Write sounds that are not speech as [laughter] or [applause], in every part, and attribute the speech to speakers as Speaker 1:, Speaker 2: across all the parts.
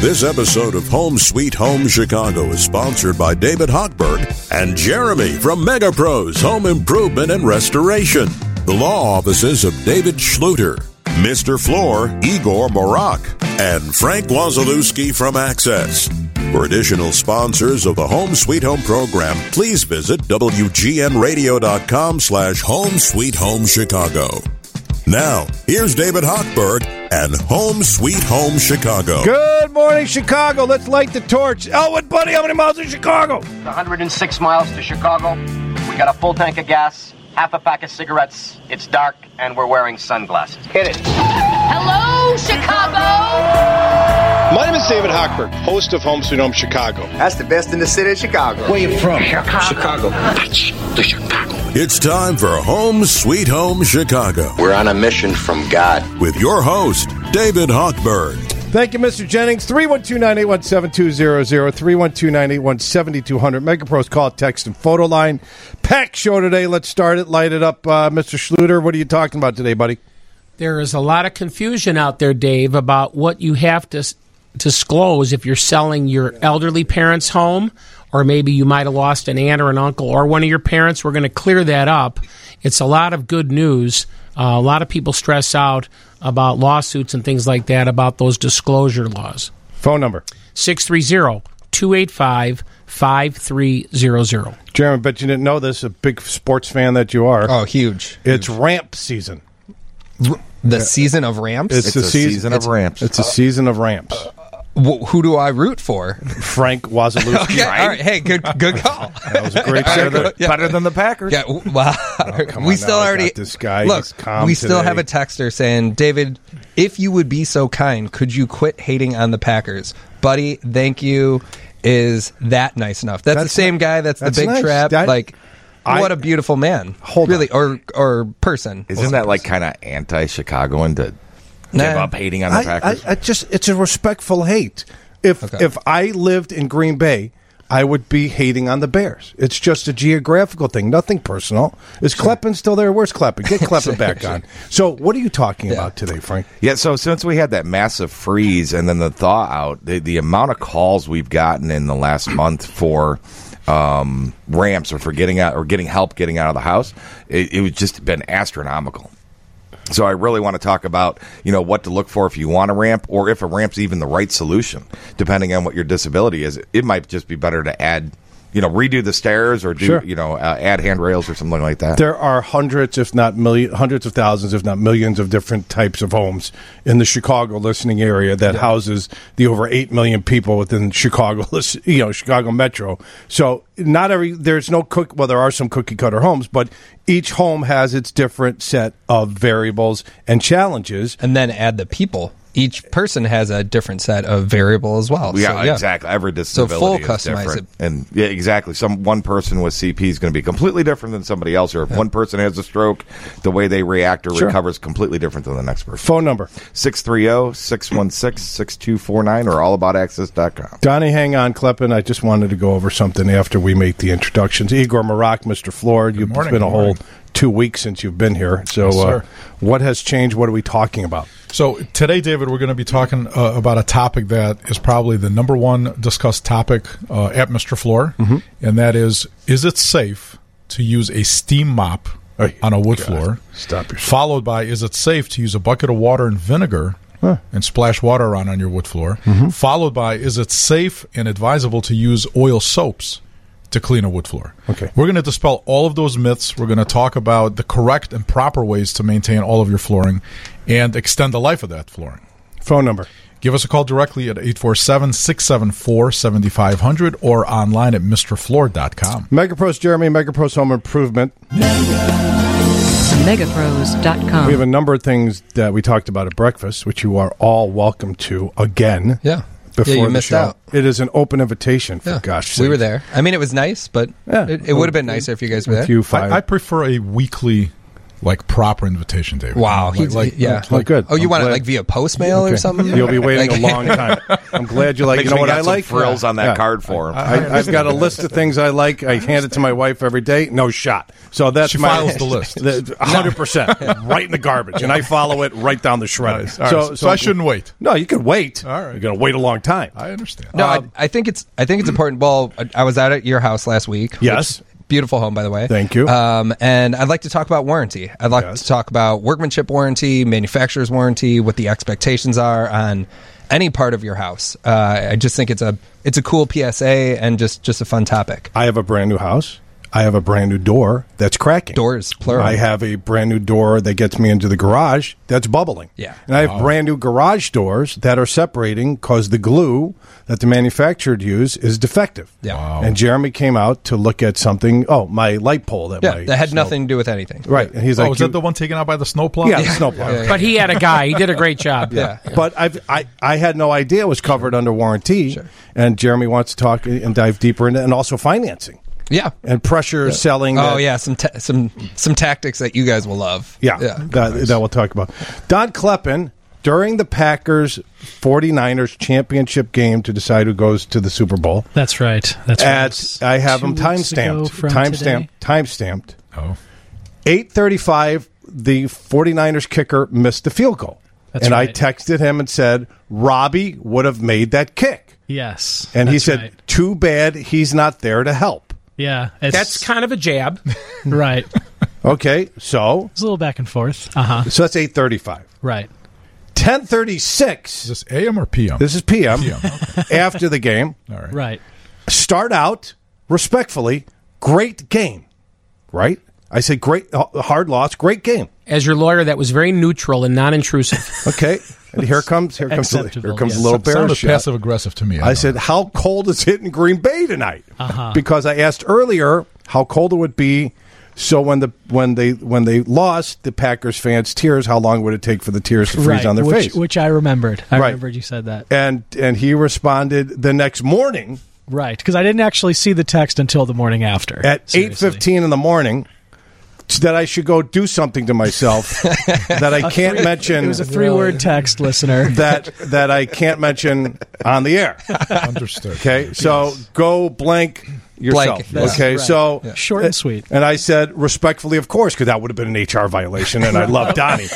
Speaker 1: This episode of Home Sweet Home Chicago is sponsored by David Hochberg and Jeremy from MegaPros Home Improvement and Restoration, the law offices of David Schluter, Mr. Floor Igor Morak, and Frank Wazalewski from Access. For additional sponsors of the Home Sweet Home program, please visit WGNradio.com slash Home Sweet Home Chicago. Now, here's David Hochberg and Home Sweet Home Chicago.
Speaker 2: Good morning, Chicago. Let's light the torch. Elwood, buddy, how many miles in Chicago?
Speaker 3: 106 miles to Chicago. We got a full tank of gas, half a pack of cigarettes. It's dark, and we're wearing sunglasses. Hit it.
Speaker 4: Hello, Chicago!
Speaker 5: My name is David Hochberg, host of Home Sweet Home Chicago.
Speaker 6: That's the best in the city of Chicago.
Speaker 7: Where you from? Chicago.
Speaker 1: It's time for Home Sweet Home Chicago
Speaker 3: We're on a mission from God.
Speaker 1: with your host, David Hochberg.
Speaker 2: Thank you, Mr. Jennings. 312 981 7200, 312 981 7200. Megapro's call, text, and photo line. Pack show today. Let's start it. Light it up. Uh, Mr. Schluter, what are you talking about today, buddy?
Speaker 8: There is a lot of confusion out there, Dave, about what you have to s- disclose if you're selling your elderly parents' home, or maybe you might have lost an aunt or an uncle or one of your parents. We're going to clear that up. It's a lot of good news. Uh, a lot of people stress out about lawsuits and things like that about those disclosure laws.
Speaker 2: Phone number.
Speaker 8: 630 285 5300.
Speaker 2: Jeremy, bet you didn't know this. A big sports fan that you are.
Speaker 9: Oh, huge.
Speaker 2: it's ramp season.
Speaker 9: The season of ramps?
Speaker 2: It's, the
Speaker 10: a season of
Speaker 2: it's-
Speaker 10: ramps.
Speaker 2: It's a season of ramps.
Speaker 9: Wh- who do I root for?
Speaker 2: [laughs] Frank Wazalewski.
Speaker 9: Okay, all right. Hey, good [laughs] good call.
Speaker 2: That was a great segment.
Speaker 9: Yeah.
Speaker 10: Better than the Packers.
Speaker 9: Yeah, w- wow.
Speaker 10: Oh,
Speaker 2: come
Speaker 9: we
Speaker 2: on
Speaker 9: still
Speaker 2: now, I
Speaker 9: already
Speaker 2: got this guy.
Speaker 9: Look,
Speaker 2: He's calm
Speaker 9: we still
Speaker 2: today.
Speaker 9: have a texter saying, "David, if you would be so kind, could you quit hating on the Packers, buddy? Thank you." Is that nice enough? That's, the
Speaker 2: That's
Speaker 9: same
Speaker 2: ni-
Speaker 9: guy. That's,
Speaker 2: that's
Speaker 9: the big
Speaker 2: nice.
Speaker 9: trap.
Speaker 2: That-
Speaker 9: like,
Speaker 2: I-
Speaker 9: what a beautiful man.
Speaker 2: Hold
Speaker 9: really, or or person.
Speaker 10: Isn't that like kind of anti-Chicagoan to
Speaker 9: Nah.
Speaker 10: give up hating on the
Speaker 2: I, I,
Speaker 10: Packers?
Speaker 2: I just it's a respectful hate. If if I lived in Green Bay, I would be hating on the Bears. It's just a geographical thing, nothing personal. Is Kleppen still there? Where's Kleppen?
Speaker 9: [laughs]
Speaker 2: Get Kleppen back on. So what are you talking about today, Frank?
Speaker 10: yeah. So since we had that massive freeze and then the thaw out, the, the amount of calls we've gotten in the last month for um, ramps or for getting out or getting help getting out of the house, it, it was just been astronomical. So I really want to talk about you know what to look for if you want a ramp or if a ramp's even the right solution, depending on what your disability is. It might just be better to add. You know, redo the stairs or do
Speaker 2: Sure.
Speaker 10: you know uh, add handrails or something like that.
Speaker 2: There are hundreds, if not million, hundreds of thousands, if not millions, of different types of homes in the Chicago listening area that houses the over eight million people within Chicago, [laughs] lis- you know, Chicago Metro. So not every there's no cook. Well, there are some cookie cutter homes, but each home has its different set of variables and challenges.
Speaker 9: and then add the people. Each person has a different set of variable as
Speaker 2: Oh,
Speaker 9: well.
Speaker 10: Yeah,
Speaker 9: So,
Speaker 10: exactly. Every
Speaker 9: So
Speaker 10: disability
Speaker 9: full
Speaker 10: is
Speaker 9: customize
Speaker 10: different. and yeah, exactly. Some one person with CP is going to be completely different than somebody else. Or if one person has a stroke, the way they react or recover is completely different than the next person. oh,
Speaker 2: Phone number.
Speaker 10: 630-616-6249 or allaboutaccess.com.
Speaker 2: Donnie, hang on, Kleppen. I just wanted to go over something after we make the introductions. Igor Marak, Mr. Floyd, you've
Speaker 11: morning,
Speaker 2: been a
Speaker 11: good
Speaker 2: whole
Speaker 11: morning.
Speaker 2: two weeks since you've been here. So,
Speaker 11: Yes,
Speaker 2: uh,
Speaker 11: sir.
Speaker 2: what has changed? What are we talking about?
Speaker 11: So today, David, we're going to be talking uh, about a topic that is probably the number one discussed topic uh, at Mr. Floor,
Speaker 2: Mm-hmm.
Speaker 11: and that is: Is it safe to use a steam mop
Speaker 2: Hey,
Speaker 11: on a wood floor?
Speaker 2: stop yourself.
Speaker 11: Followed by: Is it safe to use a bucket of water and vinegar? And splash water around on your wood floor.
Speaker 2: Mm-hmm.
Speaker 11: Followed by, is it safe and advisable to use oil soaps to clean a wood floor?
Speaker 2: Okay.
Speaker 11: We're going to dispel all of those myths. We're going to talk about the correct and proper ways to maintain all of your flooring and extend the life of that flooring.
Speaker 2: Phone number.
Speaker 11: Give us a call directly at 847 674 7500 or online at MrFloor.com.
Speaker 2: Megapros Jeremy, Megapros Home Improvement.
Speaker 4: Megapros.com.
Speaker 2: We have a number of things that we talked about at breakfast, which you are all welcome to again.
Speaker 9: Yeah.
Speaker 2: Before
Speaker 9: Yeah, you
Speaker 2: the
Speaker 9: missed
Speaker 2: show.
Speaker 9: out.
Speaker 2: It is an open invitation, for
Speaker 9: Yeah.
Speaker 2: gosh
Speaker 9: we were
Speaker 2: sake.
Speaker 9: there. I mean, it was nice, but
Speaker 2: Yeah.
Speaker 9: it, it would have been nicer if you guys were there.
Speaker 2: With you five.
Speaker 11: I, I prefer a weekly like proper invitation, David.
Speaker 9: Wow.
Speaker 11: Like-
Speaker 9: he-
Speaker 11: like-
Speaker 9: yeah.
Speaker 11: like- like-
Speaker 9: Oh, you
Speaker 11: I'm
Speaker 9: want it
Speaker 11: glad-
Speaker 9: like via postmail or
Speaker 11: Okay.
Speaker 9: something?
Speaker 2: You'll be waiting
Speaker 9: Like-
Speaker 2: a long time. I'm glad you
Speaker 10: [laughs]
Speaker 2: like.
Speaker 10: Makes
Speaker 2: you know
Speaker 10: me
Speaker 2: what
Speaker 10: got
Speaker 2: I
Speaker 10: some
Speaker 2: like?
Speaker 10: frills on that card for him.
Speaker 2: I, I, have got a list of things I like. I hand it to my wife every day. No shot. So that's
Speaker 11: She
Speaker 2: my,
Speaker 11: files the list.
Speaker 2: [laughs] hundred
Speaker 11: [laughs]
Speaker 2: percent, right in the garbage, and I follow it right down the shredder.
Speaker 11: Nice. All right. So I shouldn't wait.
Speaker 2: No, you could wait.
Speaker 11: All right.
Speaker 2: you're gonna wait a long time. Uh,
Speaker 11: I understand.
Speaker 9: No, I, I think it's I think it's important. Well, I, I was out at your house last week.
Speaker 2: Yes.
Speaker 9: which- beautiful home by the way.
Speaker 2: Thank you.
Speaker 9: Um, and I'd like to talk about warranty. I'd like to talk about workmanship warranty, manufacturer's warranty, what the expectations are on any part of your house. Uh, I just think it's a it's a cool PSA and just just a fun topic.
Speaker 2: I have a brand new house. I have a brand new door that's cracking.
Speaker 9: Doors, plural.
Speaker 2: I have a brand new door that gets me into the garage that's bubbling.
Speaker 9: [laughs] Yeah.
Speaker 2: And I have brand new garage doors that are separating because the glue that the manufacturer used is defective.
Speaker 9: Yeah. Wow.
Speaker 2: And Jeremy came out to look at something. Oh, my light pole that
Speaker 9: Yeah,
Speaker 2: my
Speaker 9: that had
Speaker 2: snow-
Speaker 9: nothing to do with anything.
Speaker 2: Right. And he's
Speaker 11: oh,
Speaker 2: like,
Speaker 11: is
Speaker 2: "You-
Speaker 11: that the one taken out by the snowplow?
Speaker 2: yeah, the snowplow.
Speaker 8: But he had a guy. He did a great job.
Speaker 9: Yeah.
Speaker 2: But I've, I I had no idea it was covered under warranty. And Jeremy wants to talk and dive deeper into, and also financing
Speaker 9: Yeah.
Speaker 2: and pressure selling.
Speaker 9: Oh
Speaker 2: that-
Speaker 9: yeah, some ta- some some tactics that you guys will love.
Speaker 2: Yeah, that, that we'll talk about. Don Kleppen, during the Packers 49ers championship game to decide who goes to the Super Bowl,
Speaker 7: That's right. That's
Speaker 2: at,
Speaker 7: right.
Speaker 2: I have
Speaker 7: Two
Speaker 2: them
Speaker 7: weeks
Speaker 2: time
Speaker 7: ago
Speaker 2: stamped.
Speaker 7: from
Speaker 2: Time
Speaker 7: today.
Speaker 2: stamped. Time stamped.
Speaker 11: Oh.
Speaker 2: 835, the 49ers kicker missed the field goal.
Speaker 7: That's
Speaker 2: and I
Speaker 7: right.
Speaker 2: texted him and said, Robbie would have made that kick.
Speaker 7: Yes.
Speaker 2: And he
Speaker 7: that's
Speaker 2: said,
Speaker 7: right.
Speaker 2: too bad he's not there to help.
Speaker 7: "Yeah, it's,
Speaker 8: That's kind of a jab.
Speaker 7: right." It's
Speaker 2: Okay, so
Speaker 7: a little back and forth. Uh huh.
Speaker 2: so that's 835.
Speaker 7: Right.
Speaker 2: 1036.
Speaker 11: Is this AM or PM?
Speaker 2: This is PM.
Speaker 11: PM,
Speaker 2: [laughs] After the game,
Speaker 11: All right.
Speaker 7: Right.
Speaker 2: start out respectfully. Great game, right? I say great h- hard loss. Great game.
Speaker 8: As your lawyer, that was very neutral and non-intrusive.
Speaker 2: [laughs] Okay, and here comes here comes the- here
Speaker 7: Acceptable,
Speaker 2: comes
Speaker 7: yes.
Speaker 2: the little
Speaker 11: It
Speaker 2: bear
Speaker 11: sounded
Speaker 2: shot.
Speaker 11: passive aggressive to me.
Speaker 2: I
Speaker 11: know.
Speaker 2: said, "How cold is it in Green Bay tonight?"
Speaker 7: Uh-huh.
Speaker 2: Because I asked earlier how cold it would be. So when the when they when they lost the Packers fans tears, how long would it take for the tears to freeze
Speaker 7: right.
Speaker 2: on their
Speaker 7: which,
Speaker 2: face?
Speaker 7: which I remembered. I
Speaker 2: Right.
Speaker 7: remembered you said that.
Speaker 2: and and he responded the next morning
Speaker 7: Right, because I didn't actually see the text until the morning after.
Speaker 2: at eight
Speaker 7: Seriously.
Speaker 2: fifteen in the morning that I should go do something to myself
Speaker 7: [laughs]
Speaker 2: that I can't mention.
Speaker 7: It was a three-word text,
Speaker 2: [laughs]
Speaker 7: listener. [laughs]
Speaker 2: that that I can't mention on the air.
Speaker 11: understood.
Speaker 2: Okay, so go blank yourself.
Speaker 9: Blank, yes.
Speaker 2: Okay,
Speaker 7: Right.
Speaker 2: so uh,
Speaker 7: Short and sweet.
Speaker 2: And I said respectfully, of course, because that would have been an HR violation,
Speaker 7: [laughs]
Speaker 2: and I love Donnie,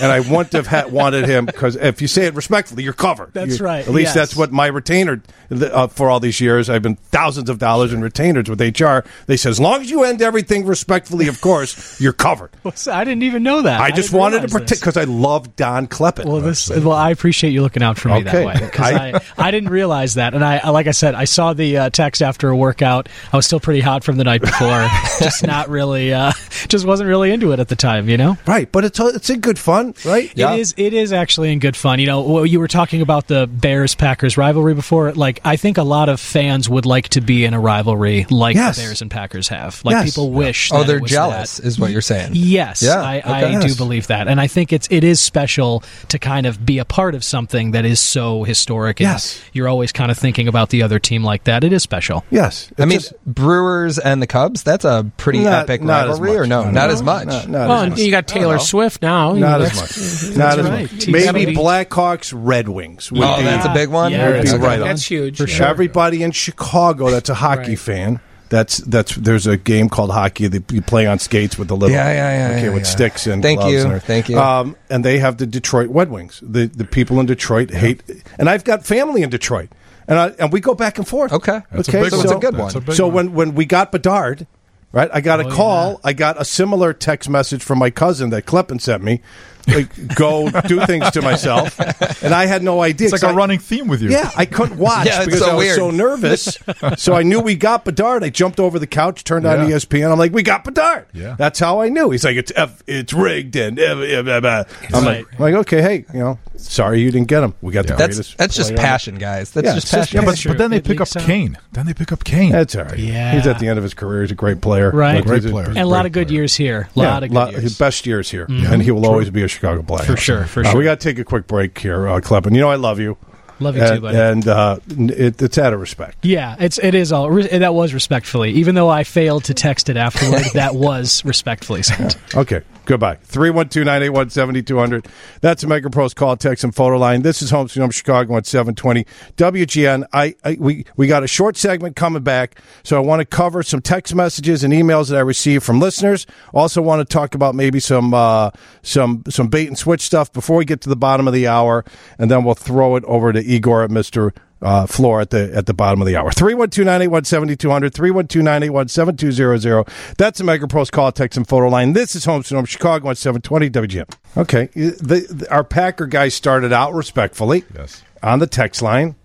Speaker 2: and I wouldn't have ha- wanted him because if you say it respectfully, you're covered.
Speaker 7: That's
Speaker 2: You-
Speaker 7: right,
Speaker 2: At least
Speaker 7: yes.
Speaker 2: that's what my retainer th- uh, for all these years. I've been thousands of dollars in retainers with HR. They say as long as you end everything respectfully, of course, you're
Speaker 7: [laughs]
Speaker 2: covered.
Speaker 7: So I didn't even know that.
Speaker 2: I just
Speaker 7: didn't
Speaker 2: wanted to
Speaker 7: realize
Speaker 2: protect
Speaker 7: this.
Speaker 2: because I love Don Kleppen.
Speaker 7: Well, this. Well, I appreciate you looking out for me
Speaker 2: Okay.
Speaker 7: that way
Speaker 2: [laughs]
Speaker 7: because
Speaker 2: I-
Speaker 7: I, I, didn't realize that, and I I- like I said, I saw the uh, text after a workout. I was still pretty hot from the
Speaker 2: [laughs]
Speaker 7: night before, just not really, uh, [laughs] just wasn't really into it at the time, you know.
Speaker 2: right, but it's it's in good fun, right?
Speaker 9: Yeah.
Speaker 7: It is. It is actually in good fun. You know, well, you were talking about the Bears Packers rivalry before. Like, I think a lot of fans would like to be in a rivalry like
Speaker 2: Yes.
Speaker 7: the Bears and Packers have. Like,
Speaker 2: Yes.
Speaker 7: people wish.
Speaker 9: Oh,
Speaker 7: that it
Speaker 9: they're
Speaker 7: was
Speaker 9: jealous,
Speaker 7: that.
Speaker 9: is what you're saying.
Speaker 7: Yes,
Speaker 9: Yeah,
Speaker 7: I,
Speaker 9: okay.
Speaker 7: I
Speaker 9: Yes.
Speaker 7: do believe that, and I think it's it is special to kind of be a part of something that is so historic. And
Speaker 2: Yes.
Speaker 7: you're always kind of thinking about the other team like that. It is special.
Speaker 2: Yes,
Speaker 9: I
Speaker 2: It's
Speaker 9: mean,
Speaker 2: just-
Speaker 9: Brewers and the Cubs. That's a pretty
Speaker 2: Not-
Speaker 9: epic
Speaker 2: not as
Speaker 9: rivalry,
Speaker 2: much.
Speaker 9: or no?
Speaker 2: No,
Speaker 9: Not,
Speaker 2: no,
Speaker 9: as much.
Speaker 2: no, no.
Speaker 8: well,
Speaker 2: as
Speaker 8: and
Speaker 2: much.
Speaker 8: you got Taylor Swift now. You
Speaker 2: Not
Speaker 8: know,
Speaker 2: as
Speaker 8: [laughs] that's-
Speaker 2: much. Not as
Speaker 7: right.
Speaker 2: much.
Speaker 7: Team
Speaker 2: Maybe
Speaker 7: Saudi.
Speaker 2: Blackhawks Red Wings would
Speaker 9: Oh,
Speaker 2: be,
Speaker 9: that's a big one.
Speaker 7: Yeah,
Speaker 2: would be
Speaker 7: that's
Speaker 9: Okay.
Speaker 2: right on.
Speaker 8: That's huge.
Speaker 2: For sure. Everybody in Chicago that's a hockey fan. That's that's there's a game called hockey that you play on skates with the little
Speaker 9: Yeah, yeah, yeah,
Speaker 2: okay,
Speaker 9: yeah,
Speaker 2: with
Speaker 9: yeah.
Speaker 2: sticks and
Speaker 9: Thank
Speaker 2: gloves
Speaker 9: you,
Speaker 2: and everything.
Speaker 9: thank you.
Speaker 2: um, and they have the Detroit Red Wings the the people in Detroit hate and I've got family in Detroit and I, and we go back and forth
Speaker 9: Okay. That's a big
Speaker 2: so,
Speaker 9: one. That's a good one.
Speaker 11: That's a big
Speaker 2: so
Speaker 11: one. Oh,
Speaker 2: when when we got Bedard, right? I got a call. I got a similar text message from my cousin that Kleppen sent me. Like, go do things to myself,
Speaker 9: [laughs]
Speaker 2: and I had no idea.
Speaker 11: it's like a
Speaker 2: I-
Speaker 11: running theme with you.
Speaker 2: Yeah, I couldn't
Speaker 11: [laughs]
Speaker 2: watch
Speaker 9: Yeah, it's
Speaker 2: because
Speaker 9: so
Speaker 2: I was
Speaker 9: weird.
Speaker 2: so
Speaker 9: [laughs]
Speaker 2: nervous. so I knew we got Bedard. I jumped over the couch, turned on E
Speaker 11: Yeah.
Speaker 2: ESPN. I'm like, we got Bedard.
Speaker 11: Yeah.
Speaker 2: That's how I knew. He's like, it's F, it's rigged, and eh, eh, blah, blah. I'm
Speaker 7: Right.
Speaker 2: like, like, okay, hey, you know, sorry you didn't get him. We got the
Speaker 9: That's
Speaker 2: greatest.
Speaker 9: that's just
Speaker 2: player on the-
Speaker 9: passion, guys. That's
Speaker 2: Yeah,
Speaker 9: just
Speaker 2: it's just-
Speaker 9: passion.
Speaker 11: Yeah, but,
Speaker 7: Sure.
Speaker 11: but then they
Speaker 7: It
Speaker 11: pick up
Speaker 7: leaks out.
Speaker 11: Kane. Then they pick up Kane.
Speaker 2: That's all right.
Speaker 7: Yeah.
Speaker 2: He's at the end of his career. He's a great player.
Speaker 7: Right.
Speaker 2: Like,
Speaker 11: Great
Speaker 2: he's
Speaker 11: player.
Speaker 2: he's
Speaker 7: And a lot
Speaker 11: great
Speaker 7: of good
Speaker 11: player.
Speaker 7: years here. A lot of good
Speaker 2: lot- his
Speaker 7: years. Mm-hmm.
Speaker 2: best years here, and he will always be a Chicago Blackhawk
Speaker 7: For sure, for
Speaker 2: Uh,
Speaker 7: sure.
Speaker 2: we got to take a quick break here, uh, Kleppen. You know I love you.
Speaker 7: Love you
Speaker 2: and,
Speaker 7: too, buddy.
Speaker 2: And uh, n- it, it's out of respect.
Speaker 7: Yeah, it's it is all re-
Speaker 11: [laughs]
Speaker 7: that was respectfully. Even though I failed to text it afterward, that was respectfully sent.
Speaker 2: Okay, Goodbye. 312 981 7200. That's a MegaPros call, text, and photo line. This is Homes from Chicago at 720. WGN, I, I, we, we got a short segment coming back, so I want to cover some text messages and emails that I received from listeners. Also, want to talk about maybe some, uh, some, some bait and switch stuff before we get to the bottom of the hour, and then we'll throw it over to Igor at Mr uh, floor at the at the bottom of the hour. 312-981-7200, 312-981-7200. That's the MegaPros call, text, and photo line. This is Home Sonoma, Chicago on 720 WGM. Okay. The, the- our Packer guy started out respectfully yes. on the text line,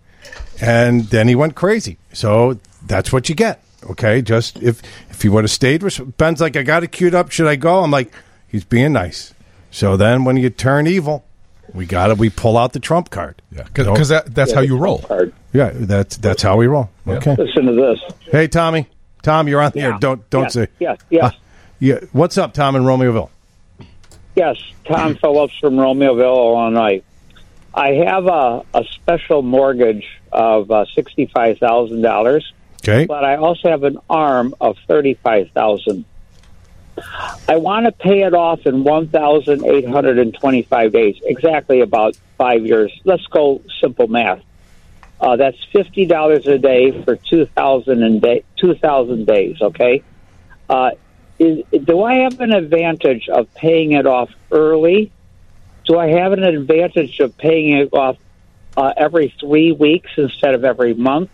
Speaker 2: and then he went crazy. So that's what you get. Okay. Just if, if he would have stayed, res- Ben's like, I got it queued up. Should I go? I'm like, he's being nice. So then when you turn evil, we got to we pull out the trump card. Yeah,
Speaker 11: 'cause- 'cause that- that's how you roll.
Speaker 2: Yeah, that's that's how we roll. Okay.
Speaker 12: Listen to this.
Speaker 2: Hey, Tommy. Tom, you're on the air. Don't don't
Speaker 12: yes,
Speaker 2: say.
Speaker 12: yes, yes.
Speaker 2: Ah, yeah. What's up, Tom in Romeoville?
Speaker 12: Yes, Tom Phillips from Romeoville, Illinois. I have a, a special mortgage of uh, sixty-five thousand dollars.
Speaker 2: Okay.
Speaker 12: But I also have an arm of thirty-five thousand. I want to pay it off in one thousand eight hundred and twenty-five days, exactly about five years. Let's go simple math. Uh, that's fifty dollars a day for two thousand and day, two thousand days. Okay. Uh, is, do I have an advantage of paying it off early? Do I have an advantage of paying it off uh, every three weeks instead of every month?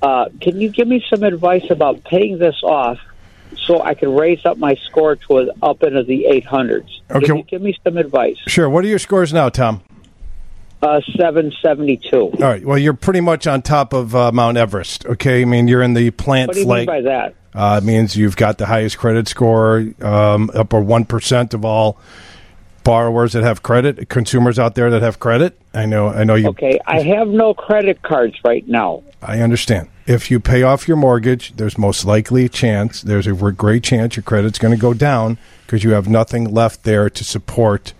Speaker 12: Uh, can you give me some advice about paying this off so I can raise up my score to a, up into the 800s?
Speaker 2: Okay.
Speaker 12: Can you give me some advice?
Speaker 2: Sure. What are your scores now, Tom?
Speaker 12: Uh, 772.
Speaker 2: All right. Well, you're pretty much on top of uh, Mount Everest. Okay. I mean, you're in the plant
Speaker 12: What do you mean
Speaker 2: flight.
Speaker 12: by that?
Speaker 2: Uh, it means you've got the highest credit score, um, upper one percent of all borrowers that have credit, consumers out there that have credit. I know. I know Oh, you.
Speaker 12: Okay, I have no credit cards right now.
Speaker 2: I understand. If you pay off your mortgage, there's most likely a chance, there's a re- great chance your credit's going to go down because you have nothing left there to support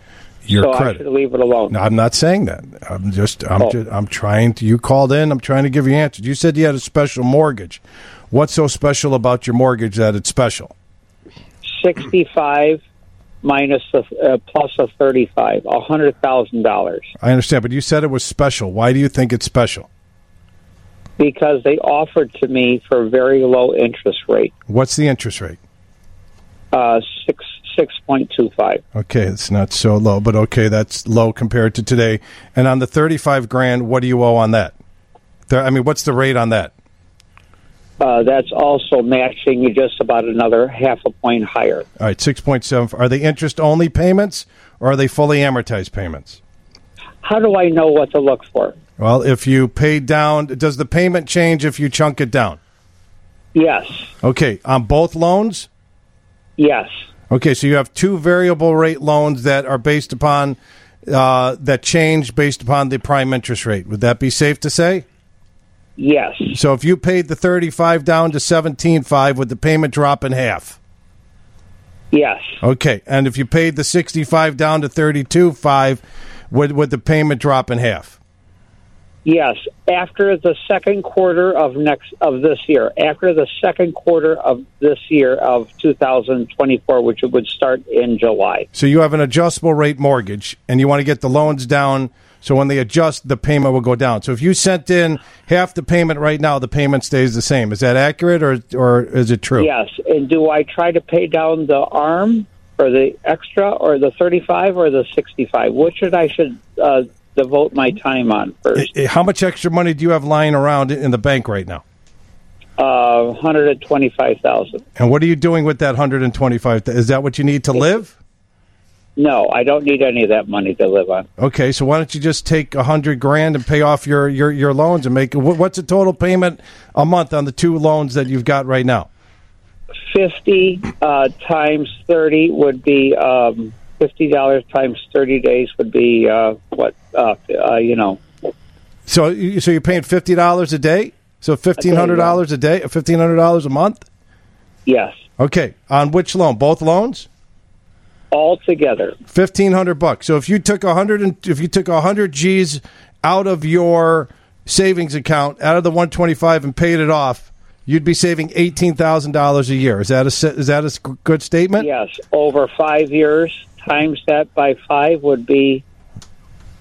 Speaker 2: your
Speaker 12: so I
Speaker 2: credit.
Speaker 12: should leave it alone.
Speaker 2: No, I'm not saying that. I'm just, I'm,
Speaker 12: Oh.
Speaker 2: just, I'm trying to. You called in. I'm trying to give you answers. You said you had a special mortgage. What's so special about your mortgage that it's special?
Speaker 12: 65 minus the uh, plus of 35, $100,000
Speaker 2: I understand, but you said it was special. Why do you think it's special?
Speaker 12: because they offered to me for a very low interest rate,
Speaker 2: What's the interest rate?
Speaker 12: uh, 6 6.25.
Speaker 2: Okay, it's not so low, but okay, that's low compared to today. And on the thirty-five grand, what do you owe on that? There, I mean, what's the rate on that?
Speaker 12: Uh, that's also matching you just about another half a point higher.
Speaker 2: All right, six point seven. Are they interest-only payments or are they fully amortized payments?
Speaker 12: How do I know what to look for?
Speaker 2: Well, if you pay down, does the payment change if you chunk it down?
Speaker 12: Yes,
Speaker 2: Okay, on both loans.
Speaker 12: yes,
Speaker 2: Okay, so you have two variable rate loans that are based upon uh, that change based upon the prime interest rate. Would that be safe to say?
Speaker 12: yes.
Speaker 2: So if you paid the thirty-five down to seventeen-five, would the payment drop in half?
Speaker 12: Yes.
Speaker 2: Okay, and if you paid the sixty-five down to thirty-two-five, would would the payment drop in half?
Speaker 12: Yes, after the second quarter of next of this year, after the second quarter of this year of 2024, which it would start in July.
Speaker 2: So you have an adjustable rate mortgage, and you want to get the loans down. So when they adjust, the payment will go down. So if you sent in half the payment right now, the payment stays the same. Is that accurate, or or is it true?
Speaker 12: Yes, and do I try to pay down the arm or the extra or the 35 or the 65? Which should I should uh, devote my time on first?
Speaker 2: Eh, How much extra money do you have lying around in the bank right now?
Speaker 12: Uh, 125,000.
Speaker 2: And what are you doing with that hundred and twenty-five? Is that what you need to live?
Speaker 12: No, I don't need any of that money to live on.
Speaker 2: Okay, so why don't you just take a hundred grand and pay off your, your, your loans and make wh- what's the total payment a month on the two loans that you've got right now?
Speaker 12: 50 uh, times 30 would be um, $50 times 30 days would be uh, what, uh, uh, you know,
Speaker 2: So you- so you're paying fifty dollars a day, so fifteen hundred dollars a day, fifteen hundred dollars a month.
Speaker 12: yes,
Speaker 2: Okay, on which loan? Both loans.
Speaker 12: all together.
Speaker 2: fifteen hundred bucks. So if you took a hundred and if you took a hundred G's out of your savings account, out of the one twenty five, and paid it off, you'd be saving eighteen thousand dollars a year. Is that a se- is that a s- good statement?
Speaker 12: Yes, over five years, times that by five would be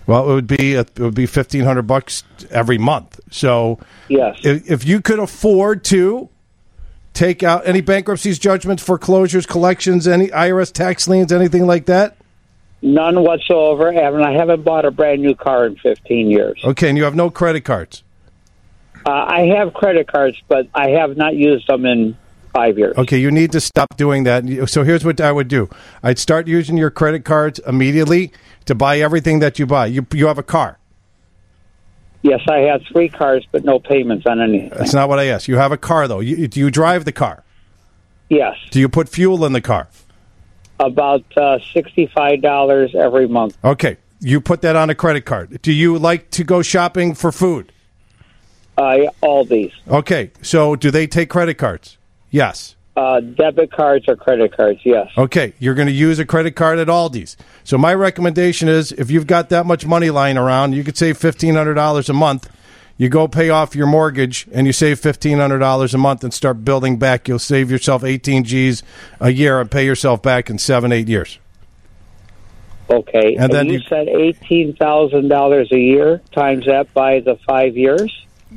Speaker 2: Well, it would be it would be fifteen hundred bucks every month. So
Speaker 12: yes,
Speaker 2: if, if you could afford to take out any bankruptcies, judgments, foreclosures, collections, any IRS tax liens, anything like that.
Speaker 12: none whatsoever. And I haven't bought a brand new car in 15 years.
Speaker 2: Okay, and you have no credit cards.
Speaker 12: Uh, I have credit cards, but I have not used them in five years.
Speaker 2: Okay, you need to stop doing that. You- So here's what I would do: I'd start using your credit cards immediately to buy everything that you buy. You you have a car.
Speaker 12: Yes, I had three cars, but no payments on anything.
Speaker 2: That's not what I asked. You have a car though. You, do you drive the car?
Speaker 12: Yes,
Speaker 2: Do you put fuel in the car?
Speaker 12: about uh, $65 every month.
Speaker 2: Okay, you put that on a credit card. Do you like to go shopping for food?
Speaker 12: Uh, all these
Speaker 2: Okay, so do they take credit cards? Yes.
Speaker 12: uh, debit cards or credit cards, yes.
Speaker 2: Okay, you're going to use a credit card at Aldi's. So my recommendation is, if you've got that much money lying around, you could save fifteen hundred dollars a month. You go pay off your mortgage and you save fifteen hundred dollars a month and start building back. You'll save yourself eighteen G's a year and pay yourself back in seven eight years.
Speaker 12: Okay,
Speaker 2: And then
Speaker 12: you,
Speaker 2: you-
Speaker 12: said eighteen thousand dollars a year times that by the five years.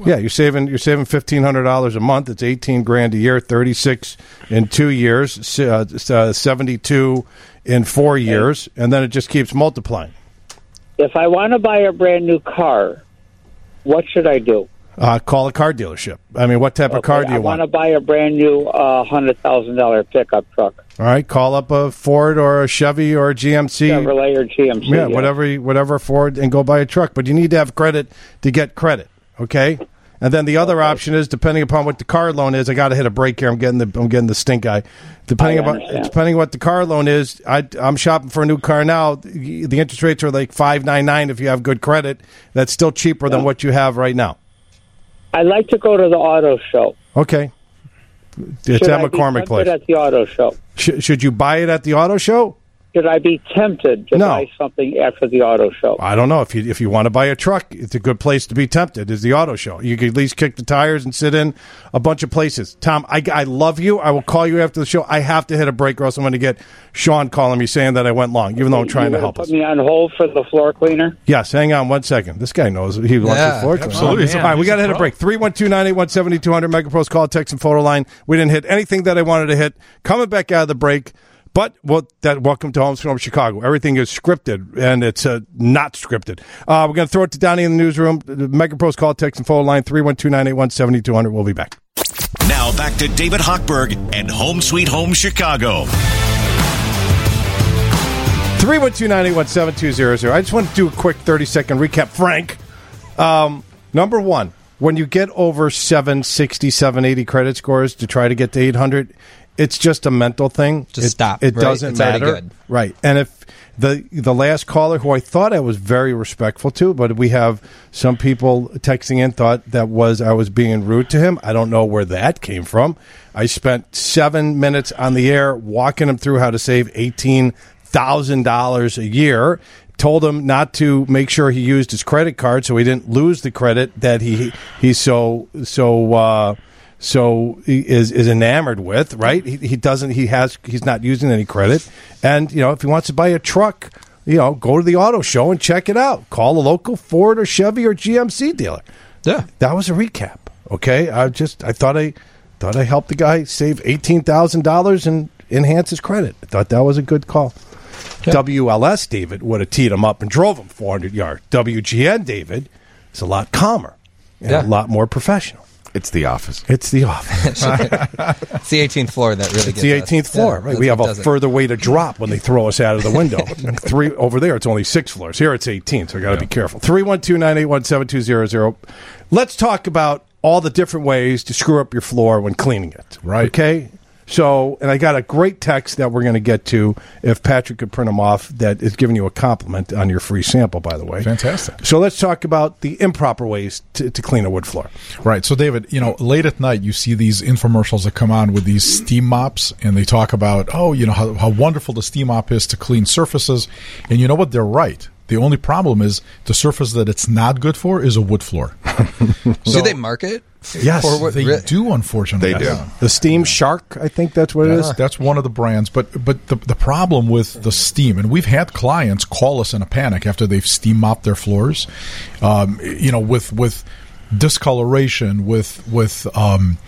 Speaker 2: Yeah, you're saving you're saving fifteen hundred dollars a month. It's eighteen grand a year, thirty six in two years, s- uh, s- uh, seventy two in four years, and then it just keeps multiplying.
Speaker 12: If I want to buy a brand new car, what should I do?
Speaker 2: Uh, call a car dealership. I mean, what type of car do
Speaker 12: I
Speaker 2: you want?
Speaker 12: to buy a brand new uh, hundred thousand dollar pickup truck,
Speaker 2: All right, call up a Ford or a Chevy or a GMC,
Speaker 12: Chevrolet or GMC.
Speaker 2: yeah, whatever, whatever Ford, and go buy a truck. But you need to have credit to get credit, okay? And then the other option is, depending upon what the car loan is, I got to hit a break here. I'm getting the I'm getting the stink eye. Depending
Speaker 12: I
Speaker 2: about
Speaker 12: understand.
Speaker 2: depending what the car loan is, I, I'm shopping for a new car now. The the interest rates are like five nine nine if you have good credit. That's still cheaper than what you have right now.
Speaker 12: I like to go to the auto show.
Speaker 2: Okay, it's
Speaker 12: should
Speaker 2: that
Speaker 12: I be tempted
Speaker 2: McCormick place.
Speaker 12: at the auto show?
Speaker 2: Should, should you buy it at the auto show?
Speaker 12: Should I be tempted to
Speaker 2: No.
Speaker 12: buy something after the auto show?
Speaker 2: I don't know if you if you want to buy a truck, it's a good place to be tempted. Is the auto show? You could at least kick the tires and sit in a bunch of places. Tom, I, I love you. I will call you after the show. I have to hit a break, or else I'm going to get Sean calling me saying that I went long, even though I'm trying
Speaker 12: You gonna
Speaker 2: to help
Speaker 12: put
Speaker 2: us.
Speaker 12: me on hold for the floor cleaner.
Speaker 2: Yes, hang on one second. This guy knows he wants
Speaker 12: Yeah,
Speaker 2: his floor cleaner.
Speaker 12: absolutely. He's a-
Speaker 2: All right,
Speaker 12: he's
Speaker 2: we got to
Speaker 12: a
Speaker 2: hit a
Speaker 12: pro.
Speaker 2: break. 312 981 7200 Megapros call, text, and photo line. We didn't hit anything that I wanted to hit. Coming back out of the break, but well, that welcome to Homes from Chicago. Everything is scripted, and it's uh, not scripted. Uh, we're going to throw it to Donnie in the newsroom. The Megapros call, text, and photo line 312 981 7200. We'll be back.
Speaker 13: Now back to David Hochberg and Home Sweet Home Chicago.
Speaker 2: 312 981 7200. I just want to do a quick 30 second recap, Frank. Um, number one, when you get over 760, 780 credit scores to try to get to 800, it's just a mental thing.
Speaker 9: Just
Speaker 2: it,
Speaker 9: stop,
Speaker 2: It
Speaker 9: right?
Speaker 2: doesn't
Speaker 9: It's already
Speaker 2: matter.
Speaker 9: good.
Speaker 2: Right. And if the the last caller who I thought I was very respectful to, but we have some people texting in thought that was I was being rude to him. I don't know where that came from. I spent seven minutes on the air walking him through how to save eighteen thousand dollars a year. Told him not to make sure he used his credit card so he didn't lose the credit that he he's so so uh so he is is enamored with, right? He, he doesn't. He has. He's not using any credit, and you know if he wants to buy a truck, you know, go to the auto show and check it out. Call a local Ford or Chevy or GMC dealer.
Speaker 9: Yeah,
Speaker 2: that was a recap. Okay, I just I thought I thought I helped the guy save eighteen thousand dollars and enhance his credit. I thought that was a good call. WLS David would have teed him up and drove him four hundred yards. WGN David is a lot calmer and a
Speaker 9: Yeah.
Speaker 2: lot more professional.
Speaker 10: It's the office.
Speaker 2: It's the office. [laughs]
Speaker 9: [laughs] it's the 18th floor that really
Speaker 2: it's
Speaker 9: gets
Speaker 2: the
Speaker 9: us.
Speaker 2: 18th floor.
Speaker 9: Yeah,
Speaker 2: right?
Speaker 9: that's
Speaker 2: We
Speaker 9: what
Speaker 2: have a
Speaker 9: does it.
Speaker 2: further way to drop when they throw us out of the
Speaker 9: [laughs]
Speaker 2: window. Three over there, it's only six floors. Here, it's 18, so I got to be careful. Three one two nine eight one seven two zero zero. Let's talk about all the different ways to screw up your floor when cleaning it. Right. Okay. So, and I got a great text that we're going to get to if Patrick could print them off that is giving you a compliment on your free sample, by the way. Fantastic. So let's talk about the improper ways to, to clean a wood floor.
Speaker 11: Right. So, David, you know, late at night, you see these infomercials that come on with these steam mops, and they talk about, oh, you know, how, how wonderful the steam mop is to clean surfaces. And you know what? They're right. The only problem is the surface that it's not good for is a wood floor.
Speaker 9: Do they market
Speaker 11: Yes,
Speaker 9: Or what
Speaker 11: they
Speaker 9: ri-
Speaker 11: do. Unfortunately,
Speaker 10: They do. Yeah.
Speaker 2: The Steam Shark, I think that's what it
Speaker 11: That's,
Speaker 2: is.
Speaker 11: that's one of the brands, but but the, the problem with the steam, and we've had clients call us in a panic after they've steam mopped their floors, um, you know, with with discoloration, with with um,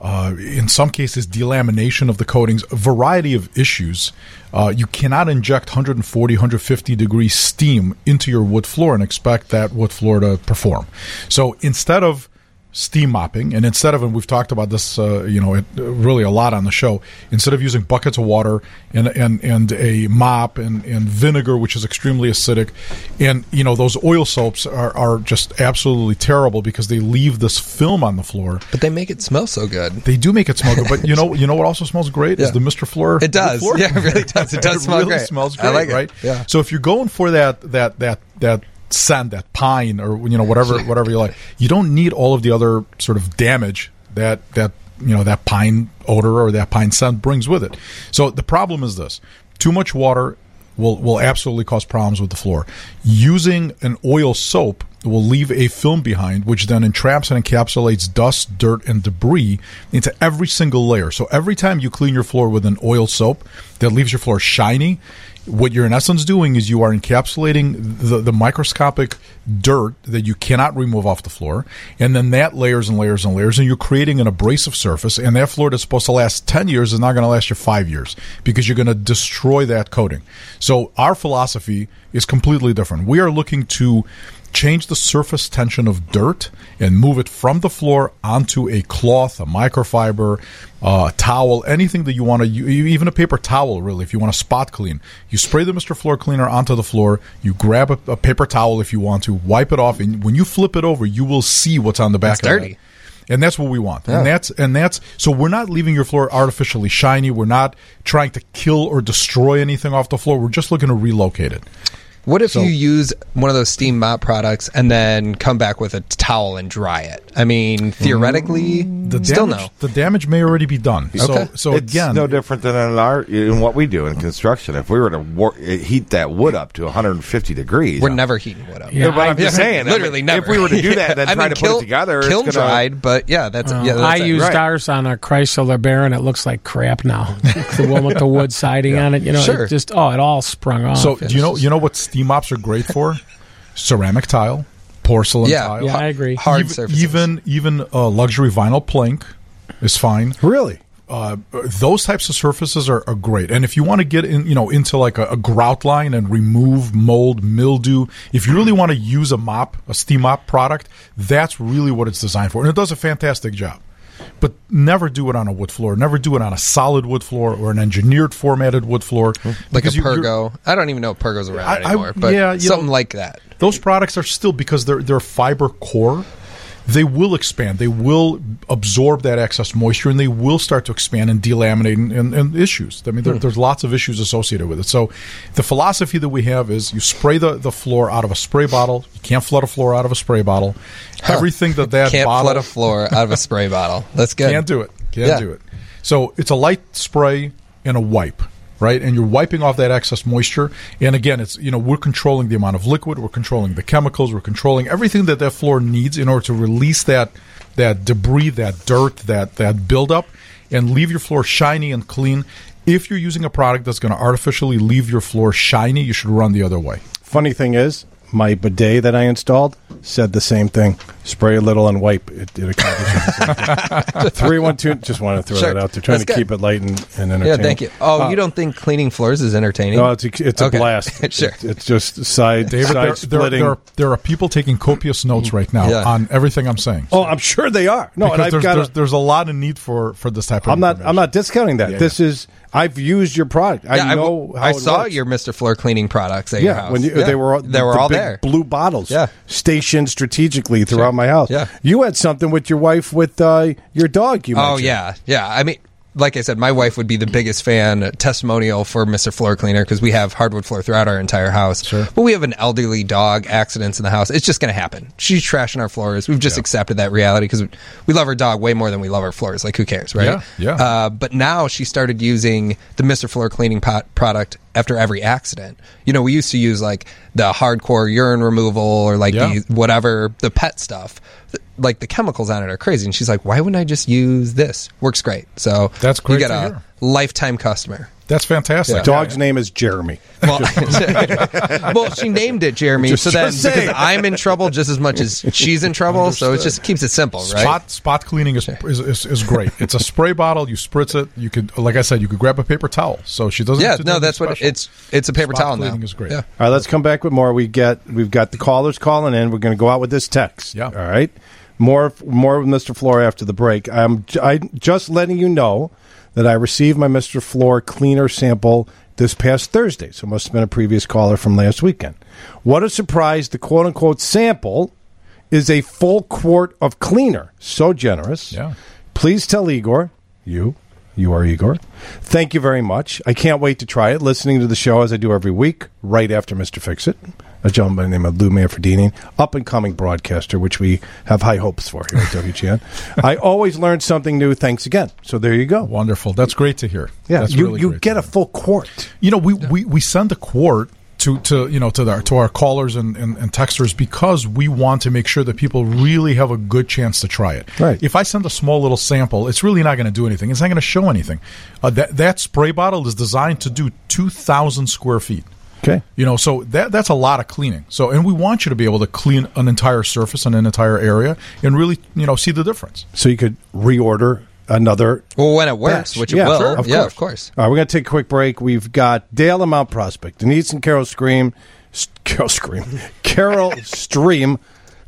Speaker 11: uh, in some cases delamination of the coatings, a variety of issues. Uh, you cannot inject 140, 150 degree steam into your wood floor and expect that wood floor to perform. So instead of steam mopping and instead of and we've talked about this uh, you know it, uh, really a lot on the show instead of using buckets of water and and and a mop and and vinegar which is extremely acidic and you know those oil soaps are, are just absolutely terrible because they leave this film on the floor
Speaker 9: But they make it smell so good.
Speaker 11: they do make it smell good but you
Speaker 9: [laughs]
Speaker 11: know you know what also smells great
Speaker 9: Yeah.
Speaker 11: is the mr floor
Speaker 9: It does.
Speaker 11: floor.
Speaker 9: Yeah, it really
Speaker 11: [laughs]
Speaker 9: does. It does smell
Speaker 11: really
Speaker 9: great.
Speaker 11: smells
Speaker 9: I
Speaker 11: great
Speaker 9: like it.
Speaker 11: right
Speaker 9: Yeah.
Speaker 11: so if you're going for that that that that sand, that pine, or you know whatever whatever you like, you don't need all of the other sort of damage that that you know that pine odor or that pine scent brings with it. So the problem is this: too much water will will absolutely cause problems with the floor. Using an oil soap will leave a film behind which then entraps and encapsulates dust, dirt and debris into every single layer. So every time you clean your floor with an oil soap that leaves your floor shiny, what you're in essence doing is you are encapsulating the, the microscopic dirt that you cannot remove off the floor and then that layers and layers and layers and you're creating an abrasive surface and that floor that's supposed to last 10 years is not going to last you 5 years because you're going to destroy that coating so our philosophy is completely different we are looking to change the surface tension of dirt and move it from the floor onto a cloth, a microfiber, uh, towel, anything that you want to, even a paper towel, really, if you want to spot clean. You spray the Mr. Floor Cleaner onto the floor, you grab a, a paper towel if you want to, wipe it off, and when you flip it over, you will see what's on the back
Speaker 9: It's
Speaker 11: of that.
Speaker 9: dirty.
Speaker 11: And that's what we want.
Speaker 9: Yeah.
Speaker 11: And that's and that's so we're not leaving your floor artificially shiny. We're not trying to kill or destroy anything off the floor. We're just looking to relocate it.
Speaker 9: What if
Speaker 11: So-
Speaker 9: you use one of those steam mop products and then come back with a towel and dry it? I mean, theoretically,
Speaker 2: Mm,
Speaker 11: The
Speaker 9: still
Speaker 11: damage,
Speaker 9: no.
Speaker 11: The damage may already be done. So, so
Speaker 10: it's
Speaker 11: again,
Speaker 10: no different than in our in what we do in construction. If we were to wor- heat that wood up to 150 degrees,
Speaker 9: We're never heating wood up.
Speaker 10: Yeah, but I'm just saying, I
Speaker 9: literally
Speaker 10: mean,
Speaker 9: never.
Speaker 10: if we were
Speaker 2: [laughs]
Speaker 10: to
Speaker 9: [laughs]
Speaker 10: do that, then
Speaker 9: I
Speaker 10: try
Speaker 9: mean,
Speaker 10: to put it
Speaker 9: kiln-
Speaker 10: together, it's
Speaker 9: kiln
Speaker 10: gonna-
Speaker 9: dried, but yeah, that's
Speaker 11: Oh.
Speaker 9: yeah.
Speaker 8: Oh. I
Speaker 9: That's it.
Speaker 8: used
Speaker 9: Right.
Speaker 8: ours on our Chrysler Baron. It looks like crap
Speaker 2: [laughs]
Speaker 8: now. the one with the wood siding on it, you know,
Speaker 9: Sure.
Speaker 8: it just oh, it all sprung off.
Speaker 11: So do you know you know what steam mops are great
Speaker 8: [laughs]
Speaker 11: for? Ceramic tile, porcelain
Speaker 9: Yeah,
Speaker 11: tile.
Speaker 8: yeah, I agree.
Speaker 9: Hard
Speaker 11: even,
Speaker 9: surfaces.
Speaker 11: Even even uh, luxury vinyl plank is fine.
Speaker 2: Really?
Speaker 11: Uh, those types of surfaces are, are great, and if you want to get in, you know, into like a, a grout line and remove mold, mildew. If you really want to use a mop, a steam mop product, that's really what it's designed for, and it does a fantastic job. But never do it on a wood floor. Never do it on a solid wood floor or an engineered formatted wood floor,
Speaker 9: like a
Speaker 11: because you- you're-
Speaker 9: Pergo. I don't even know if Pergo's around
Speaker 11: I- I-
Speaker 9: anymore, but
Speaker 11: yeah, you
Speaker 9: something
Speaker 11: know-
Speaker 9: like that.
Speaker 11: those products are still because they're they're fiber core they will expand they will absorb that excess moisture and they will start to expand and delaminate and, and, and issues i mean
Speaker 9: Hmm.
Speaker 11: there, there's lots of issues associated with it so the philosophy that we have is you spray the, the floor out of a spray bottle you can't flood a floor out of a spray bottle everything that that
Speaker 9: Can't
Speaker 11: bottle
Speaker 9: flood a floor out of
Speaker 2: [laughs]
Speaker 9: a spray bottle. That's good.
Speaker 11: can't do it. Can't
Speaker 9: Yeah.
Speaker 11: do it. So it's a light spray and a wipe, right? And you're wiping off that excess moisture. And again, it's you know we're controlling the amount of liquid, we're controlling the chemicals, we're controlling everything that that floor needs in order to release that that debris, that dirt, that that buildup, and leave your floor shiny and clean. If you're using a product that's going to artificially leave your floor shiny, you should run the other way.
Speaker 2: Funny thing is, my bidet that I installed said the same thing. Spray a little and wipe. It did
Speaker 11: [laughs]
Speaker 2: accomplish Three one two. Just want to throw
Speaker 9: Sure.
Speaker 2: that out there. Trying
Speaker 9: That's
Speaker 2: to
Speaker 9: good.
Speaker 2: keep it light and, and entertaining.
Speaker 9: Yeah, thank you. Oh,
Speaker 2: Uh,
Speaker 9: you don't think cleaning floors is entertaining?
Speaker 2: No, it's a, it's a
Speaker 9: Okay.
Speaker 2: blast.
Speaker 9: [laughs] sure.
Speaker 2: It's- it's just side
Speaker 11: David,
Speaker 2: side
Speaker 11: there, there,
Speaker 2: splitting.
Speaker 11: there, are, there are people taking copious notes right now
Speaker 9: Mm. Yeah.
Speaker 11: on everything I'm saying.
Speaker 2: oh, I'm sure they are. No, and
Speaker 11: because
Speaker 2: I've
Speaker 11: there's,
Speaker 2: got.
Speaker 11: there's,
Speaker 2: a-
Speaker 11: there's a lot of need for for this type of.
Speaker 2: I'm not.
Speaker 11: information.
Speaker 2: I'm not discounting that.
Speaker 11: Yeah,
Speaker 2: this is. I've used your product. I
Speaker 9: Yeah, I
Speaker 2: know.
Speaker 9: w-
Speaker 2: how
Speaker 9: I,
Speaker 2: it
Speaker 9: saw
Speaker 2: works.
Speaker 9: your Mr. Floor cleaning products at your
Speaker 2: Yeah,
Speaker 9: house.
Speaker 2: when you,
Speaker 9: Yeah.
Speaker 2: they were all,
Speaker 9: they were
Speaker 2: the
Speaker 9: all
Speaker 2: big
Speaker 9: there.
Speaker 2: Blue bottles,
Speaker 9: Yeah.
Speaker 2: stationed strategically throughout my house.
Speaker 9: Yeah.
Speaker 2: you had something with your wife with uh, your dog. You
Speaker 9: Oh
Speaker 2: mentioned.
Speaker 9: yeah, yeah. I mean, like I said, my wife would be the biggest fan uh, testimonial for Mister Floor Cleaner because we have hardwood floor throughout our entire house. Sure. But we have an elderly dog, accidents in the house. It's just going to happen. She's trashing our floors. We've just accepted that reality because we love our dog way more than we love our floors. Like who cares, right?
Speaker 11: Yeah, yeah.
Speaker 9: Uh, but now she started using the Mister Floor Cleaning pot product after every accident. You know, we used to use like the hardcore urine removal or like
Speaker 11: Yeah.
Speaker 9: the whatever the pet stuff. Th- Like the chemicals on it are crazy, and she's like, "Why wouldn't I just use this? Works great." So
Speaker 11: That's great
Speaker 9: You get
Speaker 11: to
Speaker 9: a
Speaker 11: hear.
Speaker 9: lifetime customer. [laughs]
Speaker 11: That's fantastic.
Speaker 9: Yeah.
Speaker 2: Dog's name is Jeremy. [laughs]
Speaker 9: Well, well, she named it Jeremy,
Speaker 2: Just-
Speaker 9: so then
Speaker 2: just
Speaker 9: because
Speaker 2: saying.
Speaker 9: I'm in trouble just as much as she's in trouble, so it
Speaker 11: Understood.
Speaker 9: just keeps it simple, right?
Speaker 11: Spot spot cleaning is is, is, is great. It's a spray bottle. You spritz it. You could, like I said, you could grab a paper towel. So she doesn't.
Speaker 9: yeah,
Speaker 11: have to do
Speaker 9: no,
Speaker 11: anything
Speaker 9: that's what
Speaker 11: special.
Speaker 9: it's. It's a paper
Speaker 11: Spot
Speaker 9: towel now.
Speaker 11: cleaning is great.
Speaker 9: Yeah.
Speaker 2: All right, let's come back with more. We get we've got the callers calling in. We're going to go out with this text. Yeah. All right. More more with Mr. Floor after the break. I'm j- I just letting you know that I received my Mr. Floor cleaner sample this past Thursday. So it must have been a previous caller from last weekend. What a surprise! The quote unquote sample is a full quart of cleaner. So generous. Yeah. Please tell Igor you. You are Igor. Thank you very much. I can't wait to try it. Listening to the show as I do every week, right after Mr. Fix It, a gentleman by the name of Lou Manfredini, up and coming broadcaster, which we have high hopes for here at
Speaker 11: [laughs]
Speaker 2: WGN. I always learn something new. Thanks again. So there you go.
Speaker 11: Wonderful. That's great to hear.
Speaker 2: Yeah,
Speaker 11: That's
Speaker 2: you
Speaker 11: really
Speaker 2: you
Speaker 11: great
Speaker 2: get a full quart.
Speaker 11: You know, we, we, we send a quart to, to you know to our to our callers and, and, and texters because we want to make sure that people really have a good chance to try it. Right. If I send a small little sample, it's really not going to do anything. It's not going to show anything. Uh, that that spray bottle is designed to do two thousand square feet.
Speaker 2: Okay.
Speaker 11: You know, so that that's a lot of cleaning. So, and we want you to be able to clean an entire surface and an entire area, and really, you know, see the difference.
Speaker 2: So you could reorder another.
Speaker 9: Well, when it works, which it
Speaker 2: yeah,
Speaker 9: will,
Speaker 2: sure, of
Speaker 9: yeah,
Speaker 2: course.
Speaker 9: of course.
Speaker 2: All right, we're going to take a quick break. We've got Dale and Mount Prospect, Denise and Carol Scream, S- Carol Scream, [laughs] Carol Stream.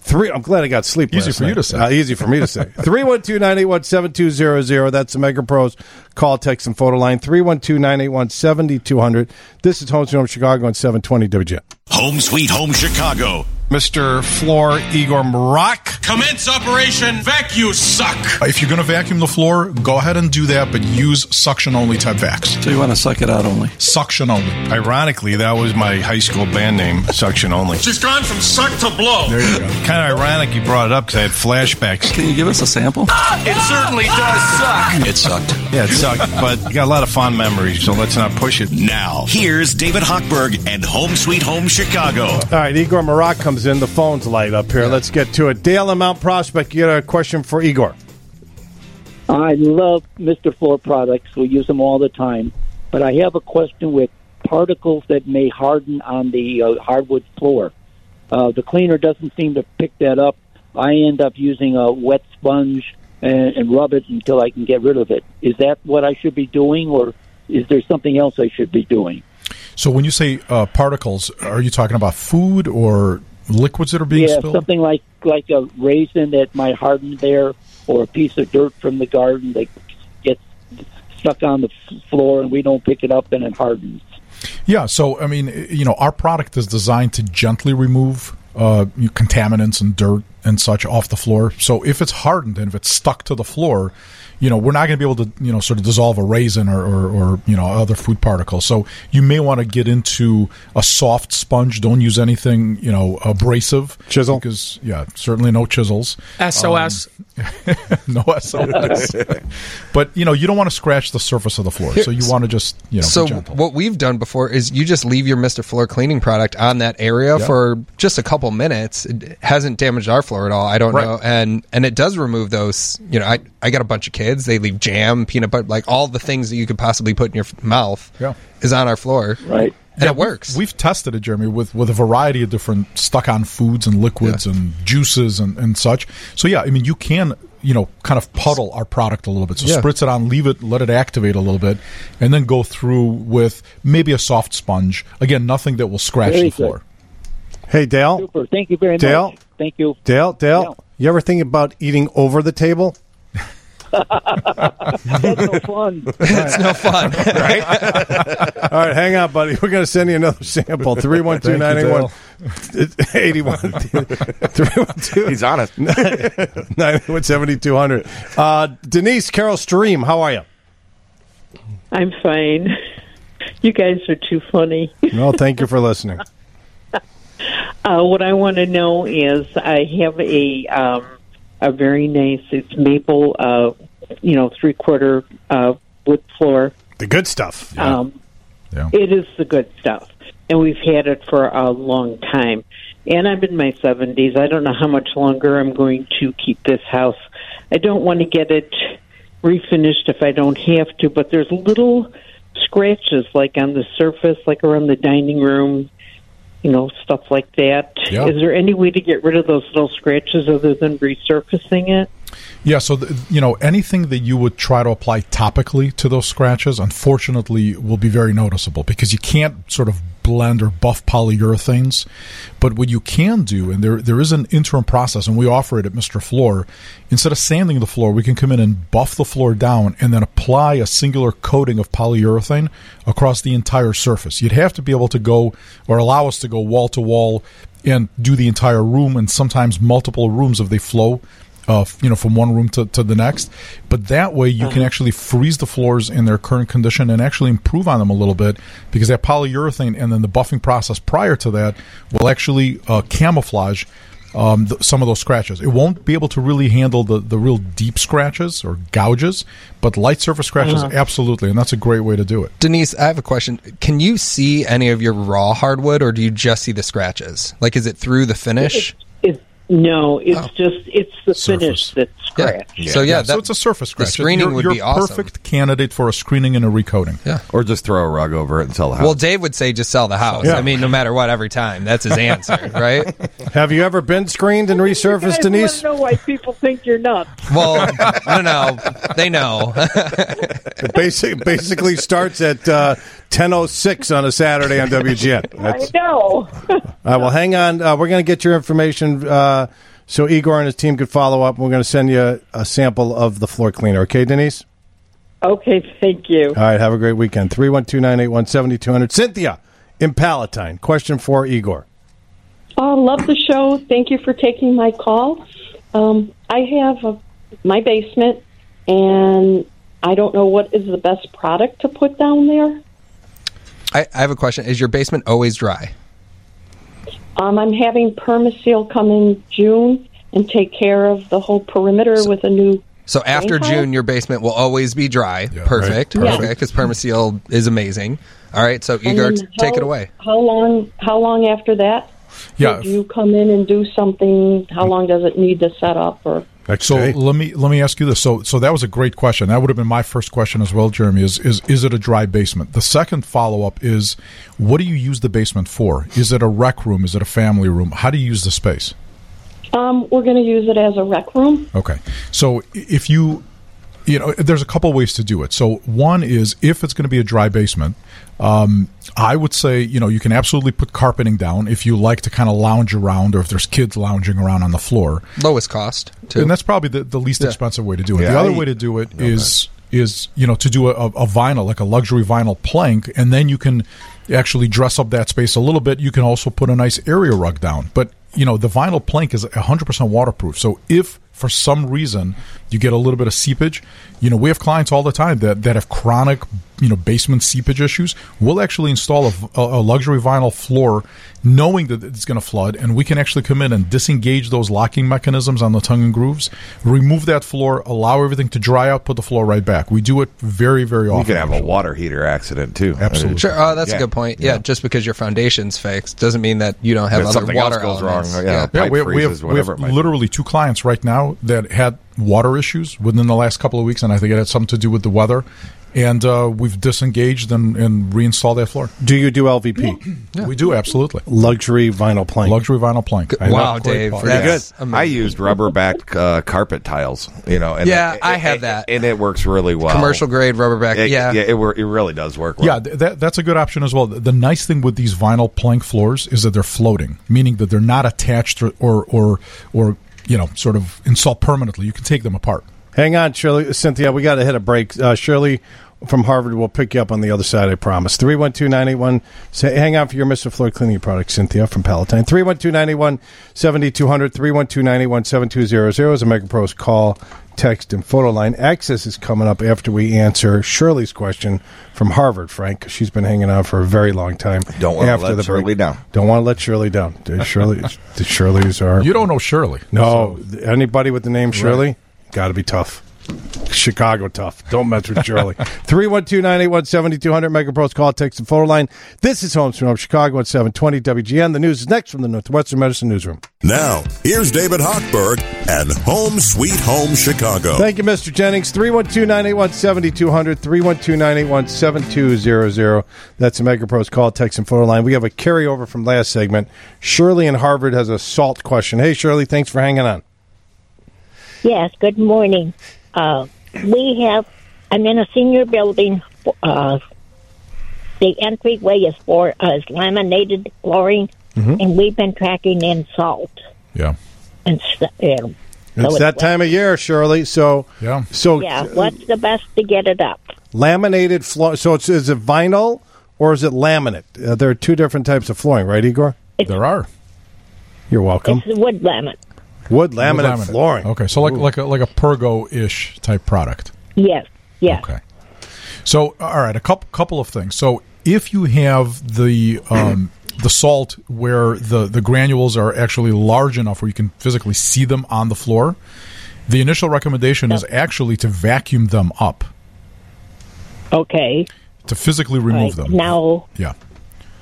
Speaker 2: Three. I'm glad I got sleep.
Speaker 11: Easy
Speaker 2: last
Speaker 11: for you
Speaker 2: night.
Speaker 11: to say.
Speaker 2: Uh, easy for me to [laughs] say. 312 981 7200. That's the Mega Pros call, text, and photo line. 312 981 7200. This is Home Sweet Home Chicago on 720 WGN.
Speaker 13: Home Sweet Home Chicago.
Speaker 2: Mr. Floor Igor Marak.
Speaker 14: Commence operation vac, you suck.
Speaker 11: Uh, If you're going to vacuum the floor, go ahead and do that, but use suction only type vacs.
Speaker 2: So you want to suck it out only?
Speaker 11: Suction only.
Speaker 2: Ironically, that was my high school band name, Suction Only.
Speaker 14: She's gone from suck to blow. There you go.
Speaker 2: Kind of ironic you brought it up because I had flashbacks. Can you give us a sample?
Speaker 14: It certainly does suck.
Speaker 2: It sucked. Yeah, it sucked, but you got a lot of fond memories, so let's not push it.
Speaker 13: Now, here's David Hochberg and Home Sweet Home Chicago.
Speaker 2: All right, Igor Marat comes in. The phones light up here. Let's get to it. Dale and Mount Prospect, you got a question for Igor.
Speaker 15: I love Mr. Floor products. We use them all the time. But I have a question with particles that may harden on the uh, hardwood floor. Uh, the cleaner doesn't seem to pick that up. I end up using a wet sponge and, and rub it until I can get rid of it. Is that what I should be doing, or is there something else I should be doing?
Speaker 11: So, when you say uh, particles, are you talking about food or liquids that are being
Speaker 15: yeah,
Speaker 11: spilled?
Speaker 15: something like like a raisin that might harden there, or a piece of dirt from the garden that gets stuck on the f- floor and we don't pick it up and it hardens.
Speaker 11: Yeah. So, I mean, i- you know, our product is designed to gently remove uh, you- contaminants and dirt and such off the floor. So, if it's hardened and if it's stuck to the floor, you know, we're not going to be able to, you know, sort of dissolve a raisin or, or, or, you know, other food particles. So, you may want to get into a soft sponge. Don't use anything, you know, abrasive. Chisel. Because, yeah, certainly no chisels. [laughs]
Speaker 8: SOS.
Speaker 9: um, [laughs]
Speaker 11: no SOS. but, you know, you don't want to scratch the surface of the floor. So, you want to just, you know, be
Speaker 9: so
Speaker 11: gentle.
Speaker 9: what we've done before is you just leave your Mister Floor cleaning product on that area
Speaker 11: Yeah.
Speaker 9: for just a couple minutes. It hasn't damaged our floor at all. I don't
Speaker 11: Right.
Speaker 9: know, and and it does remove those. You know, I I got a bunch of kids. They leave jam, peanut butter, like all the things that you could possibly put in your f- mouth.
Speaker 11: Yeah.
Speaker 9: is on our floor. Right, and it works.
Speaker 11: We've, we've tested it, Jeremy, with, with a variety of different stuck on foods and liquids and juices and, and such. So, yeah, I mean, you can, you know, kind of puddle our product a little bit. So,
Speaker 9: Yeah.
Speaker 11: spritz it on, leave it, let it activate a little bit, and then go through with maybe a soft sponge. Again, nothing that will scratch
Speaker 15: Very
Speaker 11: the
Speaker 15: good.
Speaker 11: floor.
Speaker 2: Hey, Dale.
Speaker 15: Super. Thank you very
Speaker 2: Dale?
Speaker 15: much. Thank you.
Speaker 2: Dale, Dale, you ever think about eating over
Speaker 15: [laughs]
Speaker 2: the table?
Speaker 15: That's no fun.
Speaker 9: That's
Speaker 2: [laughs]
Speaker 9: no
Speaker 2: All
Speaker 9: fun,
Speaker 2: right, hang on, buddy. We're going to send you another sample. 312 312
Speaker 10: He's
Speaker 2: [laughs]
Speaker 10: honest.
Speaker 2: 91 7200. Uh, Denise, Carol Stream, how are you?
Speaker 16: I'm fine. You guys are too funny.
Speaker 2: Well, thank you for listening.
Speaker 16: Uh, what I want to know is I have a um, a very nice it's maple uh, you know three quarter uh, wood floor.
Speaker 2: The good stuff.
Speaker 16: Um,
Speaker 11: Yeah.
Speaker 16: It is the good stuff. And we've had it for a long time. And I'm in my 70s. I don't know how much longer I'm going to keep this house. I don't want to get it refinished if I don't have to, but there's little scratches like on the surface, like around the dining room, you know, stuff like that. Is
Speaker 11: Yeah.
Speaker 16: there any way to get rid of those little scratches other than resurfacing it?
Speaker 11: Yeah, so th you know anything that you would try to apply topically to those scratches, unfortunately, will be very noticeable because you can't sort of blend or buff polyurethanes. But what you can do, and there there is an interim process, and we offer it at Mister Floor. Instead of sanding the floor, we can come in and buff the floor down, and then apply a singular coating of polyurethane across the entire surface. You'd have to be able to go or allow us to go wall to wall and do the entire room, and sometimes multiple rooms if they flow uh, you know, from one room to, to the next. But that way, you can actually freeze the floors in their current condition and actually improve on them a little bit because that polyurethane and then the buffing process prior to that will actually uh, camouflage um, th- some of those scratches. It won't be able to really handle the, the real deep scratches or gouges, but light surface scratches,
Speaker 9: Uh-huh.
Speaker 11: absolutely. And that's a great way to do it.
Speaker 9: Denise, I have a question. Can you see any of your raw hardwood, or do you just see the scratches? Like, is it through the finish?
Speaker 16: It's, no, it's
Speaker 11: Oh.
Speaker 16: just it's the finish that's scratched.
Speaker 9: So yeah, that-
Speaker 11: so it's a surface
Speaker 9: the
Speaker 11: scratch.
Speaker 9: screening
Speaker 11: you're,
Speaker 9: would
Speaker 11: you're
Speaker 9: be awesome.
Speaker 11: perfect candidate for a screening and a recoating.
Speaker 9: Yeah,
Speaker 10: or just throw a rug over it and sell the house.
Speaker 9: Well, Dave would say just sell the house.
Speaker 2: Yeah.
Speaker 9: I mean, no matter what, every time that's his [laughs] answer, right?
Speaker 2: Have you ever been screened and resurfaced,
Speaker 16: I want
Speaker 2: Denise?
Speaker 16: to know why people think you're nuts.
Speaker 9: Well, I don't know. They know. [laughs]
Speaker 2: It basic, basically starts at uh, 10.06 on a Saturday on WGN. That's,
Speaker 16: I know.
Speaker 2: All right, well, hang on. Uh, we're going to get your information uh, so Igor and his team could follow up. We're going to send you a sample of the floor cleaner. Okay, Denise?
Speaker 16: Okay, thank you.
Speaker 2: All right, have a great weekend. 312-981-7200. Cynthia in Palatine. Question for Igor.
Speaker 17: Oh, love the show. Thank you for taking my call. Um, I have a, my basement, and I don't know what is the best product to put down there.
Speaker 9: I, I have a question. Is your basement always dry?
Speaker 17: Um, I'm having Permaseal come in June and take care of the whole perimeter with a new.
Speaker 9: So after
Speaker 17: Rainfall?
Speaker 9: June, your basement will always be dry. perfect,
Speaker 17: right. Yeah.
Speaker 9: perfect. Because Permaseal is amazing. All right, so
Speaker 17: and
Speaker 9: Igor,
Speaker 17: then
Speaker 9: take
Speaker 17: how-
Speaker 9: it away.
Speaker 17: How long? How long after that?
Speaker 11: Yeah,
Speaker 17: Do you come in and do something?
Speaker 9: Mm.
Speaker 17: How long does it need to set up? Or
Speaker 11: So let me let me ask you this. So so that was a great question. That would have been my first question as well, Jeremy. Is is is it a dry basement? The second follow up is, what do you use the basement for? Is it a rec room? Is it a family room? How do you use the space?
Speaker 17: um, we're going to use it as a rec room.
Speaker 11: Okay. So i- if you, you know, there's a couple ways to do it. So one is if it's going to be a dry basement, um, I would say, you know, you can absolutely put carpeting down if you like to kind of lounge around or if there's kids lounging around on the floor.
Speaker 9: Lowest cost, too.
Speaker 11: And that's probably the, the least
Speaker 9: Yeah.
Speaker 11: expensive way to do it.
Speaker 9: Yeah,
Speaker 11: the other
Speaker 9: I-
Speaker 11: way to do it is is you know to do a, a vinyl like a luxury vinyl plank, and then you can actually dress up that space a little bit. You can also put a nice area rug down, but you know the vinyl plank is 100% waterproof. So if for some reason you get a little bit of seepage, you know we have clients all the time that that have chronic you know basement seepage issues. We'll actually install a v- a, a luxury vinyl floor, knowing that it's going to flood, and we can actually come in and disengage those locking mechanisms on the tongue and grooves, remove that floor, allow everything to dry out, put the floor right back. We do it very very often.
Speaker 10: you can have a water heater accident too. Absolutely.
Speaker 9: Sure. Oh, that's a good point. Yeah, just because your foundation's fixed doesn't mean that you don't have
Speaker 10: That
Speaker 9: other
Speaker 10: something
Speaker 9: water
Speaker 10: else goes wrong,
Speaker 9: elements.
Speaker 10: yeah, a pipe
Speaker 11: we, we
Speaker 10: freezes,
Speaker 11: have, we
Speaker 10: whatever
Speaker 11: have
Speaker 10: it might be.
Speaker 11: literally two clients right now that had water issues within the last couple of weeks, and I think it had something to do with the weather. And uh, we've disengaged and, and reinstalled that floor.
Speaker 2: Do you do LVP?
Speaker 11: We do absolutely.
Speaker 2: Luxury vinyl plank.
Speaker 11: Luxury vinyl plank. I know. Great product.
Speaker 10: pretty good. I used rubber back uh, carpet tiles, you know. And
Speaker 9: Yeah, I
Speaker 10: have that, and it works really well.
Speaker 9: Commercial grade rubber back.
Speaker 10: It-
Speaker 9: yeah.
Speaker 10: yeah, it, wor- it really does work. well.
Speaker 11: Yeah, th- that, that's a good option as well. The, the nice thing with these vinyl plank floors is that they're floating, meaning that they're not attached or or or, or you know sort of installed permanently. You can take them apart.
Speaker 2: Hang on, Shirley. Cynthia, we got to hit a break. Uh, Shirley from Harvard will pick you up on the other side, I promise. 312-981. Say, hang on for your Mr. Floor cleaning product, Cynthia from Palatine. 312-981-7200. 312-981-7200 is a MegaPro's call, text, and photo line. Access is coming up after we answer Shirley's question from Harvard, Frank, 'cause she's been hanging out for a very long time.
Speaker 10: Don't wanna
Speaker 2: After
Speaker 10: let
Speaker 2: the break.
Speaker 10: Shirley down.
Speaker 2: Don't want to let Shirley down. Dude, Shirley, the Shirley's are...
Speaker 11: You don't know Shirley.
Speaker 2: No, th- anybody with the name Shirley, got to be tough. Chicago tough. Don't mess with Shirley. 312 981 7200 Megapros call, text, and photo line. This is Homes from Home Chicago at 720 WGN. The news is next from the Northwestern Medicine Newsroom.
Speaker 1: Now, here's David Hochberg and Home Sweet Home
Speaker 11: Oh.
Speaker 1: Chicago.
Speaker 2: Thank you, Mr. Jennings. 312 981 7200. 312 981 7200. That's the Megapro's call, text, and photo line. We have a carryover from last segment. Shirley in Harvard has a salt question. Hey, Shirley, thanks for hanging on.
Speaker 18: Yes, good morning. Uh, we have, I'm in a senior building. Uh, the entryway is for uh, is laminated flooring,
Speaker 2: Mhm.
Speaker 18: and we've been tracking in salt.
Speaker 11: Yeah.
Speaker 18: And s- um, so
Speaker 2: It's that time of year, Shirley. So, yeah. so uh,
Speaker 18: yeah, what's the best to get it up?
Speaker 2: laminated floor. So it's is it vinyl or is it laminate? Uh, there are two different types of flooring, right, Igor?
Speaker 11: There are.
Speaker 2: You're welcome.
Speaker 18: It's the wood laminate.
Speaker 2: Wood laminate, flooring.
Speaker 11: Okay, so like like a, like a Pergo ish type product.
Speaker 18: Yes, yes.
Speaker 11: Okay. So, all right, a couple couple of things. So, if you have the um, [clears throat] the salt where the the granules are actually large enough where you can physically see them on the floor, the initial recommendation is actually to vacuum them up.
Speaker 18: Okay.
Speaker 11: To physically remove them.
Speaker 18: Now,
Speaker 11: Yeah.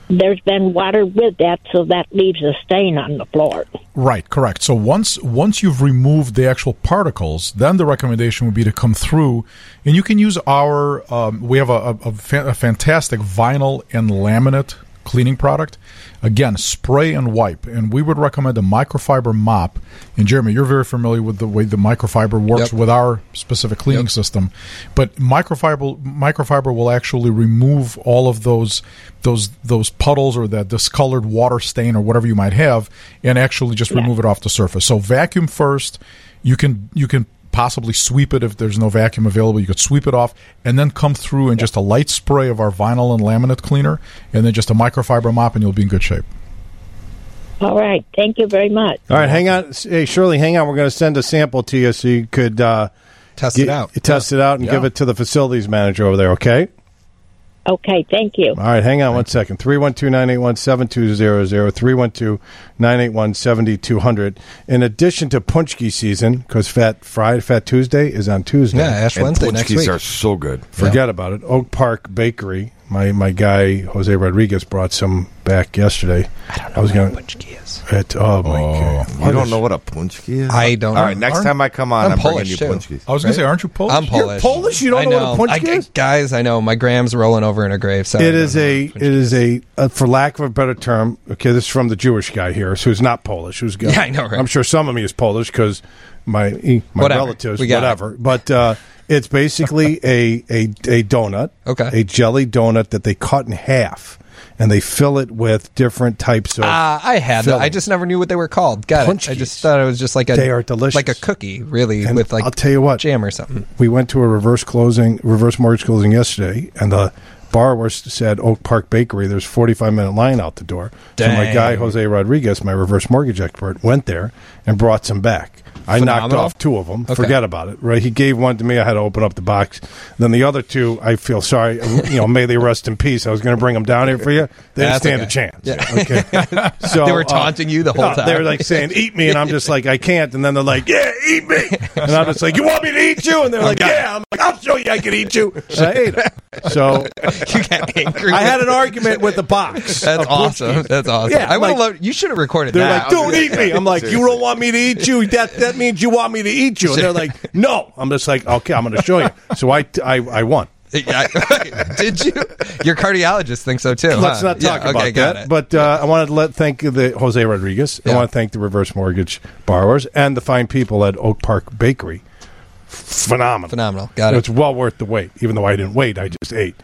Speaker 18: there's been water with that, so that leaves a stain on the floor.
Speaker 11: Right, correct. So once once you've removed the actual particles, then the recommendation would be to come through, and you can use our. Um, we have a, a, a fa- a fantastic vinyl and laminate cleaning product. Again, spray and wipe, and we would recommend a microfiber mop. And Jeremy, you're very familiar with the way the microfiber works with our specific cleaning system, but microfiber microfiber will actually remove all of those those those puddles or that discolored water stain or whatever you might have, and actually just remove it off the surface. So vacuum first. You can you can possibly sweep it if there's no vacuum available. You could sweep it off and then come through and just a light spray of our vinyl and laminate cleaner, and then just a microfiber mop, and you'll be in good shape.
Speaker 18: All right. Thank you very much.
Speaker 2: All right, hang on. Hey, Shirley, hang on. We're going to send a sample to you so you could uh,
Speaker 9: test
Speaker 18: it out.
Speaker 2: Test it out and
Speaker 18: Yeah.
Speaker 2: give it to the facilities manager over there. Okay.
Speaker 18: Okay. Thank you.
Speaker 2: All right, hang on one second. 312 981 7200, 312 981 7200. In addition to Punchki season, because Fat Friday, Fat Tuesday is on Tuesday.
Speaker 9: Yeah, Ash
Speaker 10: And Wednesday next Punchkis week. are so good.
Speaker 2: Forget about it. Oak Park Bakery. My my guy Jose Rodriguez brought some back yesterday. I don't know I was gonna, Punchki is. oh, my God.
Speaker 10: You don't know what a punchki is?
Speaker 9: I don't
Speaker 10: All
Speaker 9: know.
Speaker 10: right, next
Speaker 9: Aren't-
Speaker 10: time I come on,
Speaker 9: I'm
Speaker 10: I'm, bringing
Speaker 9: Polish,
Speaker 10: you
Speaker 9: too.
Speaker 10: punchkis.
Speaker 11: I was gonna say, aren't you Polish?
Speaker 9: I'm
Speaker 11: You're
Speaker 9: Polish.
Speaker 2: Polish? You don't
Speaker 9: I
Speaker 2: know what a punch
Speaker 9: I-
Speaker 2: is?
Speaker 9: Guys, I know. My gram's rolling over in her grave. So
Speaker 2: it is a it is a uh, for lack of a better term. Okay, this is from the Jewish guy here, who's not Polish. Who's
Speaker 9: Yeah, I know, right?
Speaker 2: I'm sure some of me is Polish because my my
Speaker 9: Whatever.
Speaker 2: relatives,
Speaker 9: We got it.
Speaker 2: whatever. But uh, it's
Speaker 9: [laughs]
Speaker 2: basically a, a a donut, okay, a jelly donut that they cut in half and they fill it with different types of.
Speaker 9: Ah, I had that.
Speaker 2: filling.
Speaker 9: I just never knew what they were called. Got it. I just thought it was just like a
Speaker 2: They are delicious.
Speaker 9: like a cookie, really,
Speaker 2: And
Speaker 9: with like
Speaker 2: I'll tell you what,
Speaker 9: jam or something.
Speaker 2: we went to [laughs] a reverse closing, reverse mortgage closing yesterday, and the borrower s- said Oak Park Bakery. There's 45 minute line out the door. So my
Speaker 9: Dang.
Speaker 2: guy Jose Rodriguez, my reverse mortgage expert, went there and brought some back. I knocked
Speaker 9: Phenomenal.
Speaker 2: off two of them.
Speaker 9: Okay.
Speaker 2: Forget about it. Right? He gave one to me. I had to open up the box. Then the other two, I feel sorry. You know, may they rest in peace. I was going to bring them down here for you. They didn't
Speaker 9: That's
Speaker 2: stand a
Speaker 9: okay.
Speaker 2: chance.
Speaker 9: [laughs] Yeah.
Speaker 2: Okay. So
Speaker 9: They were
Speaker 2: uh,
Speaker 9: taunting you the whole
Speaker 2: [laughs] no, They were
Speaker 9: time.
Speaker 2: like saying, "Eat me," and I'm just like, "I can't." And then they're like, "Yeah, eat me," and I'm just like, "You want me to eat you?" And they're
Speaker 14: I'm
Speaker 2: like,
Speaker 14: got it.
Speaker 2: "Yeah." I'm like, "I'll show you I can eat [laughs] you." And I ate it. So
Speaker 9: [laughs] you got angry.
Speaker 2: I had an argument with the
Speaker 9: [laughs]
Speaker 2: box.
Speaker 9: That's
Speaker 2: of
Speaker 9: awesome.
Speaker 2: Brewskis.
Speaker 9: That's awesome.
Speaker 2: Yeah,
Speaker 9: I would have
Speaker 2: like-
Speaker 9: loved. You should have recorded
Speaker 2: They're
Speaker 9: that.
Speaker 2: like, "Don't eat me." I'm like, "You don't want me to eat you? That that means you want me to eat you." And they're
Speaker 9: [laughs]
Speaker 2: like, "No." I'm just like, "Okay, I'm going to show you." So I I, I
Speaker 9: [laughs]
Speaker 2: won.
Speaker 9: Did you? Your cardiologist thinks so too.
Speaker 2: Let's
Speaker 9: huh?
Speaker 2: not talk
Speaker 9: [laughs] Yeah,
Speaker 2: about
Speaker 9: okay, got
Speaker 2: that.
Speaker 9: it.
Speaker 2: But uh, I wanted to let thank the Jose Rodriguez. I want to thank the reverse mortgage borrowers and the fine people at Oak Park Bakery. Phenomenal,
Speaker 9: phenomenal. Got it.
Speaker 2: It's well worth the wait. Even though I didn't wait, I just ate.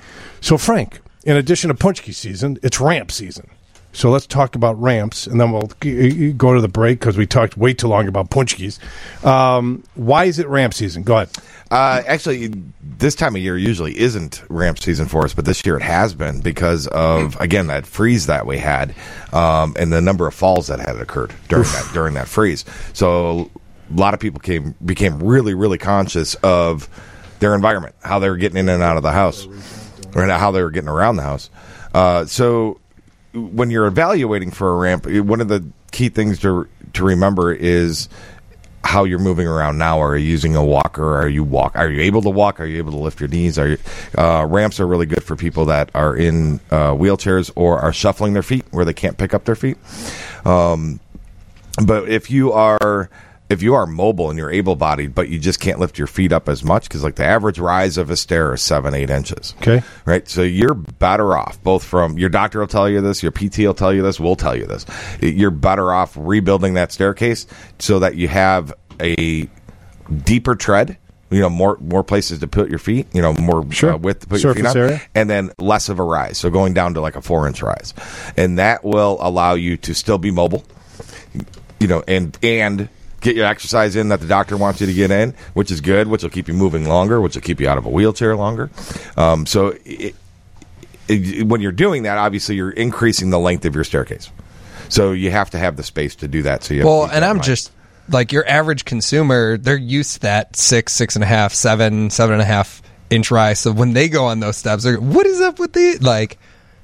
Speaker 2: So Frank, in addition to punchki season, it's ramp season. So let's talk about ramps, and then we'll g- g- go to the break because we talked way too long about punchkis. Um, why is it ramp season? Go ahead.
Speaker 10: Uh, actually, this time of year usually isn't ramp season for us, but this year it has been because of again that freeze that we had, um, and the number of falls that had occurred during that during that freeze. So a lot of people came became really really conscious of their environment, how they were getting in and out of the house, and how they were getting around the house. Uh, so when you're evaluating for a ramp, one of the key things to to remember is how you're moving around now. Are you using a walker? Are you walk? Are you able to walk? Are you able to lift your knees? Are you, uh, ramps are really good for people that are in uh, wheelchairs or are shuffling their feet where they can't pick up their feet. Um, but if you are if you are mobile and you're able bodied, but you just can't lift your feet up as much, because like the average rise of a stair is seven, eight inches.
Speaker 2: Okay.
Speaker 10: Right. So you're better off, both from your doctor will tell you this, your PT will tell you this, we'll tell you this. You're better off rebuilding that staircase so that you have a deeper tread. You know, more more places to put your feet. You know, more uh, width to put your
Speaker 2: Surface
Speaker 10: feet on,
Speaker 2: area.
Speaker 10: and then less of a rise. So going down to like a four inch rise, and that will allow you to still be mobile you know, and and get your exercise in that the doctor wants you to get in, which is good, which will keep you moving longer, which will keep you out of a wheelchair longer. Um, so it, it, when you're doing that, obviously you're increasing the length of your staircase. So you have to have the space to do that. So you
Speaker 9: well,
Speaker 10: have
Speaker 9: and I'm just like your average consumer, they're used to that six, six and a half, seven, seven and a half inch rise. So when they go on those steps, they're what is up with the like?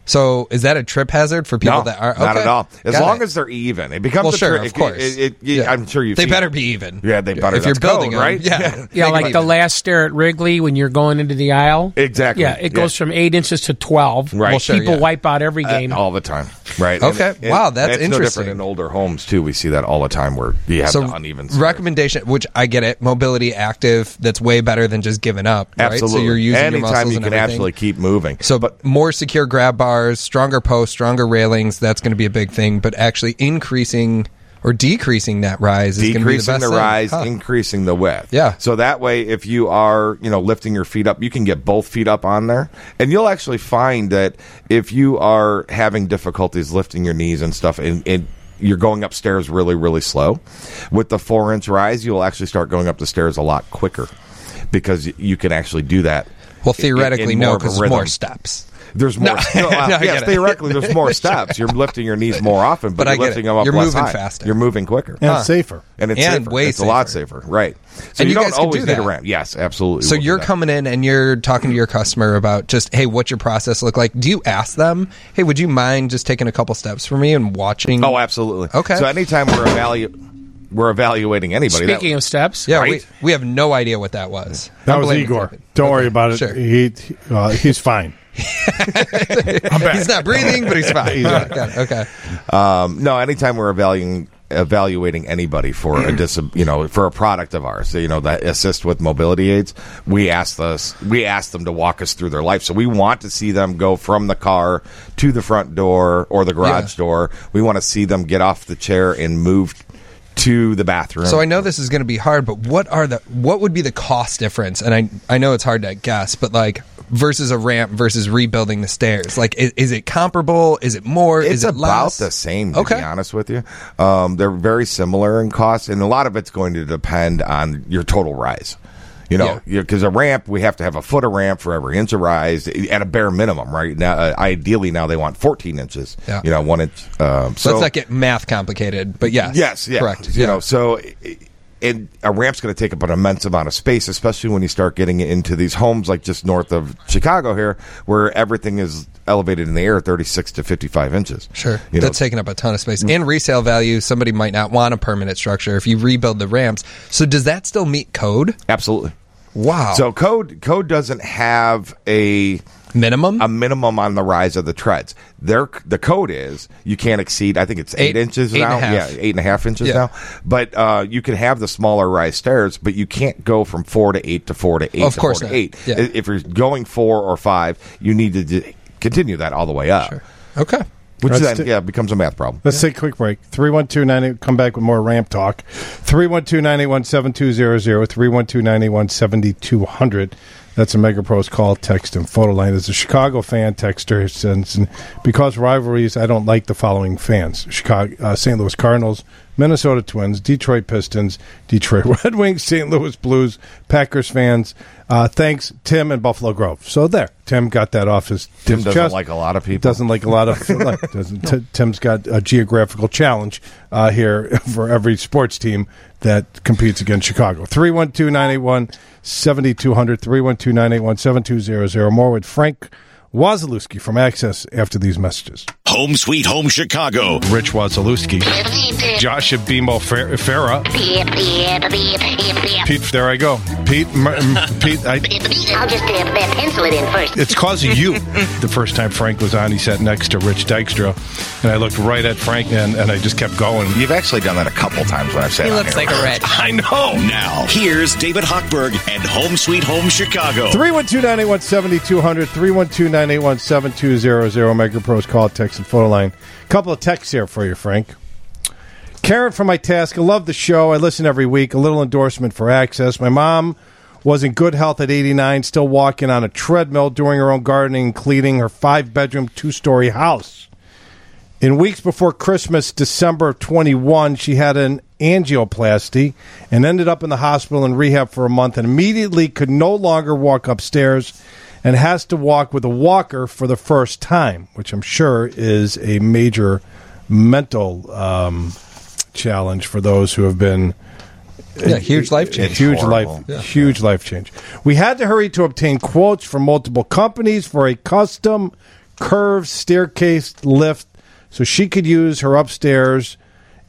Speaker 9: So is that a trip hazard for people
Speaker 10: no,
Speaker 9: that are
Speaker 10: not
Speaker 9: okay,
Speaker 10: at all. As
Speaker 9: got
Speaker 10: long
Speaker 9: it.
Speaker 10: as they're even, it becomes
Speaker 9: Well,
Speaker 10: a
Speaker 9: sure,
Speaker 10: tri-
Speaker 9: of course.
Speaker 10: It, it, it- I'm sure you
Speaker 9: They better be even.
Speaker 10: Yeah, they better.
Speaker 9: if you're
Speaker 10: That's
Speaker 9: building
Speaker 10: code,
Speaker 9: them,
Speaker 10: right?
Speaker 9: [laughs] yeah,
Speaker 8: Yeah, like the last stair at Wrigley when you're going into the aisle.
Speaker 10: Exactly.
Speaker 8: Yeah, it goes
Speaker 10: Yeah.
Speaker 8: from eight inches to twelve.
Speaker 10: Right. Well, sure,
Speaker 8: People
Speaker 10: yeah.
Speaker 8: wipe out every
Speaker 10: Uh,
Speaker 8: game.
Speaker 10: all the time, right?
Speaker 9: Okay. Wow, that's
Speaker 10: No
Speaker 9: interesting.
Speaker 10: different in older homes too. We see that all the time where you have the uneven
Speaker 9: recommendation, which I get it, mobility active. That's way better than just giving up. right?
Speaker 10: Absolutely.
Speaker 9: So you're using your
Speaker 10: Anytime
Speaker 9: muscles
Speaker 10: you
Speaker 9: and
Speaker 10: can
Speaker 9: everything.
Speaker 10: actually keep moving.
Speaker 9: So, but more secure grab bars, stronger posts, stronger railings. That's going to be a big thing. But actually increasing or decreasing that rise is going to be the
Speaker 10: decreasing
Speaker 9: best
Speaker 10: the,
Speaker 9: thing.
Speaker 10: rise,
Speaker 9: Huh.
Speaker 10: increasing the width.
Speaker 9: Yeah.
Speaker 10: So that way, if you are, you know, lifting your feet up, you can get both feet up on there, and you'll actually find that if you are having difficulties lifting your knees and stuff, and, and you're going upstairs really, really slow, with the four inch rise, you'll actually start going up the stairs a lot quicker because y- you can actually do that.
Speaker 9: Well,
Speaker 10: in- in
Speaker 9: theoretically,
Speaker 10: more of
Speaker 9: no,
Speaker 10: a
Speaker 9: because
Speaker 10: rhythm.
Speaker 9: more steps.
Speaker 10: There's more.
Speaker 9: [laughs]
Speaker 10: [laughs] no,
Speaker 9: No.
Speaker 10: uh,
Speaker 9: No,
Speaker 10: yes,
Speaker 9: I get it.
Speaker 10: theoretically, there's
Speaker 9: [laughs]
Speaker 10: more steps. You're lifting your knees more often, but,
Speaker 9: But I
Speaker 10: you're
Speaker 9: get
Speaker 10: lifting
Speaker 9: it.
Speaker 10: them up
Speaker 9: You're
Speaker 10: less
Speaker 9: moving
Speaker 10: high.
Speaker 9: faster.
Speaker 10: You're moving quicker
Speaker 9: And it's Huh. safer.
Speaker 10: and it's
Speaker 9: And
Speaker 10: safer.
Speaker 9: way
Speaker 10: it's a lot safer, right? So
Speaker 9: And
Speaker 10: you,
Speaker 9: you
Speaker 10: don't
Speaker 9: guys can
Speaker 10: always
Speaker 9: do
Speaker 10: need a
Speaker 9: that.
Speaker 10: ramp. Yes, absolutely.
Speaker 9: So
Speaker 10: We'll do
Speaker 9: you're
Speaker 10: that.
Speaker 9: coming in and you're talking to your customer about just, hey, what's your process look like? Do you ask them, hey, would you mind just taking a couple steps for me and watching?
Speaker 10: Oh, absolutely.
Speaker 9: Okay.
Speaker 10: So anytime we're evalu- we're evaluating anybody. that-
Speaker 8: Speaking of steps,
Speaker 9: yeah,
Speaker 10: Right.
Speaker 9: we, we have no idea what that was.
Speaker 2: That was
Speaker 9: Unbelievable.
Speaker 2: Igor. Don't worry about it.
Speaker 9: sure.
Speaker 2: He, he- uh, he's fine.
Speaker 9: [laughs] He's not breathing, but he's
Speaker 10: [laughs]
Speaker 9: fine.
Speaker 2: He's
Speaker 9: Yeah,
Speaker 2: fine.
Speaker 9: got it. okay.
Speaker 10: Um, no, anytime we're evaluating evaluating anybody for a dis- you know for a product of ours, you know that assist with mobility aids, we ask us we ask them to walk us through their life. So we want to see them go from the car to the front door or the garage door. We want to see them get off the chair and move to the bathroom.
Speaker 9: So I know this is going to be hard, but what are the what would be the cost difference? And I I know it's hard to guess, but like versus a ramp versus rebuilding the stairs, like is, is it comparable? Is it more?
Speaker 10: It's
Speaker 9: is it
Speaker 10: about
Speaker 9: less?
Speaker 10: the same, to
Speaker 9: Okay.
Speaker 10: be honest with you. Um, they're very similar in cost, and a lot of it's going to depend on your total rise. You know, because a ramp, we have to have a foot of ramp for every inch of rise eh, at a bare minimum, right? Now, uh, ideally, now they want 14 inches.
Speaker 9: Yeah.
Speaker 10: You know, one inch. Um, so
Speaker 9: So let's not get math complicated, but yes,
Speaker 10: Yes, yeah.
Speaker 9: correct.
Speaker 10: You know, so i- and a ramp's going to take up an immense amount of space, especially when you start getting into these homes like just north of Chicago here, where everything is elevated in the air 36 to 55 inches.
Speaker 9: Sure,
Speaker 10: You know, Mm.
Speaker 9: that's taking up a ton of space. And resale value, somebody might not want a permanent structure if you rebuild the ramps. So does that still meet code?
Speaker 10: Absolutely.
Speaker 9: Wow.
Speaker 10: So code code doesn't have a
Speaker 9: minimum
Speaker 10: a minimum on the rise of the treads. Their the code is you can't exceed. I think it's eight,
Speaker 9: Eight-
Speaker 10: inches
Speaker 9: eight and
Speaker 10: now.
Speaker 9: a half.
Speaker 10: Yeah, eight and a half inches
Speaker 9: Yeah.
Speaker 10: now. But uh, you can have the smaller rise stairs, but you can't go from four to eight to four to eight.
Speaker 9: Of
Speaker 10: to
Speaker 9: course
Speaker 10: four to
Speaker 9: not.
Speaker 10: eight.
Speaker 9: Yeah.
Speaker 10: I- If you're going four or five, you need to d- continue that all the way up.
Speaker 9: Okay.
Speaker 10: Which
Speaker 2: Let's
Speaker 10: then
Speaker 2: do-
Speaker 10: yeah becomes a math problem.
Speaker 2: Let's take a quick break. 312 Come back with more ramp talk. 312 981 7200. 312 981 7200. That's a Mega Pros call, text, and photo line. As a Chicago fan, texter sends, because rivalries, I don't like the following fans Chicago, uh, St. Louis Cardinals, Minnesota Twins, Detroit Pistons, Detroit [laughs] Red Wings, St. Louis Blues, Packers fans. Uh, thanks, Tim and Buffalo Grove. So there, Tim got that off his
Speaker 10: Tim
Speaker 2: his
Speaker 10: doesn't
Speaker 2: chest.
Speaker 10: like a lot of people.
Speaker 2: Doesn't like a lot of [laughs] like, doesn't. T- Tim's got a geographical challenge uh, here [laughs] for every sports team that competes against Chicago. 312-981-7200, 312-981-7200. More with Frank Wazalewski from Access after these messages.
Speaker 13: Home Sweet Home Chicago.
Speaker 2: Rich Wasilewski, Joshua Bimo Fer- Farah, Pete. There I go, Pete. M- M- Pete. I,
Speaker 19: I'll just uh, pencil it in first.
Speaker 2: it's cause of
Speaker 13: [laughs]
Speaker 2: you. The first time Frank was on, he sat next to Rich Dykstra, and I looked right at Frank, and, and I just kept going.
Speaker 10: You've actually done that a couple times when I've said
Speaker 13: He looks like a
Speaker 10: red.
Speaker 13: I know. Now, here's David Hochberg and Home Sweet Home Chicago.
Speaker 2: 312 981 7200, 312 981 7200, MegaPros call, text, and photo line. Couple of texts here for you, Frank. Karen from my task. I love the show. I listen every week. A little endorsement for access. My mom was in good health at 89, still walking on a treadmill, doing her own gardening and cleaning her five bedroom, two story house. In weeks before Christmas, December of 21, she had an angioplasty and ended up in the hospital and rehab for a month and immediately could no longer walk upstairs and has to walk with a walker for the first time, which I'm sure is a major mental um, challenge for those who have been
Speaker 9: Yeah, huge life change.
Speaker 2: Huge
Speaker 9: Horrible.
Speaker 2: life,
Speaker 9: Yeah.
Speaker 2: huge life change. We had to hurry to obtain quotes from multiple companies for a custom curved staircase lift, so she could use her upstairs.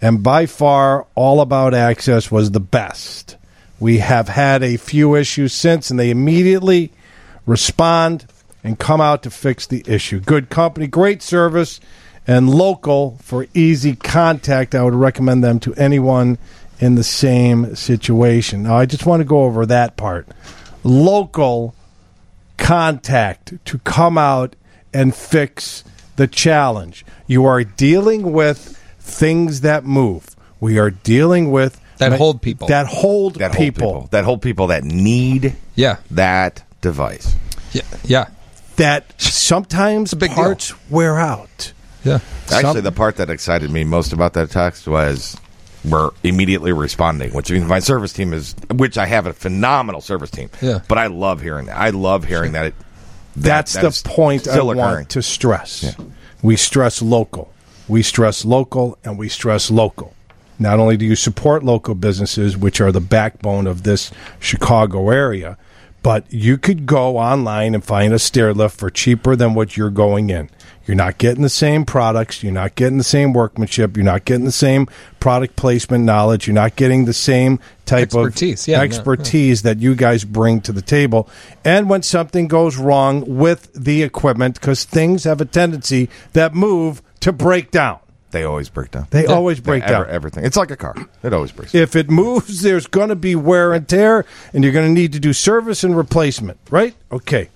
Speaker 2: And by far, all about access was the best. We have had a few issues since, and they immediately respond and come out to fix the issue. Good company, great service, and local for easy contact. I would recommend them to anyone in the same situation. Now, I just want to go over that part. Local contact to come out and fix the challenge. You are dealing with things that move. We are dealing with
Speaker 9: That hold people.
Speaker 2: That hold
Speaker 10: That whole
Speaker 2: people.
Speaker 10: people. That whole people that need
Speaker 9: yeah.
Speaker 10: that device.
Speaker 9: Yeah. Yeah.
Speaker 2: That sometimes parts wear out.
Speaker 9: Yeah.
Speaker 10: Actually, the part that excited me most about that text was we're immediately responding, which means my service team is, which I have a phenomenal service team.
Speaker 2: Yeah.
Speaker 10: But I love hearing that. I love hearing that. It, that
Speaker 2: That's
Speaker 10: that
Speaker 2: the
Speaker 10: is
Speaker 2: point I
Speaker 10: still
Speaker 2: want
Speaker 10: occurring.
Speaker 2: to stress. We stress local. We stress local and we stress local. Not only do you support local businesses, which are the backbone of this Chicago area, but you could go online and find a stair lift for cheaper than what you're going in. You're not getting the same products. You're not getting the same workmanship. You're not getting the same product placement knowledge. You're not getting the same type
Speaker 9: Expertise,
Speaker 2: of
Speaker 9: yeah, no, yeah.
Speaker 2: expertise expertise that you guys bring to the table and when something goes wrong with the equipment because things have a tendency that move to break down.
Speaker 10: They always break down.
Speaker 2: They always break
Speaker 10: Ever-
Speaker 2: down.
Speaker 10: Everything. It's like a car. It always breaks.
Speaker 2: If it moves, there's going to be wear and tear, and you're going to need to do service and replacement, right? Okay.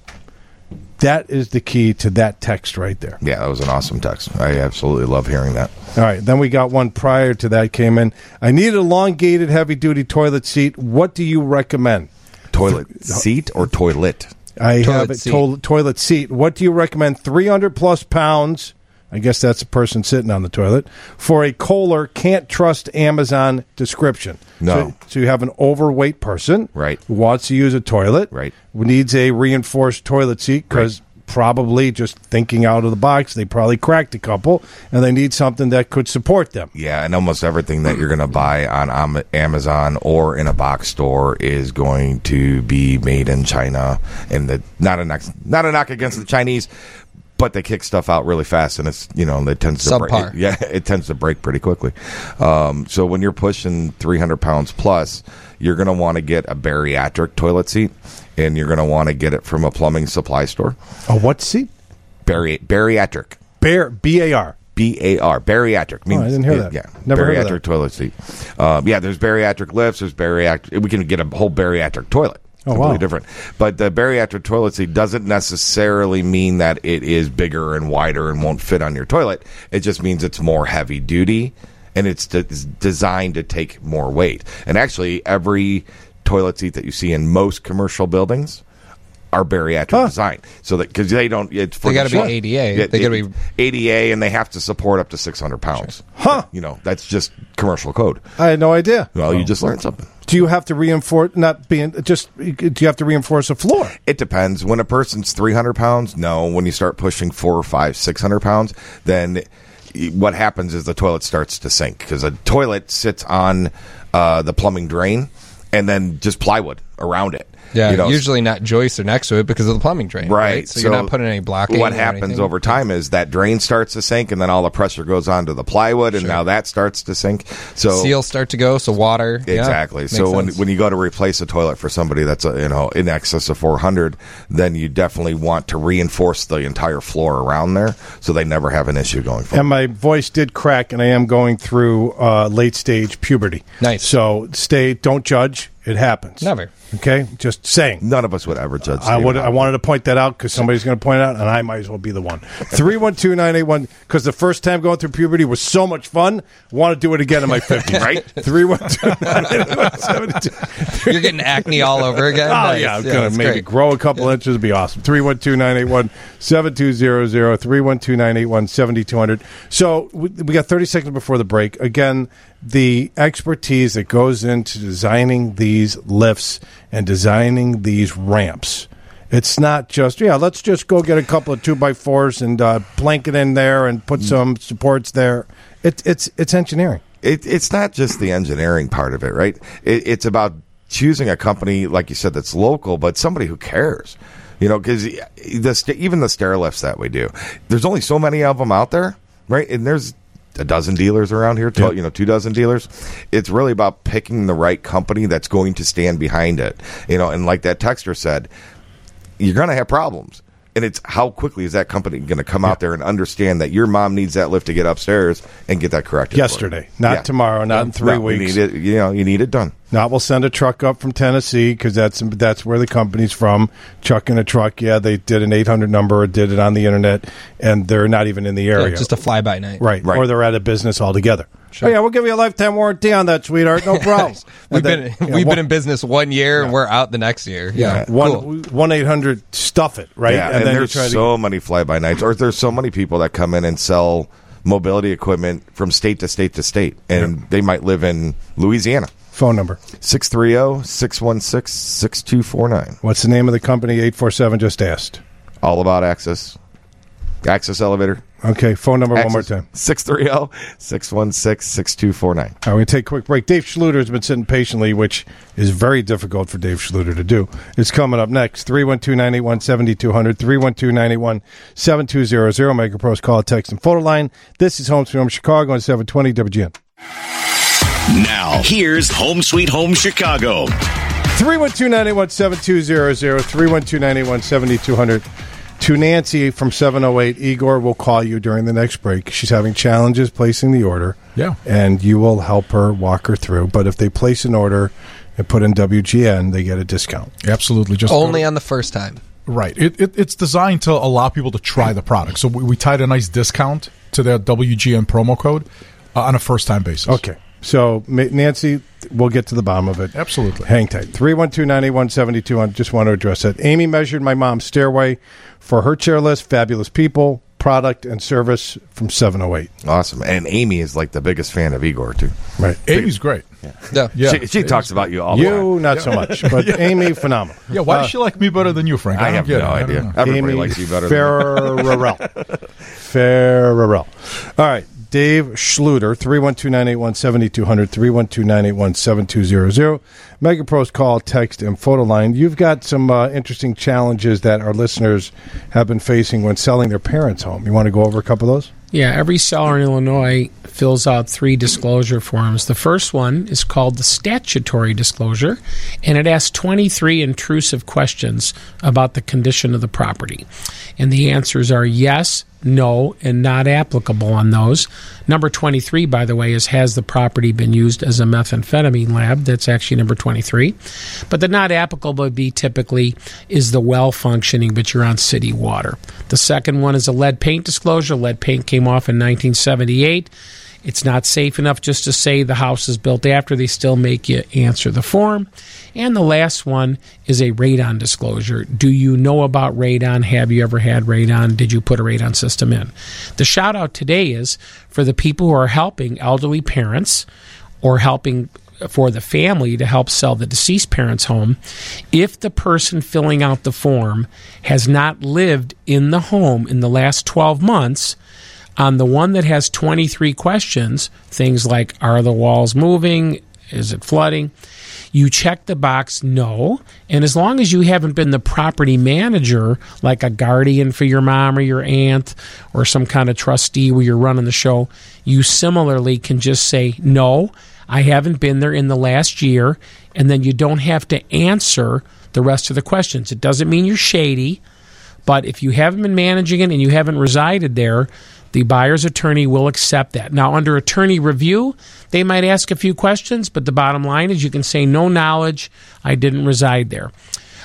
Speaker 2: That is the key to that text right there.
Speaker 10: Yeah, that was an awesome text. I absolutely love hearing that.
Speaker 2: All right, then we got one prior to that came in. I need an elongated heavy duty toilet seat. What do you recommend?
Speaker 10: Toilet seat or toilet?
Speaker 2: I
Speaker 10: Toilet
Speaker 2: have a
Speaker 10: seat.
Speaker 2: to- toilet seat. What do you recommend? 300 plus pounds. I guess that's the person sitting on the toilet. For a Kohler, can't trust Amazon description.
Speaker 10: No.
Speaker 2: So, so you have an overweight person.
Speaker 10: Right.
Speaker 2: Who wants to use a toilet. Right. Who needs a reinforced toilet seat because probably just thinking out of the box, they probably cracked a couple and they need something that could support them.
Speaker 10: Yeah, and almost everything that you're going
Speaker 2: [clears throat]
Speaker 10: to buy on Am- Amazon or in a box store is going to be made in China. And the not a knock, not a knock against the Chinese, but they kick stuff out really fast, and it's you know it tends to
Speaker 9: Subpar.
Speaker 10: break. [laughs] Yeah, it tends to break pretty quickly. Um, so when you're pushing 300 pounds plus, you're going to want to get a bariatric toilet seat, and you're going to want to get it from a plumbing supply store.
Speaker 2: A what seat?
Speaker 10: Bari- bariatric.
Speaker 2: Bear, B A R.
Speaker 10: B A R. Bariatric.
Speaker 2: Oh, I didn't hear that.
Speaker 10: Yeah.
Speaker 2: Never
Speaker 10: bariatric
Speaker 2: heard of that.
Speaker 10: toilet seat. Um, yeah, there's bariatric lifts. There's bariatric. We can get a whole bariatric toilet.
Speaker 2: Oh,
Speaker 10: Completely
Speaker 2: wow.
Speaker 10: different. But the bariatric toilet seat doesn't necessarily mean that it is bigger and wider and won't fit on your toilet. It just means it's more heavy duty and it's, de- it's designed to take more weight. And actually, every toilet seat that you see in most commercial buildings are bariatric design so that because they don't it's for
Speaker 9: They
Speaker 10: the
Speaker 9: gotta be
Speaker 10: short-
Speaker 9: ADA.
Speaker 10: Yeah,
Speaker 9: They gotta
Speaker 10: it- ADA and they have to support up to 600 pounds. Huh. You know, that's just commercial code.
Speaker 2: I had no idea.
Speaker 10: Well, you just learned something.
Speaker 2: Do you have to reinforce, not being, just, do you have to reinforce a floor?
Speaker 10: It depends. When a person's 300 pounds, no. When you start pushing four or five, 600 pounds, then y- what happens is the toilet starts to sink because a toilet sits on uh, the plumbing drain and then just plywood around it.
Speaker 9: Yeah,
Speaker 10: you know,
Speaker 9: usually not joists or next to it because of the plumbing drain.
Speaker 10: Right.
Speaker 9: So, you're not putting any blocking.
Speaker 10: What
Speaker 9: or
Speaker 10: happens
Speaker 9: anything.
Speaker 10: over time is that drain starts to sink, and then all the pressure goes onto the plywood, and now that starts to sink. So
Speaker 9: Seals start to go, so water. Yeah,
Speaker 10: Exactly.
Speaker 9: makes
Speaker 10: so when,
Speaker 9: sense.
Speaker 10: when you go to replace a toilet for somebody that's uh you know in excess of 400, then you definitely want to reinforce the entire floor around there so they never have an issue going forward.
Speaker 2: And my voice did crack, and I am going through uh, late stage puberty. Nice. So stay, don't judge. It happens.
Speaker 9: Never.
Speaker 2: Okay, just saying.
Speaker 10: None of us would ever judge.
Speaker 2: I would. I wanted to point that out because somebody's going to point it out, and I might as well be the one. Three one two nine eight one. Because the first time going through puberty was so much fun. Want to do it again in my
Speaker 10: [laughs]
Speaker 2: fifties?
Speaker 10: Right?
Speaker 2: Three one two nine eight one seven two.
Speaker 9: You're getting acne all over again.
Speaker 2: Oh
Speaker 9: Nice.
Speaker 2: yeah, I'm gonna
Speaker 9: that's
Speaker 2: maybe
Speaker 9: great.
Speaker 2: grow a couple inches. Would be awesome. Three one two nine eight one seven two zero zero. Three one two nine eight one seventy two hundred. So we, we got thirty seconds before the break. Again, the expertise that goes into designing these lifts and designing these ramps. It's not just yeah. Let's just go get a couple of two by fours and uh, plank it in there and put some supports there. It, it's it's engineering.
Speaker 10: it, it's not just the engineering part of it, right? It, it's about choosing a company, like you said, that's local, but somebody who cares. You know, because the st- even the stair lifts that we do, there's only so many of them out there, right? And there's a dozen dealers around here, twelve, you know, two dozen dealers. It's really about picking the right company that's going to stand behind it. You know, and like that texter said, you're going to have problems. And it's how quickly is that company going to come out there and understand that your mom needs that lift to get upstairs and get that corrected? for her.
Speaker 2: Yesterday, not
Speaker 10: Yeah.
Speaker 2: tomorrow, not in three
Speaker 10: No,
Speaker 2: weeks.
Speaker 10: You need it, you know, you need it done.
Speaker 2: Not we'll send a truck up from Tennessee because that's that's where the company's from. Chucking a truck, yeah, they did an eight hundred number, or did it on the internet, and they're not even in the
Speaker 9: Yeah,
Speaker 2: area.
Speaker 9: just a fly by night.
Speaker 2: right, or they're out of business altogether. Oh yeah, we'll give you a lifetime warranty on that, sweetheart.
Speaker 9: [laughs]
Speaker 2: No problem. And
Speaker 9: We've
Speaker 2: then,
Speaker 9: been
Speaker 2: you know,
Speaker 9: we've
Speaker 2: one-
Speaker 9: been in business one year and we're out the next year. Yeah. Cool.
Speaker 2: one one eight hundred stuff it right,
Speaker 10: Yeah, and,
Speaker 2: then you
Speaker 10: there's
Speaker 2: try to-
Speaker 10: so many fly by nights, or there's so many people that come in and sell mobility equipment from state to state to state, and they might live in Louisiana.
Speaker 2: phone number.
Speaker 9: oh,
Speaker 10: 630-616-6249.
Speaker 2: What's the name of the company? Eight four seven just asked.
Speaker 10: All about access. Access elevator.
Speaker 2: Okay, phone number one more time.
Speaker 10: 630-616-6249.
Speaker 2: All right, we're going to take a quick break. Dave Schluter has been sitting patiently, which is very difficult for Dave Schluter to do. It's coming up next. 312 981 7200, 312 981 7200. Megapro's call, text, and photo line. This is Home Sweet Home Chicago on 720 WGN.
Speaker 13: Now, here's Home Sweet Home Chicago.
Speaker 2: 312 981 7200, 312 981 7200. To Nancy from 708, Igor will call you during the next break. She's having challenges placing the order.
Speaker 11: Yeah.
Speaker 2: And you will help her walk her through. But if they place an order and put in WGN, they get a discount.
Speaker 11: Absolutely. Just go
Speaker 9: Only
Speaker 11: to-
Speaker 9: on the first time.
Speaker 11: Right. It, it, it's designed to allow people to try the product. So we, we tied a nice discount to their WGN promo code uh, on a first time basis.
Speaker 2: Okay. So, Ma- Nancy, we'll get to the bottom of it. Absolutely. Hang tight. 312 981 I just want to address that. Amy measured my mom's stairway for her chair list. Fabulous people, product, and service from 708.
Speaker 10: Awesome. And Amy is like the biggest fan of Igor too.
Speaker 2: Right.
Speaker 11: Amy's great.
Speaker 9: Yeah.
Speaker 10: She, she talks about you all the time.
Speaker 2: You, not so much, but
Speaker 10: [laughs]
Speaker 11: Yeah.
Speaker 2: Amy, phenomenal.
Speaker 11: Yeah, why
Speaker 2: Uh,
Speaker 11: does she like me better than you, Frank?
Speaker 10: I
Speaker 11: don't
Speaker 10: have
Speaker 11: get it.
Speaker 10: no
Speaker 11: I don't
Speaker 10: idea.
Speaker 11: know.
Speaker 10: Everybody
Speaker 2: Amy
Speaker 10: likes you better than me.
Speaker 2: Ferrerell. Ferrerell. All right. Dave Schluter, 312-981-7200, 312-981-7200. Megapro's call, text, and photo line. You've got some uh, interesting challenges that our listeners have been facing when selling their parents' home. You want to go over a couple of those?
Speaker 8: Yeah, every seller in Illinois fills out three disclosure forms. The first one is called the statutory disclosure, and it asks 23 intrusive questions about the condition of the property. And the answers are yes, no, and not applicable on those. Number 23, by the way, is has the property been used as a methamphetamine lab? That's actually number 23. But the not applicable would be typically is the well functioning, but you're on city water. The second one is a lead paint disclosure. Lead paint came off in 1978. It's not safe enough just to say the house is built after. They still make you answer the form. And the last one is a radon disclosure. Do you know about radon? Have you ever had radon? Did you put a radon system in? The shout out today is for the people who are helping elderly parents or helping for the family to help sell the deceased parent's home if the person filling out the form has not lived in the home in the last 12 months on the one that has 23 questions things like are the walls moving is it flooding You check the box no, and as long as you haven't been the property manager, like a guardian for your mom or your aunt, or some kind of trustee where you're running the show, you similarly can just say no. I haven't been there in the last year, and then you don't have to answer the rest of the questions. It doesn't mean you're shady, but if you haven't been managing it and you haven't resided there, the buyer's attorney will accept that. Now, under attorney review, they might ask a few questions, but the bottom line is you can say, No knowledge, I didn't reside there.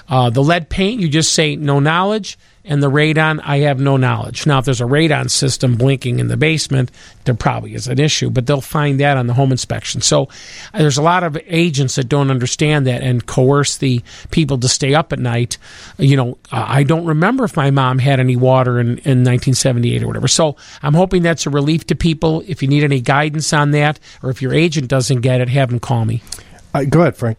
Speaker 8: Uh, the lead paint, you just say, No knowledge. And the radon, I have no knowledge. Now, if there's a radon system blinking in the basement, there probably is an issue, but they'll find that on the home inspection. So uh, there's a lot of agents that don't understand that and coerce the people to stay up at night. You know, uh, I don't remember if my mom had any water in, in 1978 or whatever. So I'm hoping that's a relief to people. If you need any guidance on that, or if your agent doesn't get it, have them call me.
Speaker 2: Uh, go ahead, Frank.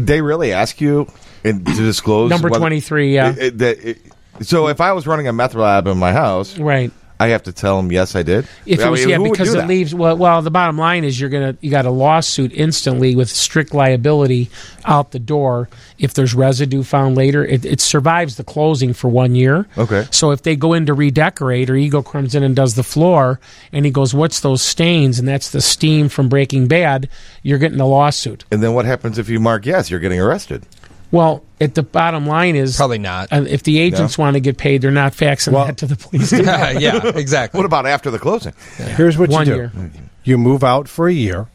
Speaker 10: They really ask you in- to disclose
Speaker 8: Number
Speaker 10: whether-
Speaker 8: 23, yeah.
Speaker 10: It- it- that- it- so if I was running a meth lab in my house,
Speaker 8: right?
Speaker 10: I have to tell them yes, I did.
Speaker 8: If
Speaker 10: I
Speaker 8: it was
Speaker 10: mean,
Speaker 8: yeah,
Speaker 10: who would
Speaker 8: because
Speaker 10: do
Speaker 8: it
Speaker 10: that?
Speaker 8: leaves well, well. The bottom line is you're gonna you got a lawsuit instantly with strict liability out the door. If there's residue found later, it, it survives the closing for one year.
Speaker 10: Okay.
Speaker 8: So if they go in to redecorate, or Ego comes in and does the floor, and he goes, "What's those stains?" and that's the steam from Breaking Bad. You're getting a lawsuit.
Speaker 10: And then what happens if you mark yes? You're getting
Speaker 8: [laughs]
Speaker 10: arrested.
Speaker 8: Well, at the bottom line is probably
Speaker 9: not.
Speaker 8: if the agents want to get paid, they're not faxing that to
Speaker 10: [laughs]
Speaker 8: the police.
Speaker 9: [laughs]
Speaker 10: exactly. What about after the closing?
Speaker 2: Here's what
Speaker 8: One
Speaker 2: you do:
Speaker 8: year.
Speaker 2: you move out for a year,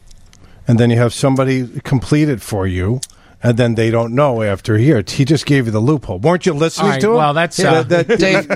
Speaker 2: and then you have somebody complete it for you, and then they don't know after a year. He just gave you the loophole. Weren't you listening
Speaker 9: All right,
Speaker 2: to him?
Speaker 9: well, that's,
Speaker 2: Yeah,
Speaker 9: uh,
Speaker 2: that- that-
Speaker 9: Dave,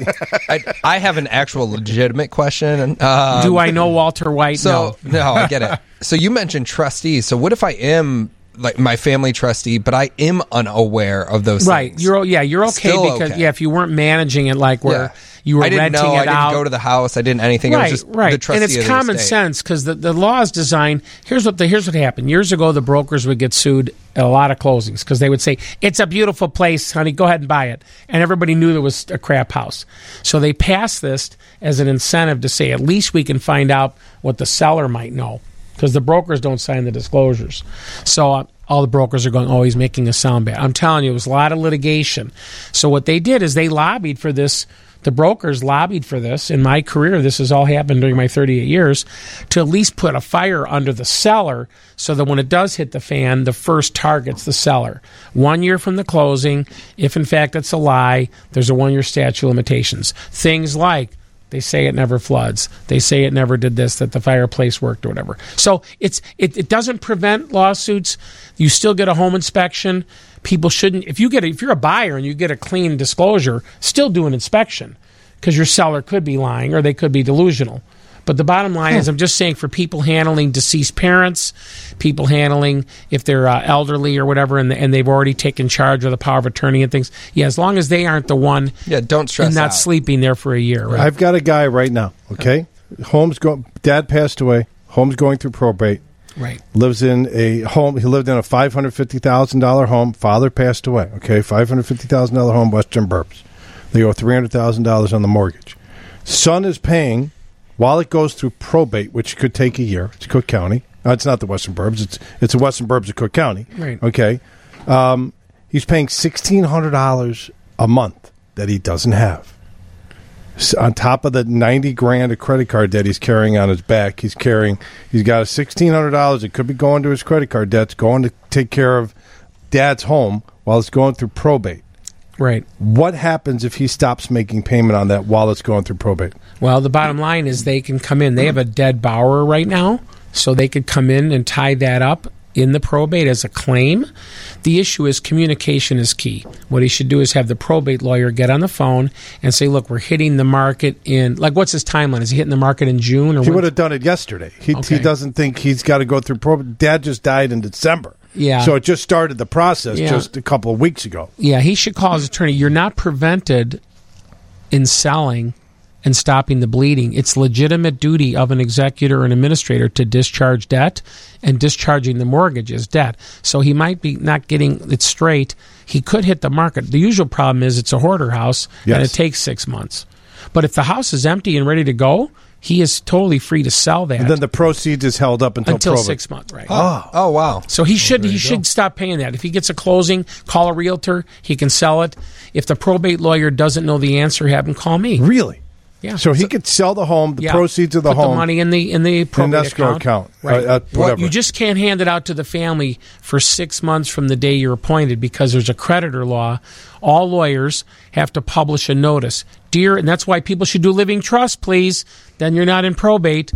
Speaker 9: I, I have an actual legitimate question. Um,
Speaker 8: Do I know Walter White?
Speaker 9: So no. I
Speaker 8: [laughs]
Speaker 9: get it. So you mentioned trustees. So what if I am like my family trustee, but I am unaware of those
Speaker 8: right.
Speaker 9: things?
Speaker 8: You're o- yeah, you're okay
Speaker 9: Still
Speaker 8: because
Speaker 9: okay.
Speaker 8: yeah, if you weren't managing it like where you were
Speaker 9: I didn't
Speaker 8: renting
Speaker 9: know.
Speaker 8: it
Speaker 9: I didn't
Speaker 8: out.
Speaker 9: go to the house. I didn't anything. I
Speaker 8: Right,
Speaker 9: was just
Speaker 8: right,
Speaker 9: the trustee
Speaker 8: and
Speaker 9: of
Speaker 8: it's
Speaker 9: the
Speaker 8: common
Speaker 9: estate.
Speaker 8: sense because the, the law is designed. Here's what the here's what happened years ago. The brokers would get sued at a lot of closings because they would say it's a beautiful place, honey. Go ahead and buy it, and everybody knew there was a crap house. So they passed this as an incentive to say at least we can find out what the seller might know because the brokers don't sign the disclosures. So uh, all the brokers are going, oh, he's making a sound bad. I'm telling you, it was a lot of litigation. So what they did is they lobbied for this. The brokers lobbied for this. In my career, this has all happened during my 38 years to at least put a fire under the seller so that when it does hit the fan, the first target's the seller. One year from the closing, if in fact it's a lie, there's a one year statute of limitations. Things like they say it never floods. They say it never did this, that the fireplace worked or whatever. So it's it, it doesn't prevent lawsuits. You still get a home inspection. People shouldn't if you get a, if you're a buyer and you get a clean disclosure, still do an inspection because your seller could be lying or they could be delusional. But the bottom line
Speaker 12: Hmm.
Speaker 8: is, I'm just saying for people handling deceased parents, people handling if they're uh, elderly or whatever, and, and they've already taken charge of the power of attorney and things. Yeah, as long as they aren't the one,
Speaker 9: yeah, don't
Speaker 2: stress
Speaker 8: and not
Speaker 2: out.
Speaker 8: sleeping there for a year. Right?
Speaker 2: I've got a guy right now. Okay, Holmes. Go- Dad passed away. Holmes going through probate.
Speaker 8: Right.
Speaker 2: Lives in a home. He lived in a five hundred fifty thousand dollar home. Father passed away. Okay, five hundred fifty thousand dollar home, Western Burbs. They owe three hundred thousand dollars on the mortgage. Son is paying while it goes through probate, which could take a year. It's Cook County. Uh, it's not the Western Burbs. It's it's the Western Burbs of Cook County.
Speaker 8: Right.
Speaker 2: Okay. Um, he's paying sixteen hundred dollars a month that he doesn't have. S- on top of the 90 grand of credit card debt he's carrying on his back he's carrying he's got $1600 it could be going to his credit card debts going to take care of dad's home while it's going through probate
Speaker 8: right
Speaker 2: what happens if he stops making payment on that while it's going through probate
Speaker 8: Well, the bottom line is they can come in. They have a dead borrower right now, so they could come in and tie that up in the probate as a claim. The issue is communication is key. What he should do is have the probate lawyer get on the phone and say, "Look, we're hitting the market in like what's his timeline? Is he hitting the market in June or
Speaker 2: he
Speaker 8: when-
Speaker 2: would have done it yesterday he,
Speaker 8: Okay.
Speaker 2: he doesn't think he's got to go through probate dad just died in december
Speaker 8: Yeah.
Speaker 2: so it just started the process
Speaker 8: Yeah.
Speaker 2: just a couple of weeks ago
Speaker 8: Yeah, he should call his attorney. You're not prevented in selling and stopping the bleeding. It's legitimate duty of an executor and administrator to discharge debt, and discharging the mortgage is debt. So he might be not getting it straight. He could hit the market. The usual problem is it's a hoarder house, and
Speaker 2: Yes.
Speaker 8: it takes six months. But if the house is empty and ready to go, he is totally free to sell that.
Speaker 2: And then the proceeds is held up until,
Speaker 8: Until
Speaker 2: probate.
Speaker 8: six months, right.
Speaker 9: Oh, oh wow.
Speaker 8: So he should
Speaker 9: there
Speaker 8: he
Speaker 9: you
Speaker 8: should
Speaker 9: go.
Speaker 8: stop paying that. If he gets a closing, call a realtor. He can sell it. If the probate lawyer doesn't know the answer, have him call me.
Speaker 2: Really?
Speaker 8: Yeah.
Speaker 2: So he could sell the home, the
Speaker 8: Yeah.
Speaker 2: proceeds of the
Speaker 8: Put
Speaker 2: home,
Speaker 8: money in the in the probate
Speaker 2: escrow account,
Speaker 8: Right.
Speaker 2: uh, uh, whatever.
Speaker 8: You just can't hand it out to the family for six months from the day you're appointed because there's a creditor law. All lawyers have to publish a notice, dear, and that's why people should do living trust, please. Then you're not in probate.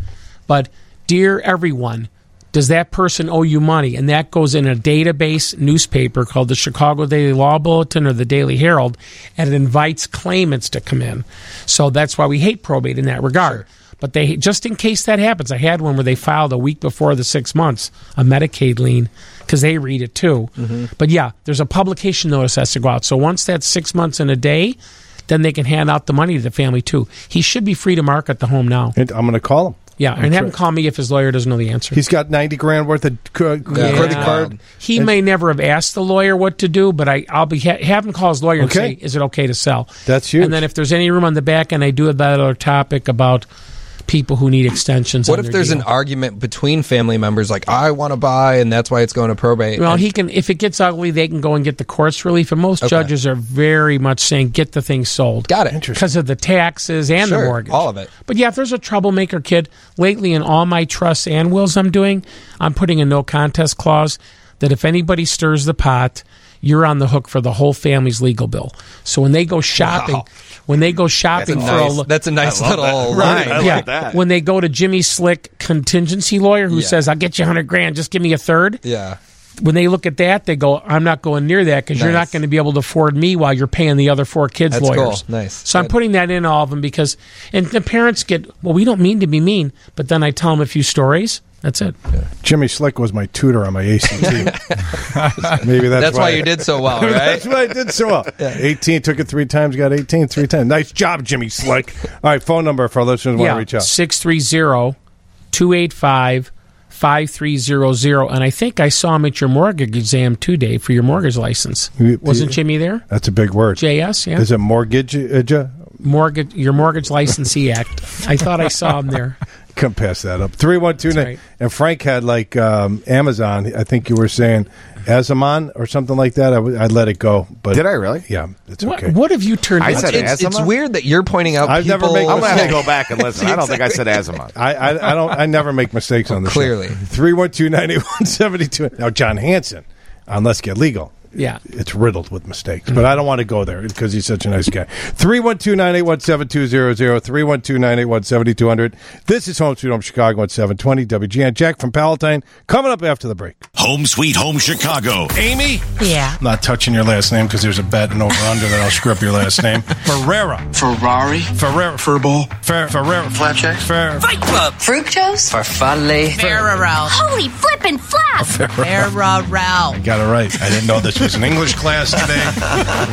Speaker 8: But dear everyone, does that person owe you money? And that goes in a database newspaper called the Chicago Daily Law Bulletin or the Daily Herald, and it invites claimants to come in. So that's why we hate probate in that regard. But they just in case that happens, I had one where they filed a week before the six months a Medicaid lien because they read it too.
Speaker 9: Mm-hmm.
Speaker 8: But yeah, there's a publication notice that has to go out. So once that's six months and a day, then they can hand out the money to the family too. He should be free to market the home now.
Speaker 2: And I'm going to call him.
Speaker 8: Yeah, and
Speaker 2: That's
Speaker 8: have him
Speaker 2: right.
Speaker 8: call me if his lawyer doesn't know the answer.
Speaker 2: He's got ninety grand worth of cr-
Speaker 8: Yeah.
Speaker 2: credit card.
Speaker 8: He
Speaker 2: And-
Speaker 8: may never have asked the lawyer what to do, but I, I'll be ha- have him call his
Speaker 2: Okay.
Speaker 8: lawyer and say, "Is it okay to sell?"
Speaker 2: That's huge.
Speaker 8: And then if there's any room on the back, and I do have that other topic about people who need extensions.
Speaker 9: What
Speaker 8: on
Speaker 9: if
Speaker 8: their
Speaker 9: there's
Speaker 8: deal.
Speaker 9: an argument between family members, like I want to buy, and that's why it's going to probate?
Speaker 8: Well,
Speaker 9: and-
Speaker 8: he can. If it gets ugly, they can go and get the court's relief. And most
Speaker 9: Okay.
Speaker 8: judges are very much saying, "Get the thing sold."
Speaker 9: Got it.
Speaker 8: Because of the taxes and
Speaker 9: Sure,
Speaker 8: the mortgage,
Speaker 9: all of it.
Speaker 8: But yeah, if there's a troublemaker kid, lately in all my trusts and wills I'm doing, I'm putting a no contest clause that if anybody stirs the pot, you're on the hook for the whole family's legal bill. So when they go shopping,
Speaker 9: Wow.
Speaker 8: when they go shopping
Speaker 9: That's a
Speaker 8: for
Speaker 9: nice-
Speaker 8: a lo-
Speaker 9: that's a nice I love little that. line. I like
Speaker 8: yeah,
Speaker 9: that.
Speaker 8: when they go to Jimmy Slick contingency lawyer who says, "I'll get you 100 grand, just give me a third
Speaker 9: yeah.
Speaker 8: when they look at that, they go, "I'm not going near that because you're
Speaker 9: Nice.
Speaker 8: not going to be able to afford me while you're paying the other four kids
Speaker 9: That's
Speaker 8: lawyers."
Speaker 9: cool. Nice.
Speaker 8: So I'm putting that in all of them because, and the parents get, well, we don't mean to be mean, but then I tell them a few stories. That's it.
Speaker 2: Jimmy Slick was my tutor on my
Speaker 9: [laughs]
Speaker 2: ACT. Maybe that's,
Speaker 9: That's why you
Speaker 2: [laughs]
Speaker 9: did so well, right?
Speaker 2: that's why I did so well. 18 took it three times, got 18 three times. Nice job, Jimmy Slick. All right, phone number for our listeners who want to reach out.
Speaker 8: 630 285 5300. And I think I saw him at your mortgage exam too, Dave, for your mortgage license. Wasn't Jimmy there?
Speaker 2: That's a big word.
Speaker 8: JS, yeah.
Speaker 2: Is it mortgage? uh, ja-
Speaker 8: Mortgage, your Mortgage Licensee Act. I thought I saw him there.
Speaker 2: Come pass that up. 3129. And Frank had like um, Amazon. I think you were saying Azamon or something like that. I, w- I let it go. But Did I really? Yeah, it's
Speaker 8: What,
Speaker 2: [laughs] okay.
Speaker 8: what have you turned
Speaker 10: I
Speaker 8: into?
Speaker 10: said
Speaker 9: It's, it's
Speaker 10: Asthma?
Speaker 9: weird that you're pointing out.
Speaker 2: I've never
Speaker 9: people-
Speaker 2: made
Speaker 10: I'm gonna have to
Speaker 2: mistakes.
Speaker 9: [laughs]
Speaker 10: go back
Speaker 2: [laughs]
Speaker 10: and listen. I don't think I said Asimov.
Speaker 2: I, I, I don't. I never make mistakes on this.
Speaker 9: Clearly.
Speaker 2: three one two ninety one seventy two. Now John Hanson on Let's Get Legal.
Speaker 8: Yeah.
Speaker 2: it's riddled with mistakes, but I don't want to go there because he's such a nice guy. Three one two nine eight one seven two zero zero. Three one two nine eight one seventy two hundred. This is Home Sweet Home Chicago at seven twenty. WGN Jack from Palatine coming up after the break.
Speaker 13: Home Sweet Home Chicago. Amy?
Speaker 2: Yeah, I'm not touching your last name because there's a bet and over under that I'll screw up your last name. Ferrera,
Speaker 20: Ferrari.
Speaker 2: Ferrera,
Speaker 20: Furball.
Speaker 2: Fer, Ferrera,
Speaker 20: Flatjack.
Speaker 2: Fer.
Speaker 20: Fight Club. Fructose. Farfalle. Ferrero. Holy flippin' flap. Ferrero.
Speaker 2: I got it right. I didn't know this was an English class today,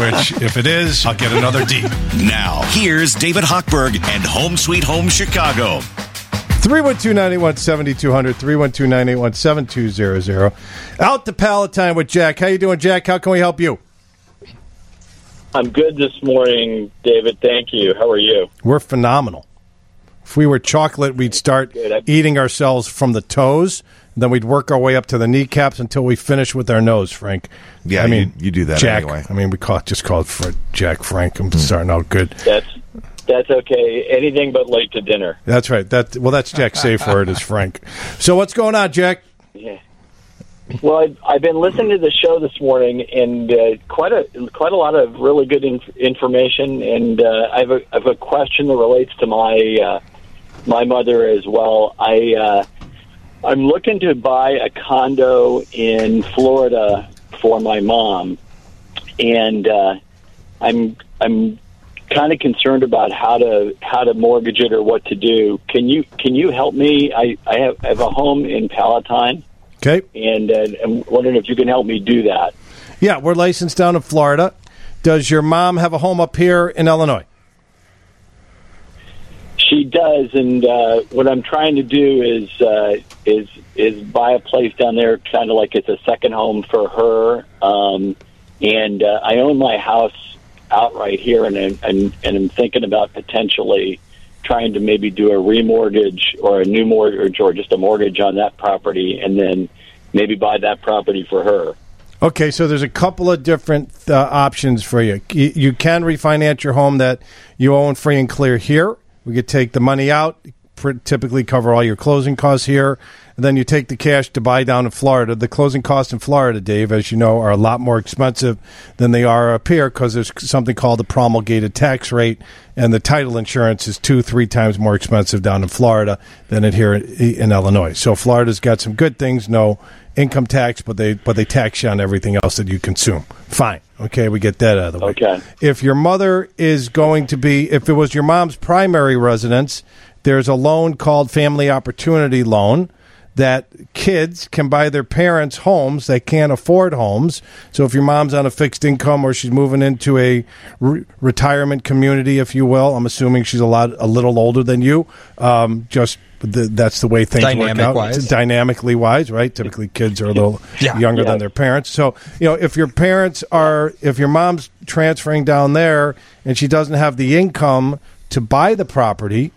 Speaker 2: which, if it is, I'll get another D.
Speaker 13: Now, here's David Hochberg and Home Sweet Home Chicago.
Speaker 2: 312 981 7200, 312 981 7200. Out to Palatine with Jack. How you doing, Jack? How can we help you?
Speaker 21: I'm good this morning, David. Thank you. How are you?
Speaker 2: We're phenomenal. If we were chocolate, we'd start eating ourselves from the toes. Then we'd work our way up to the kneecaps until we finish with our nose, Frank.
Speaker 10: Yeah,
Speaker 2: I mean,
Speaker 10: you- you do that
Speaker 2: Jack,
Speaker 10: anyway.
Speaker 2: I mean, we call, just called for Jack Frank. I'm starting out good.
Speaker 21: That's that's okay. Anything but late to dinner.
Speaker 2: That's right. That well, that's Jack's safe word is Frank. So what's going on, Jack?
Speaker 21: Yeah. Well, I've, I've been listening to the show this morning, and uh, quite a quite a lot of really good inf- information. And uh, I have a, I have a question that relates to my uh, my mother as well. I uh, I'm looking to buy a condo in Florida for my mom, and uh, I'm I'm kind of concerned about how to how to mortgage it or what to do. Can you can you help me? I I have, I have a home in Palatine.
Speaker 2: Okay.
Speaker 21: And uh, I'm wondering if you can help me do that.
Speaker 2: Yeah, we're licensed down in Florida. Does your mom have a home up here in Illinois?
Speaker 21: She does, and uh, what I'm trying to do is uh, is is buy a place down there, kind of like it's a second home for her. Um, and uh, I own my house outright here, and I'm, and and I'm thinking about potentially trying to maybe do a remortgage or a new mortgage or just a mortgage on that property and then maybe buy that property for her.
Speaker 2: Okay, so there's a couple of different uh, options for you. you. You can refinance your home that you own free and clear here. We could take the money out, pr- typically cover all your closing costs here, and then you take the cash to buy down in Florida. The closing costs in Florida, Dave, as you know, are a lot more expensive than they are up here because there's something called the promulgated tax rate, and the title insurance is two, three times more expensive down in Florida than it here in, in Illinois. So Florida's got some good things, no income tax, but they but they tax you on everything else that you consume. Fine. Okay, we get that out of the way.
Speaker 21: Okay.
Speaker 2: If your mother is going to be if it was your mom's primary residence, there's a loan called Family Opportunity Loan that kids can buy their parents homes they can't afford homes so if your mom's on a fixed income or she's moving into a re- retirement community if you will i'm assuming she's a lot a little older than you um, just the, that's the way things work out
Speaker 9: Dynamic-wise.
Speaker 2: It's dynamically wise right typically kids are a little
Speaker 9: Yeah.
Speaker 2: younger
Speaker 9: Yeah.
Speaker 2: than their parents so you know if your parents are if your mom's transferring down there and she doesn't have the income to buy the property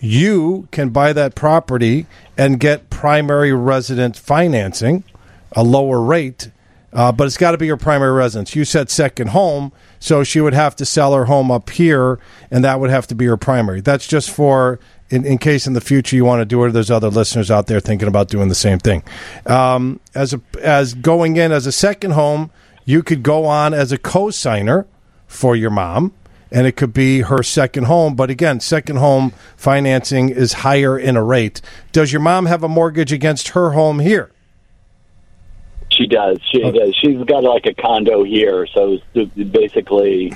Speaker 2: you can buy that property and get primary resident financing, a lower rate, uh, but it's got to be your primary residence. You said second home, so she would have to sell her home up here, and that would have to be her primary. That's just for in, in case in the future you want to do it. There's other listeners out there thinking about doing the same thing. Um, as a, as going in as a second home, you could go on as a co-signer for your mom and it could be her second home but again second home financing is higher in a rate does your mom have a mortgage against her home here
Speaker 21: She does. She does. She's got like a condo here, so it's basically,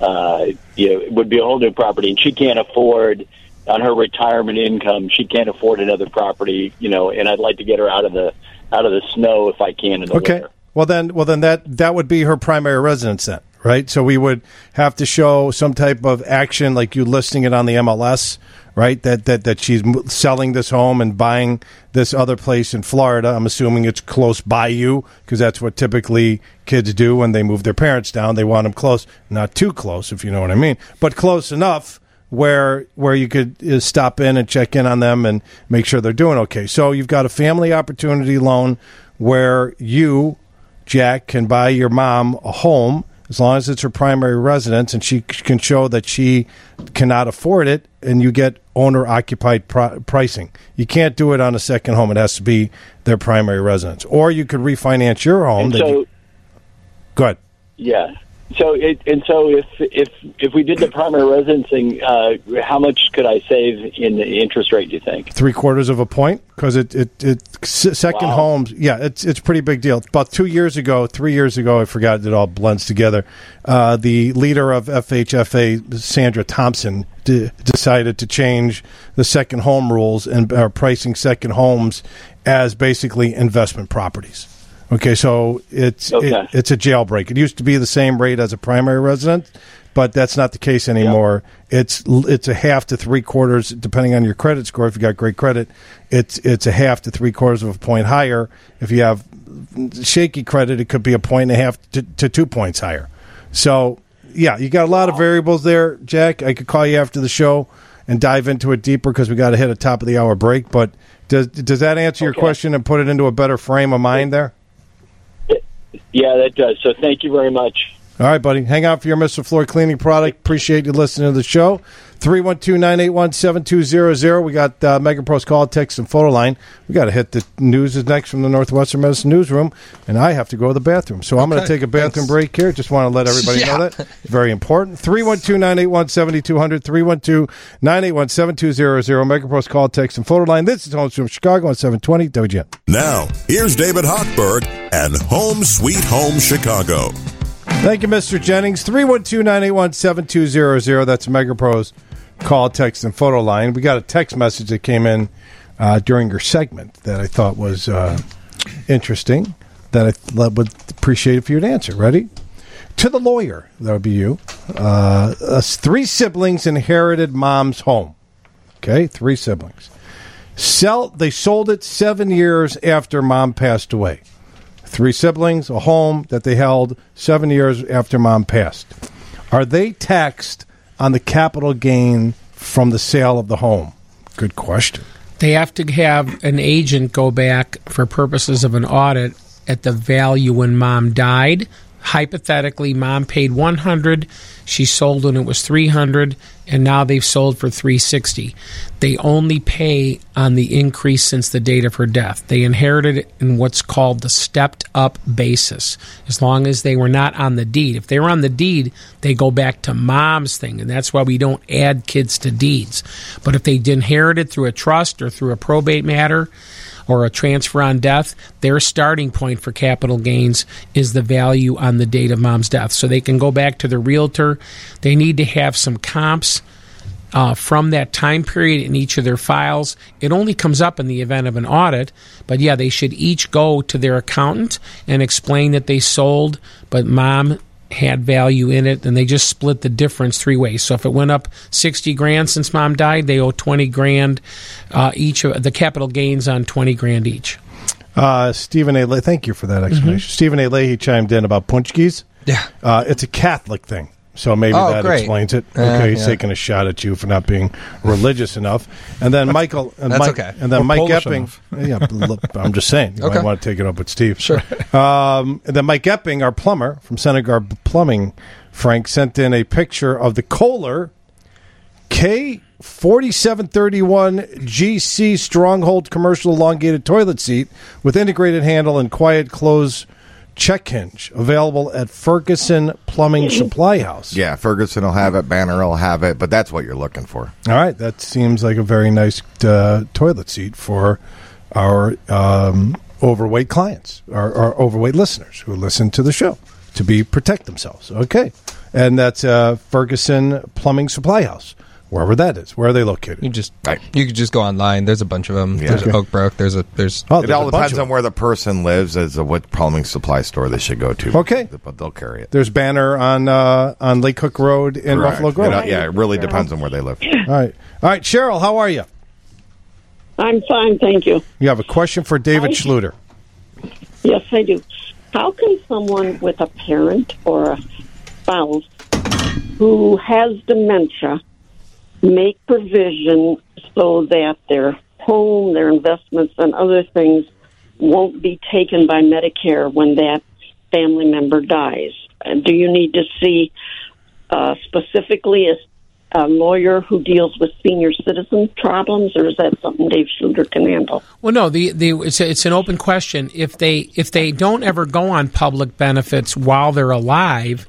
Speaker 21: uh, you know, it would be a whole new property, and she can't afford on her retirement income. She can't afford another property, you know. And I'd like to get her out of the out of the snow if I can in the
Speaker 2: okay
Speaker 21: winter.
Speaker 2: well then well then that that would be her primary residence then right so we would have to show some type of action like you listing it on the MLS right that that that she's m- selling this home and buying this other place in Florida I'm assuming it's close by you because that's what typically kids do when they move their parents down they want them close not too close if you know what I mean but close enough where where you could uh, stop in and check in on them and make sure they're doing okay. So you've got a family opportunity loan where you, Jack, can buy your mom a home as long as it's her primary residence and she c- can show that she cannot afford it and you get owner occupied pro- pricing. You can't do it on a second home. It has to be their primary residence. Or you could refinance your home.
Speaker 21: And
Speaker 2: that
Speaker 21: so,
Speaker 2: you- go ahead.
Speaker 21: yeah. So it, and so if if if we did the primary residencing, uh, how much could I save in the interest rate? Do you think?
Speaker 2: three quarters of a point because it it, it s- second homes yeah it's it's a pretty big deal about two years ago three years ago i forgot it all blends together uh, the leader of fhfa sandra thompson de- decided to change the second home rules and uh, pricing second homes as basically investment properties okay so it's it,
Speaker 21: Okay.
Speaker 2: it's a jailbreak it used to be the same rate as a primary residence but that's not the case anymore. It's it's a half to three quarters, depending on your credit score. If you got great credit, it's it's a half to three quarters of a point higher. If you have shaky credit, it could be a point and a half to, to two points higher. So yeah, you got a lot of variables there, Jack. I could call you after the show and dive into it deeper because we got to hit a top of the hour break. But does does that answer your question and put it into a better frame of mind there?
Speaker 21: Yeah, that does. So thank you very much.
Speaker 2: All right, buddy. Hang out for your Mr. Floor cleaning product. Appreciate you listening to the show. 312-981-7200. We got uh, Mega Pro's call, text, and photo line. We got to hit the news is next from the Northwestern Medicine Newsroom, and I have to go to the bathroom. So I'm going to
Speaker 9: Okay,
Speaker 2: take a bathroom break here. Just want to let everybody know
Speaker 9: Yeah.
Speaker 2: that. It's very important. 312-981-7200. 312-981-7200. Mega Pro's call, text, and photo line. This is Home from Chicago on 720 WGN.
Speaker 1: Now, here's David Hochberg and Home Sweet Home Chicago.
Speaker 2: Thank you, Mr. Jennings. 312 981 7200. That's Megapro's call, text, and photo line. We got a text message that came in uh, during your segment that I thought was uh, interesting that I th- would appreciate if you would answer. Ready? To the lawyer, that would be you. Uh, us three siblings inherited mom's home. Okay, three siblings. Sell. They sold it seven years after mom passed away three siblings, a home that they held seven years after mom passed. Are they taxed on the capital gain from the sale of the home? Good question.
Speaker 8: They have to have an agent go back for purposes of an audit at the value when mom died. Hypothetically, mom paid 100, she sold when it was 300, and now they've sold for 360. They only pay on the increase since the date of her death. They inherited it in what's called the stepped up basis, as long as they were not on the deed. If they were on the deed, they go back to mom's thing, and that's why we don't add kids to deeds. But if they inherited through a trust or through a probate matter, or a transfer on death, their starting point for capital gains is the value on the date of mom's death. So they can go back to the realtor. They need to have some comps uh, from that time period in each of their files. It only comes up in the event of an audit, but yeah, they should each go to their accountant and explain that they sold, but mom had value in it and they just split the difference three ways so if it went up 60 grand since mom died they owe 20 grand uh, each of the capital gains on 20 grand each
Speaker 2: Uh, Stephen A. Le- thank you for that explanation. Stephen A. Leahy chimed in about punchkis.
Speaker 9: Mm-hmm. Yeah,
Speaker 2: uh, it's a Catholic thing, so maybe
Speaker 9: Oh,
Speaker 2: that
Speaker 9: great.
Speaker 2: explains it.
Speaker 9: Uh,
Speaker 2: okay, he's
Speaker 9: yeah.
Speaker 2: taking a shot at you for not being religious enough. And then Michael, and
Speaker 9: that's
Speaker 2: Mike,
Speaker 9: okay.
Speaker 2: and then
Speaker 9: Or
Speaker 2: Mike
Speaker 9: Polish
Speaker 2: Epping.
Speaker 10: [laughs]
Speaker 9: enough.
Speaker 2: yeah, look, I'm just saying. You
Speaker 9: Okay.
Speaker 2: might want to take it up with Steve. Sure. [laughs] Um, and then Mike Epping, our plumber from Senegar Plumbing, Frank sent in a picture of the Kohler K forty seven thirty one GC Stronghold commercial elongated toilet seat with integrated handle and quiet close check hinge available at Ferguson Plumbing Supply House.
Speaker 10: Yeah, Ferguson will have it, Banner will have it, but that's what you're looking for.
Speaker 2: All right, that seems like a very nice uh, toilet seat for our um, overweight clients, our, our overweight listeners who listen to the show to be protect themselves. Okay, and that's uh, Ferguson Plumbing Supply House, wherever that is. Where are they located?
Speaker 9: You just you could just go online. There's a bunch of them. There's
Speaker 2: Okay.
Speaker 9: Oak Brook. There's a there's.
Speaker 2: Oh,
Speaker 11: Oh,
Speaker 10: it all depends on where the person lives as to what plumbing supply store they should go to.
Speaker 2: Okay.
Speaker 10: But they'll carry it.
Speaker 2: There's banner on uh, on Lake Hook Road in
Speaker 10: Correct.
Speaker 2: Buffalo Grove.
Speaker 10: You know, yeah, it really depends on where they live.
Speaker 2: All right, all right, Cheryl, how are you?
Speaker 5: I'm fine, thank you.
Speaker 2: You have a question for David Schluter.
Speaker 5: Yes, I do. How can someone with a parent or a spouse who has dementia make provision so that their home, their investments, and other things won't be taken by Medicare when that family member dies? Uh, Do you need to see uh, specifically a, a lawyer who deals with senior citizen problems, or is that something Dave Schluter can handle?
Speaker 8: Well, no, the, the it's, a, it's an open question. If they if they don't ever go on public benefits while they're alive,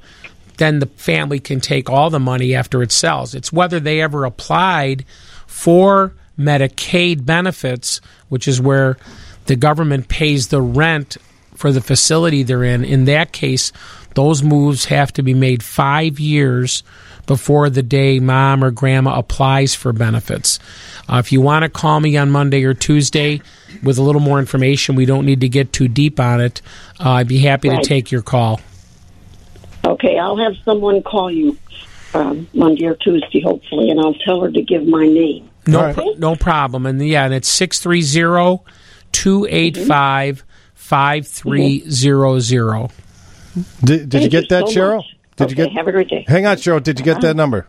Speaker 8: then the family can take all the money after it sells. It's whether they ever applied for Medicaid benefits, which is where the government pays the rent for the facility they're in. In that case, those moves have to be made five years before the day mom or grandma applies for benefits. Uh, if you want to call me on Monday or Tuesday with a little more information, we don't need to get too deep on it. Uh, I'd be happy
Speaker 5: Right.
Speaker 8: to take your call.
Speaker 5: Okay, I'll have someone call you um, Monday or Tuesday, hopefully, and I'll tell her to give my name.
Speaker 8: No, pro- no problem. And yeah, and it's 630 285 5300.
Speaker 2: Did, did you
Speaker 8: Thank
Speaker 2: get
Speaker 8: you
Speaker 2: that,
Speaker 8: so
Speaker 2: Cheryl?
Speaker 8: much.
Speaker 2: Did you get?
Speaker 5: Have a great day.
Speaker 2: Hang on, Cheryl. Did you get that
Speaker 8: [laughs]
Speaker 2: number?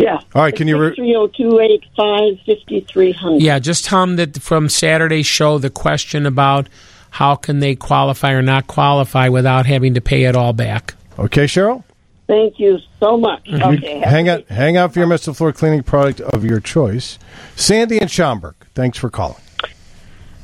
Speaker 5: Yeah.
Speaker 2: All right. Can you? Re-
Speaker 5: 302-885-5300.
Speaker 8: Yeah, just tell them that from Saturday's show, the question about how can they qualify or not qualify without having to pay it all back.
Speaker 2: okay, Cheryl.
Speaker 5: Thank you so much.
Speaker 2: You-
Speaker 5: Okay. have-
Speaker 2: hang on, hang on for your Mr. Floor cleaning product of your choice. Sandy and Schomburg, thanks for calling.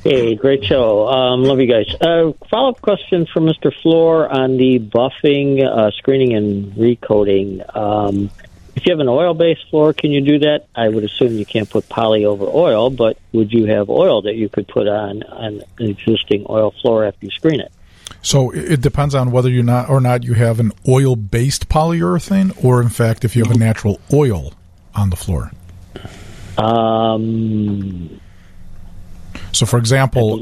Speaker 22: Hey, great show. Um, love you guys. Uh, Follow up question for Mr. Floor on the buffing, uh, screening, and recoating. Um, if you have an oil based floor, can you do that? I would assume you can't put poly over oil, but would you have oil that you could put on, on an existing oil floor after you screen it?
Speaker 11: [laughs] So it it depends on whether you not or not you have an oil-based polyurethane, or in fact, if you have a natural oil on the floor.
Speaker 22: Um,
Speaker 11: So, for example,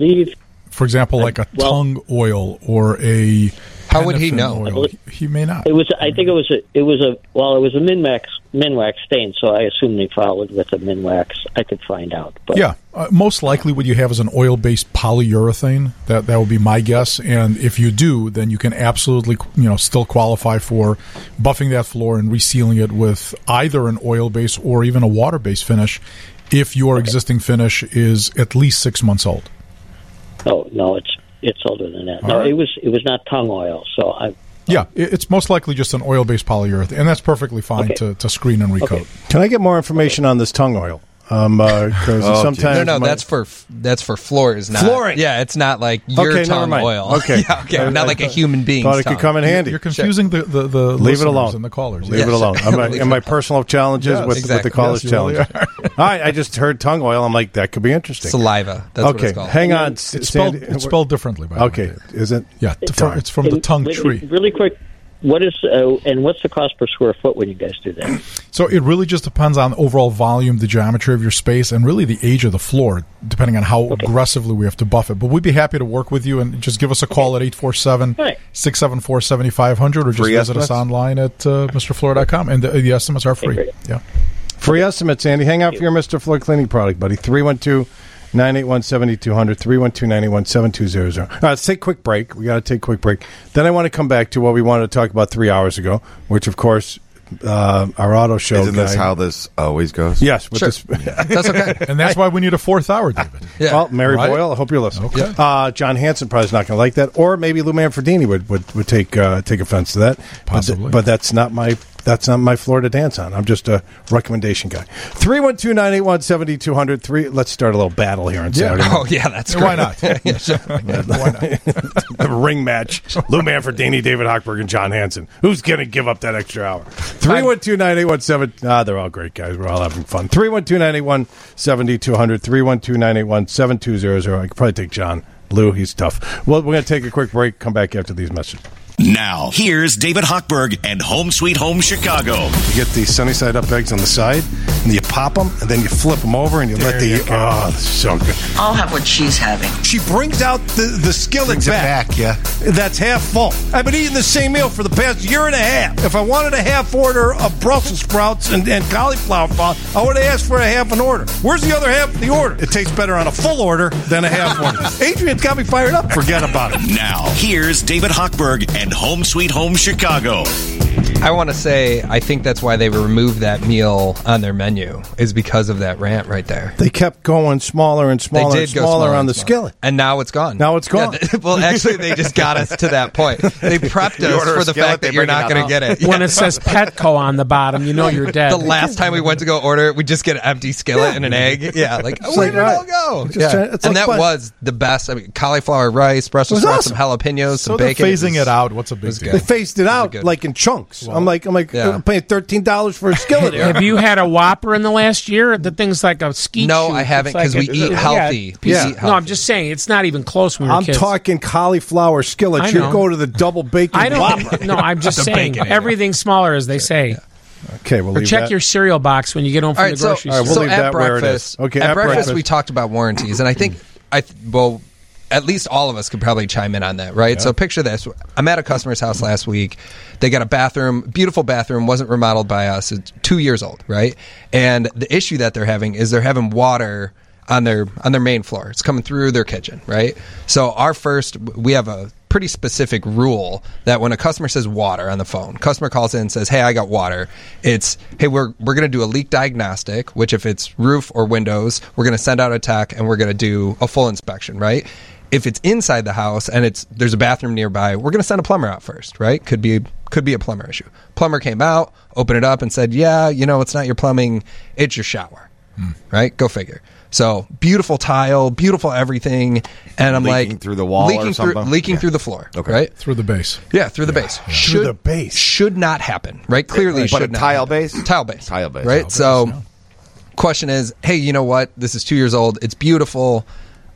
Speaker 11: for example, like a
Speaker 22: well-
Speaker 11: tongue oil or a
Speaker 22: How would he
Speaker 11: pennifen
Speaker 22: know? I
Speaker 11: Oil.
Speaker 22: believe-
Speaker 11: He may not.
Speaker 22: It was. I think it was. A, it was a. Well, it was a min max Minwax stain, so I assume they followed with a Minwax. I could find out. But
Speaker 11: Yeah, uh, most likely what you have is an oil-based polyurethane. That that would be my guess. And if you do, then you can absolutely you know still qualify for buffing that floor and resealing it with either an oil-based or even a water-based finish, if your existing finish is at least six months old.
Speaker 22: oh no, it's it's older than that.
Speaker 11: All
Speaker 22: no,
Speaker 11: right.
Speaker 22: it was it was not tongue oil. So I
Speaker 11: Yeah, it- it's most likely just an oil-based polyurethane, and that's perfectly fine to, to screen and recoat.
Speaker 2: Can I get more information on this tongue oil? Um, uh
Speaker 9: [laughs]
Speaker 2: 'cause
Speaker 11: Oh,
Speaker 2: sometimes
Speaker 11: geez.
Speaker 9: No, no,
Speaker 2: my-
Speaker 9: that's for that's for floors, not
Speaker 2: Flooring.
Speaker 9: Yeah, it's not like your
Speaker 2: Okay, never
Speaker 9: tongue
Speaker 2: mind.
Speaker 9: oil.
Speaker 2: Okay.
Speaker 9: [laughs] yeah, okay,
Speaker 2: I-
Speaker 9: not
Speaker 2: I
Speaker 9: like a
Speaker 2: thought-
Speaker 9: human being.
Speaker 2: thought it could come in handy.
Speaker 11: You're confusing the the, the
Speaker 2: Leave it
Speaker 11: listeners
Speaker 2: alone.
Speaker 11: and the callers.
Speaker 2: Leave
Speaker 11: Yes.
Speaker 2: it alone.
Speaker 11: [laughs]
Speaker 2: I'm, and my personal challenges
Speaker 11: Yes,
Speaker 2: with, with
Speaker 11: exactly.
Speaker 2: the college
Speaker 11: Yes, you really
Speaker 2: challenge. [laughs] All right, I just heard tongue oil. I'm like, that could be interesting.
Speaker 9: Saliva.
Speaker 11: That's
Speaker 2: okay,
Speaker 11: what it's called.
Speaker 2: hang on.
Speaker 11: It's spelled- it's spelled differently, by the
Speaker 2: okay. way. Okay, is it?
Speaker 11: Yeah,
Speaker 2: it's
Speaker 11: from the tongue
Speaker 22: Wait,
Speaker 11: tree.
Speaker 22: Really quick, what is uh, and what's the cost per square foot when you guys do that?
Speaker 11: So it really just depends on the overall volume, the geometry of your space, and really the age of the floor, depending on how aggressively we have to buff it. But we'd be happy to work with you and just give us a call at 847 674 7500 or just
Speaker 2: Free
Speaker 11: visit
Speaker 2: estimates?
Speaker 11: us online at uh, mrfloor.com. And the, the estimates are free. Yeah.
Speaker 2: Free estimates, Andy. Hang out for your Mr. Floor cleaning product, buddy. 312 981 7200. 312 981 7200. All right, let's take a quick break. We got to take a quick break. Then I want to come back to what we wanted to talk about three hours ago, which, of course, uh, our auto show.
Speaker 10: Isn't this
Speaker 2: guy-
Speaker 10: how this always goes?
Speaker 2: Yes, with
Speaker 10: Sure.
Speaker 2: this-
Speaker 11: [laughs] That's okay. and that's why we need a fourth hour, David.
Speaker 2: Well, Mary
Speaker 11: Right?
Speaker 2: Boyle, I hope you're listening.
Speaker 11: Okay.
Speaker 2: Uh, John Hanson probably is not going to like that, or maybe Lou Manfredini would would, would take uh, take offense to that. Possibly, but, that's not my that's not my floor to dance on. I'm just a recommendation guy. Three one two nine eight one seventy two hundred three. Let's start a little battle here on Saturday.
Speaker 9: Oh yeah, that's
Speaker 2: Why
Speaker 9: great. [laughs]
Speaker 2: [laughs]
Speaker 9: Yeah, sure. [laughs]
Speaker 2: a ring [laughs] match. Lou Manfredini, David Hochberg, and John Hanson. Who's going to give up that extra hour? 312 9817. Ah, they're all great guys. We're all having fun. 312 981 7200. 312 981 7200. I could probably take John. Lou, he's tough. Well, we're going to take a quick break. Come back after these messages.
Speaker 13: Now, here's David Hochberg and Home Sweet Home Chicago.
Speaker 2: You get the sunny side up eggs on the side, and you pop them, and then you flip them over, and you let the. Oh, so good.
Speaker 20: I'll have what she's having.
Speaker 2: She brings out the, the skillet back.
Speaker 14: yeah.
Speaker 2: That's half full. I've been eating the same meal for the past year and a half. If I wanted a half order of Brussels sprouts and, and cauliflower pop, I would have asked for a half an order. Where's the other half of the order? It tastes better on a full order than a half
Speaker 9: [laughs]
Speaker 2: order. Adrian's got me fired up. Forget about it.
Speaker 13: Now, here's David Hochberg and Home Sweet Home Chicago.
Speaker 9: I want to say I think that's why they removed that meal on their menu is because of that rant right there.
Speaker 2: [laughs] They kept going smaller and smaller
Speaker 9: they
Speaker 2: and
Speaker 9: did go
Speaker 2: smaller, on the skillet.
Speaker 9: and now it's gone.
Speaker 2: Now it's gone.
Speaker 9: Yeah, they- well, actually, they just got us to that point. They prepped
Speaker 2: You
Speaker 9: us
Speaker 2: order
Speaker 9: for
Speaker 2: a
Speaker 9: the
Speaker 2: skillet,
Speaker 9: fact
Speaker 2: they
Speaker 9: that you're
Speaker 2: bring it
Speaker 9: not going
Speaker 2: out.
Speaker 9: to get it.
Speaker 8: [laughs] When
Speaker 9: Yeah.
Speaker 8: it says Petco on the bottom, you know
Speaker 9: [laughs]
Speaker 8: you're dead.
Speaker 9: the last time we went to go order it, we just get an empty skillet and an egg. Yeah, like
Speaker 8: It's
Speaker 9: where
Speaker 8: like,
Speaker 9: did
Speaker 8: right.
Speaker 9: it all go?
Speaker 8: Just
Speaker 9: Yeah.
Speaker 8: try- it's
Speaker 9: and
Speaker 8: like
Speaker 9: that
Speaker 8: fun.
Speaker 9: was the best. I mean, cauliflower rice, Brussels
Speaker 2: It was
Speaker 9: sprouts, some jalapenos, some
Speaker 11: So they're
Speaker 9: bacon.
Speaker 11: phasing
Speaker 9: was-
Speaker 11: it out. What's a big
Speaker 9: was
Speaker 11: deal?
Speaker 9: good.
Speaker 2: They phased it out like in chunks. I'm like, I'm like,
Speaker 9: Yeah.
Speaker 2: I'm paying thirteen dollars
Speaker 9: [laughs]
Speaker 2: for a skillet. here.
Speaker 8: Have you had a Whopper in the last year? The thing's like a ski.
Speaker 9: No,
Speaker 8: shoot.
Speaker 9: I haven't,
Speaker 8: It's like
Speaker 9: 'cause we
Speaker 8: a-
Speaker 9: eat
Speaker 8: yeah,
Speaker 9: healthy.
Speaker 2: We
Speaker 8: yeah.
Speaker 2: eat
Speaker 8: No, I'm just saying it's not even close. When we were
Speaker 2: I'm
Speaker 8: kids.
Speaker 2: talking cauliflower skillets.
Speaker 8: I
Speaker 2: You
Speaker 8: know.
Speaker 2: go to the double bacon.
Speaker 8: I don't.
Speaker 2: Whopper. [laughs]
Speaker 8: no, I'm just
Speaker 2: The
Speaker 8: saying
Speaker 2: Baconator.
Speaker 8: everything smaller, as they say.
Speaker 2: Okay, we'll
Speaker 8: Or
Speaker 2: leave
Speaker 8: check
Speaker 2: that.
Speaker 8: your cereal box when you get home from
Speaker 9: All right,
Speaker 8: the
Speaker 9: so,
Speaker 8: grocery store.
Speaker 9: so at breakfast,
Speaker 2: Okay,
Speaker 9: at,
Speaker 2: at
Speaker 9: breakfast,
Speaker 2: breakfast.
Speaker 9: we talked about warranties, and I think I th- well, at least all of us could probably chime in on that, right?
Speaker 2: Yeah.
Speaker 9: So picture this: I'm at a customer's house last week. They got a bathroom, beautiful bathroom, wasn't remodeled by us. It's two years old, right? And the issue that they're having is they're having water on their on their main floor. It's coming through their kitchen, right? So our first, we have a pretty specific rule that when a customer says water on the phone, customer calls in and says, "Hey, I got water." It's, "Hey, we're we're going to do a leak diagnostic, which if it's roof or windows, we're going to send out a tech and we're going to do a full inspection, right?" If it's inside the house and it's there's a bathroom nearby, we're going to send a plumber out first, right? Could be could be a plumber issue. Plumber came out, opened it up and said, "Yeah, you know, it's not your plumbing, it's your shower."
Speaker 10: Hmm.
Speaker 9: Right? Go figure. So beautiful tile, beautiful everything, and I'm
Speaker 10: Leaking
Speaker 9: like
Speaker 10: through the wall or
Speaker 9: leaking through
Speaker 10: something?
Speaker 9: leaking
Speaker 10: Yeah.
Speaker 9: through the floor.
Speaker 10: Okay.
Speaker 9: right
Speaker 11: through the base.
Speaker 9: Yeah, through the base. Should,
Speaker 2: the base
Speaker 9: should not happen. Right, clearly,
Speaker 10: But a
Speaker 9: should not
Speaker 10: tile
Speaker 9: happen.
Speaker 10: base?
Speaker 9: tile base,
Speaker 10: Tile base.
Speaker 9: right? so, question is, hey, you know what? This is two years old. It's beautiful.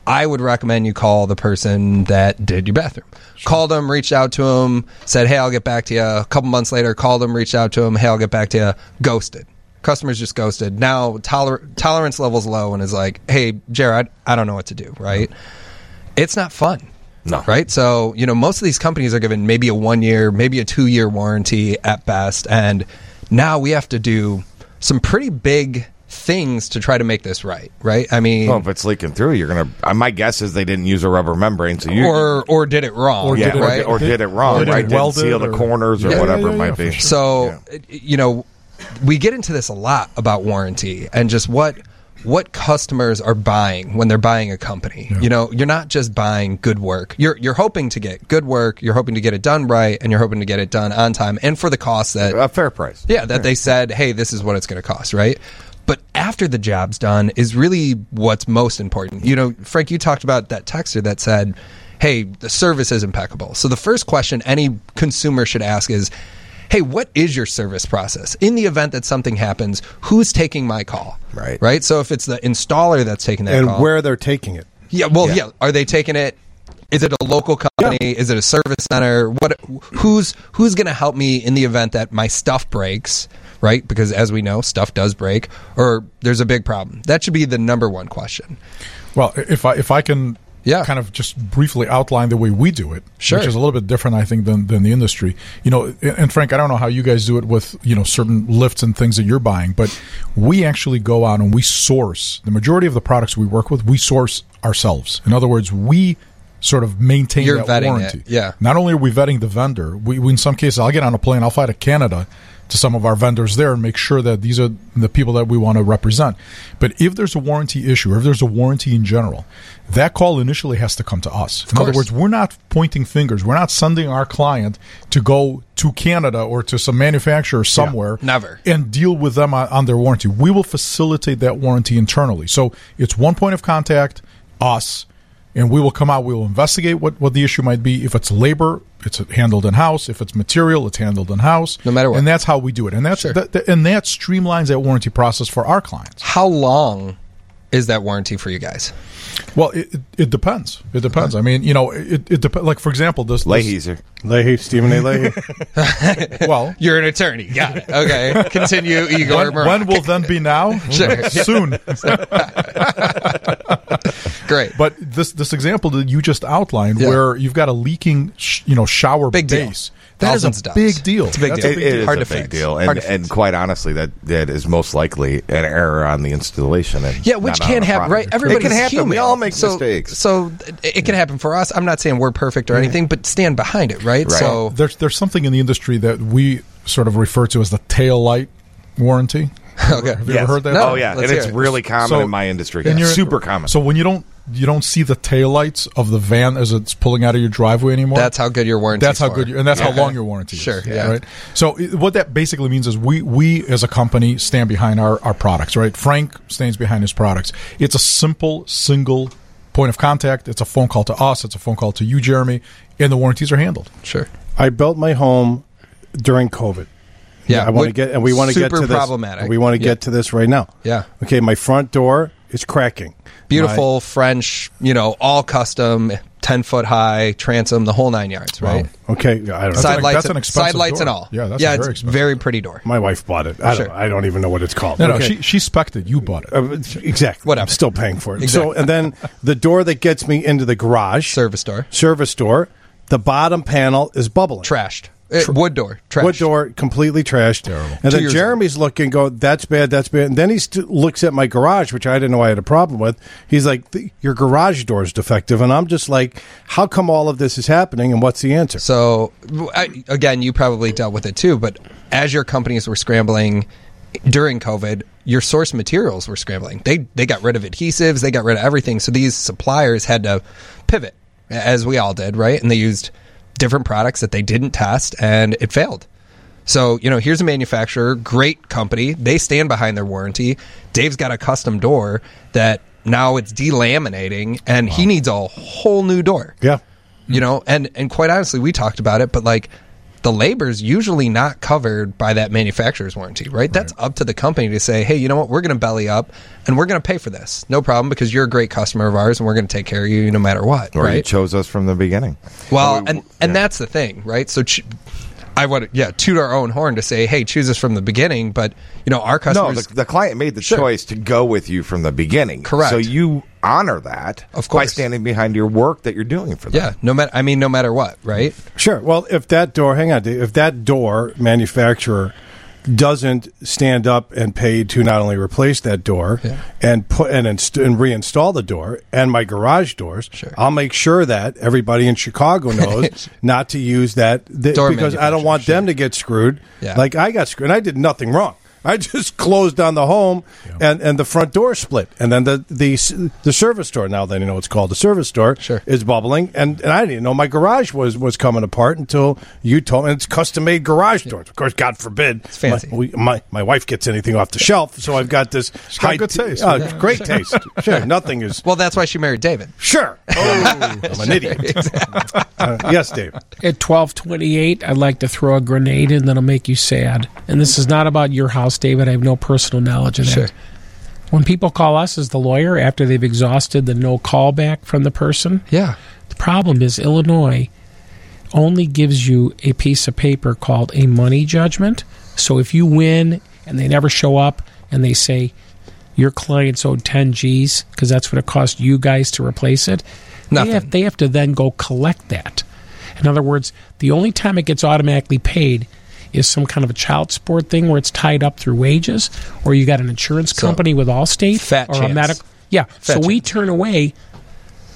Speaker 9: I would recommend you call the person that did your bathroom. Called them, reached out to him, said, "Hey, I'll get back to you." A couple months later, called them, reached out to him, "Hey, I'll get back to you." Ghosted. Customers just ghosted. Now toler- tolerance levels low, and is like, "Hey, Jared, I don't know what to do." Right? It's not fun. No. Right? So, you know, most of these companies are given maybe a one year, maybe a two year warranty at best. And Now we have to do some pretty big things to try to make this right, right? I mean,
Speaker 10: well, if it's leaking through, you're gonna. uh, My guess is they didn't use a rubber membrane, so you
Speaker 9: or or did it wrong,
Speaker 10: Or did it-
Speaker 9: right?
Speaker 10: or did it wrong, Or did it right? Didn't welded seal the or- corners or whatever it might be.
Speaker 9: So uh, you know, we get into this a lot about warranty and just what what customers are buying when they're buying a company. You know, you're not just buying good work. You're you're hoping to get good work. You're hoping to get it done right, and you're hoping to get it done on time and for the cost that
Speaker 10: a fair price.
Speaker 9: Yeah, that they said, hey, this is what it's going to cost, right? But after the job's done is really what's most important. You know, Frank, you talked about that texter that said, hey, the service is impeccable. So the first question any consumer should ask is, hey, what is your service process? In the event that something happens, who's taking my call? Right. Right? So if it's the installer that's taking that
Speaker 2: and
Speaker 9: call.
Speaker 2: where they're taking it.
Speaker 9: Yeah, well,
Speaker 2: Yeah.
Speaker 9: yeah. Are they taking it? Is it a local company? Is it a service center? What? Who's who's going to help me in the event that my stuff breaks? Right, because as we know, stuff does break, or there's a big problem. That should be the number one question.
Speaker 11: Well, if I if I can kind of just briefly outline the way we do it,
Speaker 9: Sure.
Speaker 11: which is a little bit different, I think, than, than the industry. You know, and and Frank, I don't know how you guys do it with you know certain lifts and things that you're buying, but we actually go out and we source the majority of the products we work with. We source ourselves. In other words, we sort of maintain
Speaker 9: You're
Speaker 11: that
Speaker 9: vetting
Speaker 11: warranty.
Speaker 9: it, yeah.
Speaker 11: Not only are we vetting the vendor, we, we in some cases I'll get on a plane, I'll fly to Canada to some of our vendors there and make sure that these are the people that we want to represent. But if there's a warranty issue, or if there's a warranty in general, that call initially has to come to us. in other words,
Speaker 9: course.
Speaker 11: we're not pointing fingers. We're not sending our client to go to Canada or to some manufacturer somewhere
Speaker 9: Never.
Speaker 11: and deal with them on, on their warranty. We will facilitate that warranty internally. So it's one point of contact, us, and we will come out. We will investigate what, what the issue might be. If it's labor, it's handled in house. If it's material, it's handled in house. No matter what, and that's how we do it. And that's that, that- and that streamlines that warranty process for our clients.
Speaker 9: How long is that warranty for you guys?
Speaker 11: Well, it, it, it depends. It depends. I mean, you know, it, it depends. Like for example, this
Speaker 10: Leahy's
Speaker 11: this,
Speaker 2: Leahy, Stephen A. Leahy.
Speaker 11: [laughs]
Speaker 9: [laughs]
Speaker 11: well,
Speaker 9: you're an attorney. Got it. Okay, continue, Igor.
Speaker 11: When, when will then be now?
Speaker 9: [laughs] Sure.
Speaker 11: Soon.
Speaker 9: Great.
Speaker 11: But this this example that you just outlined,
Speaker 9: Yeah.
Speaker 11: where you've got a leaking, sh- you know, shower
Speaker 9: Big deal.
Speaker 11: base.
Speaker 9: That
Speaker 11: That's
Speaker 9: isn't
Speaker 11: a
Speaker 9: stuff.
Speaker 11: big deal.
Speaker 9: It's a big
Speaker 11: That's
Speaker 9: deal.
Speaker 11: a big
Speaker 10: It
Speaker 11: deal.
Speaker 10: is a big deal, and, and quite honestly, that that is most likely an error on the installation. And
Speaker 9: Yeah, which
Speaker 10: not on
Speaker 9: can
Speaker 10: the
Speaker 9: happen,
Speaker 10: product.
Speaker 9: right? Everybody
Speaker 10: it can happen.
Speaker 9: Human.
Speaker 10: We all make
Speaker 9: so,
Speaker 10: mistakes.
Speaker 9: So th- it can happen for us. I'm not saying we're perfect or anything, but stand behind it, right? So
Speaker 11: there's there's something in the industry that we sort of refer to as the tail light warranty.
Speaker 9: okay.
Speaker 11: Have you ever heard that?
Speaker 10: Oh yeah, and it's really common in my industry.
Speaker 11: and you're-
Speaker 10: Super common.
Speaker 11: So when you don't you don't see the taillights of the van as it's pulling out of your driveway anymore.
Speaker 9: That's how good your warranty.
Speaker 11: That's how good, you, and that's how long your warranty is.
Speaker 9: Sure. Yeah.
Speaker 11: Right. So i- what that basically means is we we as a company stand behind our our products. Right. Frank stands behind his products. It's a simple single point of contact. It's a phone call to us. It's a phone call to you, Jeremy, and the warranties are handled.
Speaker 9: Sure.
Speaker 2: I built my home during COVID.
Speaker 9: Yeah,
Speaker 2: I want to
Speaker 9: what-
Speaker 2: get and we want to get
Speaker 9: super
Speaker 2: to this.
Speaker 9: problematic.
Speaker 2: and We want to
Speaker 9: Yeah.
Speaker 2: get to this right now.
Speaker 9: Yeah.
Speaker 2: Okay, my front door is cracking.
Speaker 9: Beautiful French, you know, all custom, ten foot high transom, the whole nine yards,
Speaker 2: My-
Speaker 9: right?
Speaker 2: Okay, yeah, I don't know.
Speaker 9: Side lights, side lights and all. it's very pretty door.
Speaker 2: My wife bought it. I
Speaker 9: Sure.
Speaker 2: don't. I don't even know what it's called.
Speaker 11: No, no,
Speaker 2: Okay.
Speaker 11: she she spec'd it. You bought it.
Speaker 2: Uh, exactly. What I'm still paying for it. So,
Speaker 11: Exactly.
Speaker 2: and then the door that gets me into the garage,
Speaker 9: service door,
Speaker 2: service door. The bottom panel is bubbling,
Speaker 11: Uh,
Speaker 9: trashed. Eh, wood door, trashed.
Speaker 2: Wood door, completely trashed. Terrible.
Speaker 9: Two
Speaker 2: And then
Speaker 9: years
Speaker 2: Jeremy's looking, go, that's bad, that's bad. And then he st- looks at my garage, which I didn't know I had a problem with. He's like, "The- your garage door is defective, and I'm just like, how come all of this is happening, and what's the answer?
Speaker 9: So, w- I- again, you probably dealt with it too, but as your companies were scrambling during COVID, your source materials were scrambling. They they got rid of adhesives, they got rid of everything. So these suppliers had to pivot, as we all did, right? And they used different products that they didn't test, and it failed. So, you know, here's a manufacturer, great company. They stand behind their warranty. Dave's got a custom door that now it's delaminating and he needs a whole new door.
Speaker 2: Yeah.
Speaker 9: You know, and and quite honestly, we talked about it, but like the labor's usually not covered by that manufacturer's warranty, right? That's up to the company to say, "Hey, you know what? We're going to belly up and we're going to pay for this. No problem because you're a great customer of ours and we're going to take care of you no matter what."
Speaker 10: or
Speaker 9: right?
Speaker 10: you chose us from the beginning.
Speaker 9: Well, and and that's the thing, right? So, ch- I want to yeah toot our own horn to say, hey, choose us from the beginning, but you know our customers.
Speaker 10: No, the, the client made the choice to go with you from the beginning.
Speaker 9: Correct.
Speaker 10: So you honor that
Speaker 9: Of
Speaker 10: by
Speaker 9: course.
Speaker 10: standing behind your work that you're doing for them.
Speaker 9: yeah, no matter. I mean, no matter what, right?
Speaker 2: Sure. Well, if that door, hang on, Dave, if that door manufacturer doesn't stand up and pay to not only replace that door and put and, inst- and reinstall the door and my garage doors, I'll make sure that everybody in
Speaker 9: [laughs]
Speaker 2: Chicago knows not to use that th-
Speaker 9: Door
Speaker 2: because I don't want them to get screwed.
Speaker 9: Yeah.
Speaker 2: Like I got screwed. And I did nothing wrong. I [laughs] just closed down the home, and, and the front door split, and then the the s- the service door. Now that you know it's called the service door, sure. is bubbling, and, and I didn't know my garage was was coming apart until you told me. And it's custom made garage doors, of course. God forbid, it's
Speaker 9: fancy.
Speaker 2: My, we, my my wife gets anything off the shelf, so I've got this
Speaker 9: got good taste.
Speaker 2: uh,
Speaker 9: Yeah.
Speaker 2: great
Speaker 9: [laughs]
Speaker 2: taste. Sure, nothing is.
Speaker 9: Well, that's why she married David. [laughs]
Speaker 2: Sure. Oh, I'm an idiot. Uh, yes, Dave.
Speaker 8: At twelve twenty-eight, I'd like to throw a grenade in that'll make you sad. And this is not about your house, David. I have no personal knowledge of that.
Speaker 9: Sure.
Speaker 8: When people call us as the lawyer after they've exhausted the no callback from the person,
Speaker 9: yeah.
Speaker 8: The problem is Illinois only gives you a piece of paper called a money judgment. So if you win and they never show up and they say your client's owed 10 G's because that's what it cost you guys to replace it, they have, they have to then go collect that. In other words, the only time it gets automatically paid is some kind of a child support thing where it's tied up through wages, or you got an insurance company with Allstate,
Speaker 9: fat
Speaker 8: or a
Speaker 9: chance.
Speaker 8: medical. Yeah, so
Speaker 9: Fat
Speaker 8: we turn away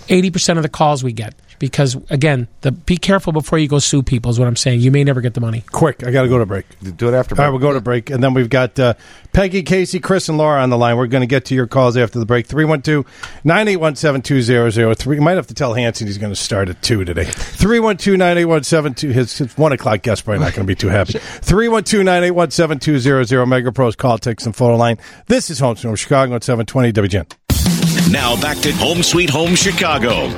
Speaker 8: eighty percent of the calls we get because again, the be careful before you go sue people is what I'm saying. You may never get the money.
Speaker 2: Quick, I got to go to break.
Speaker 10: Do it after
Speaker 2: All right, we'll go to break. And then we've got uh, Peggy, Casey, Chris, and Laura on the line. We're going to get to your calls after the break. 312 981 7203. You might have to tell Hanson he's going to start at 2 today. 312 981 72. His his 1 o'clock guest probably not going to be too happy.
Speaker 10: [laughs]
Speaker 2: 312 981 7200. Megapro's call, text, and phone line. This is Homes from Chicago at 720 WGN.
Speaker 13: Now back to Home Sweet Home Chicago.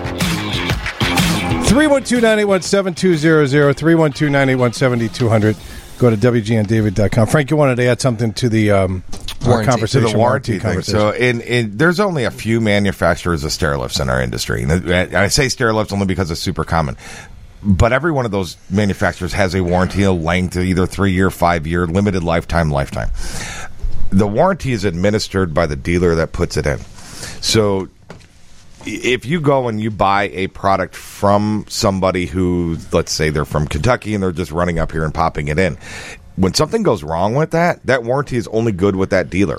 Speaker 2: 312-981-7200, 312-981-7200. Go to WGNDavid.com. Frank, you wanted to add something to the um, our conversation.
Speaker 10: to the warranty, thing.
Speaker 2: conversation.
Speaker 10: So, in, in there's only a few manufacturers of stairlifts in our industry, and I I say stairlifts only because it's super common. But every one of those manufacturers has a warranty, a length, either three year, five year, limited lifetime, lifetime. The warranty is administered by the dealer that puts it in. So if you go and you buy a product from somebody who, let's say they're from Kentucky and they're just running up here and popping it in, when something goes wrong with that, that warranty is only good with that dealer.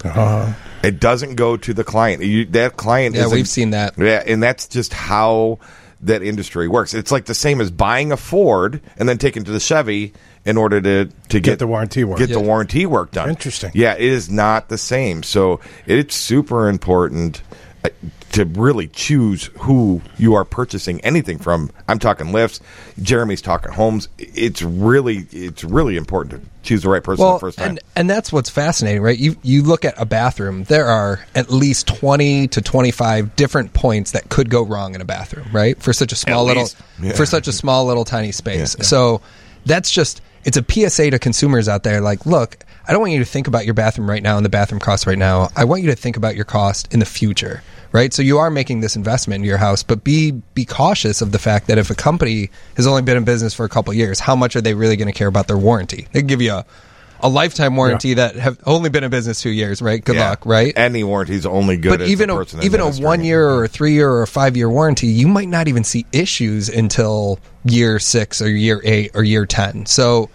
Speaker 10: It doesn't go to the client. You, that client,
Speaker 9: Yeah,
Speaker 10: isn't-
Speaker 9: we've seen that.
Speaker 10: Yeah, and that's just how that industry works. It's like the same as buying a Ford and then taking to the Chevy in order to to get,
Speaker 2: the warranty work.
Speaker 10: get
Speaker 2: Yeah.
Speaker 10: the warranty work done.
Speaker 2: Interesting.
Speaker 10: Yeah, it is not the same. So it's super important uh, to really choose who you are purchasing anything from. I'm talking lifts. Jeremy's talking homes. It's really it's really important to choose the right person the first time.
Speaker 9: And, and that's what's fascinating, right? You you look at a bathroom, there are at least 20 to 25 different points that could go wrong in a bathroom, right? For such a small little
Speaker 10: least. Yeah.
Speaker 9: for such a small little tiny space. So that's just it's a PSA to consumers out there like, look, I don't want you to think about your bathroom right now and the bathroom cost right now. I want you to think about your cost in the future, right? So you are making this investment in your house, but be be cautious of the fact that if a company has only been in business for a couple years, how much are they really going to care about their warranty? They can give you a a lifetime warranty that have only been in business two years, right? Good
Speaker 10: Yeah.
Speaker 9: luck, right?
Speaker 10: Any warranty is only good.
Speaker 9: but
Speaker 10: as
Speaker 9: even
Speaker 10: the
Speaker 9: a,
Speaker 10: person
Speaker 9: even a
Speaker 10: administering
Speaker 9: one
Speaker 10: it.
Speaker 9: year or a three year or a five year warranty, you might not even see issues until year six or year eight or year ten. So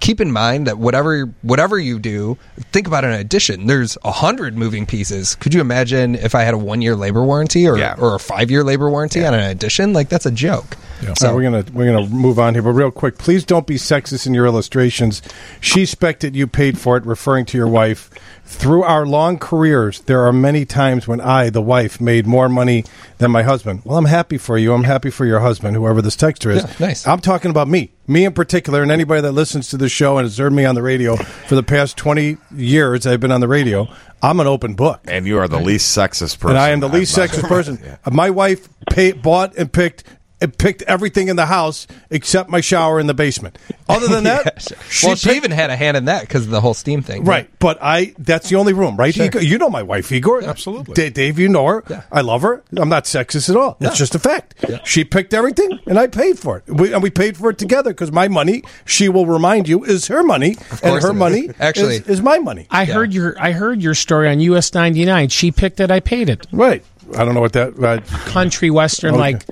Speaker 9: keep in mind that whatever whatever you do, think about an addition. There's a hundred moving pieces. Could you imagine if I had a one year labor warranty or or a five year labor warranty on an addition? Like that's a joke.
Speaker 2: So we're gonna we're gonna move on here, but real quick, please don't be sexist in your illustrations. She spec'd it, you paid for it, referring to your wife. Through our long careers, there are many times when I, the wife, made more money than my husband. Well, I'm happy for you. I'm happy for your husband, whoever this texter is. nice. I'm talking about me, me in particular, and anybody that listens to the show and has heard me on the radio for the past 20 years. I've been on the radio. I'm an open book.
Speaker 10: and you are the least sexist person.
Speaker 2: And I am the least
Speaker 10: I've
Speaker 2: sexist
Speaker 10: met.
Speaker 2: person. My wife pay, bought and picked and picked everything in the house except my shower in the basement. Other
Speaker 9: [laughs]
Speaker 2: than that, she
Speaker 9: well, she even had a hand in that because of the whole steam thing,
Speaker 2: right. But I that's the only room, right? Igor? You know my wife, Igor. Absolutely. Dave, you know her. I love her. I'm not sexist at all. It's just a fact. She picked everything and I paid for it. We, and we paid for it together because my money, she will remind you, is her money. And
Speaker 9: course
Speaker 2: her
Speaker 9: it is.
Speaker 2: money
Speaker 9: Actually-
Speaker 2: is, is my money.
Speaker 8: I heard your I heard your story on US ninety nine. She picked it, I paid it.
Speaker 2: Right. I don't know what that uh,
Speaker 8: country western
Speaker 2: Okay.
Speaker 8: like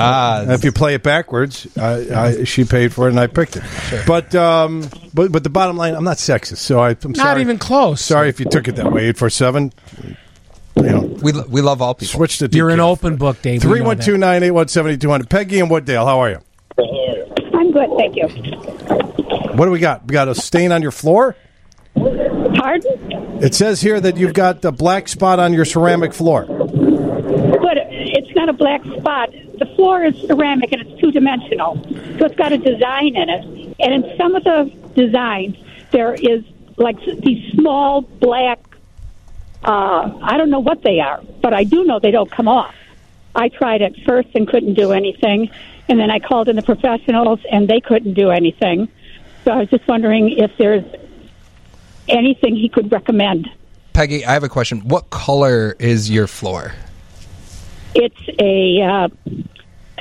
Speaker 2: Ah, if you play it backwards, I, I, she paid for it and I picked it. But um, but but the bottom line, I'm not sexist, so I, am
Speaker 8: Not
Speaker 2: sorry.
Speaker 8: even close.
Speaker 2: Sorry if you took it that way. Eight four seven. You know,
Speaker 9: we we love all people.
Speaker 2: Switch the
Speaker 8: You're an open book, Dave. We know
Speaker 2: three one two nine eight one seventy two hundred. Peggy and Wooddale, how are you?
Speaker 3: I'm good, thank you.
Speaker 2: What do we got? We got a stain on your floor.
Speaker 3: Pardon?
Speaker 2: It says here that you've got a black spot on your ceramic floor.
Speaker 3: But it's not a black spot. The floor is ceramic and it's two dimensional. So it's got a design in it. And in some of the designs, there is like these small black, uh, I don't know what they are, but I do know they don't come off. I tried it first and couldn't do anything. And then I called in the professionals and they couldn't do anything. So I was just wondering if there's anything he could recommend.
Speaker 9: Peggy, I have a question. What color is your floor?
Speaker 3: It's a uh,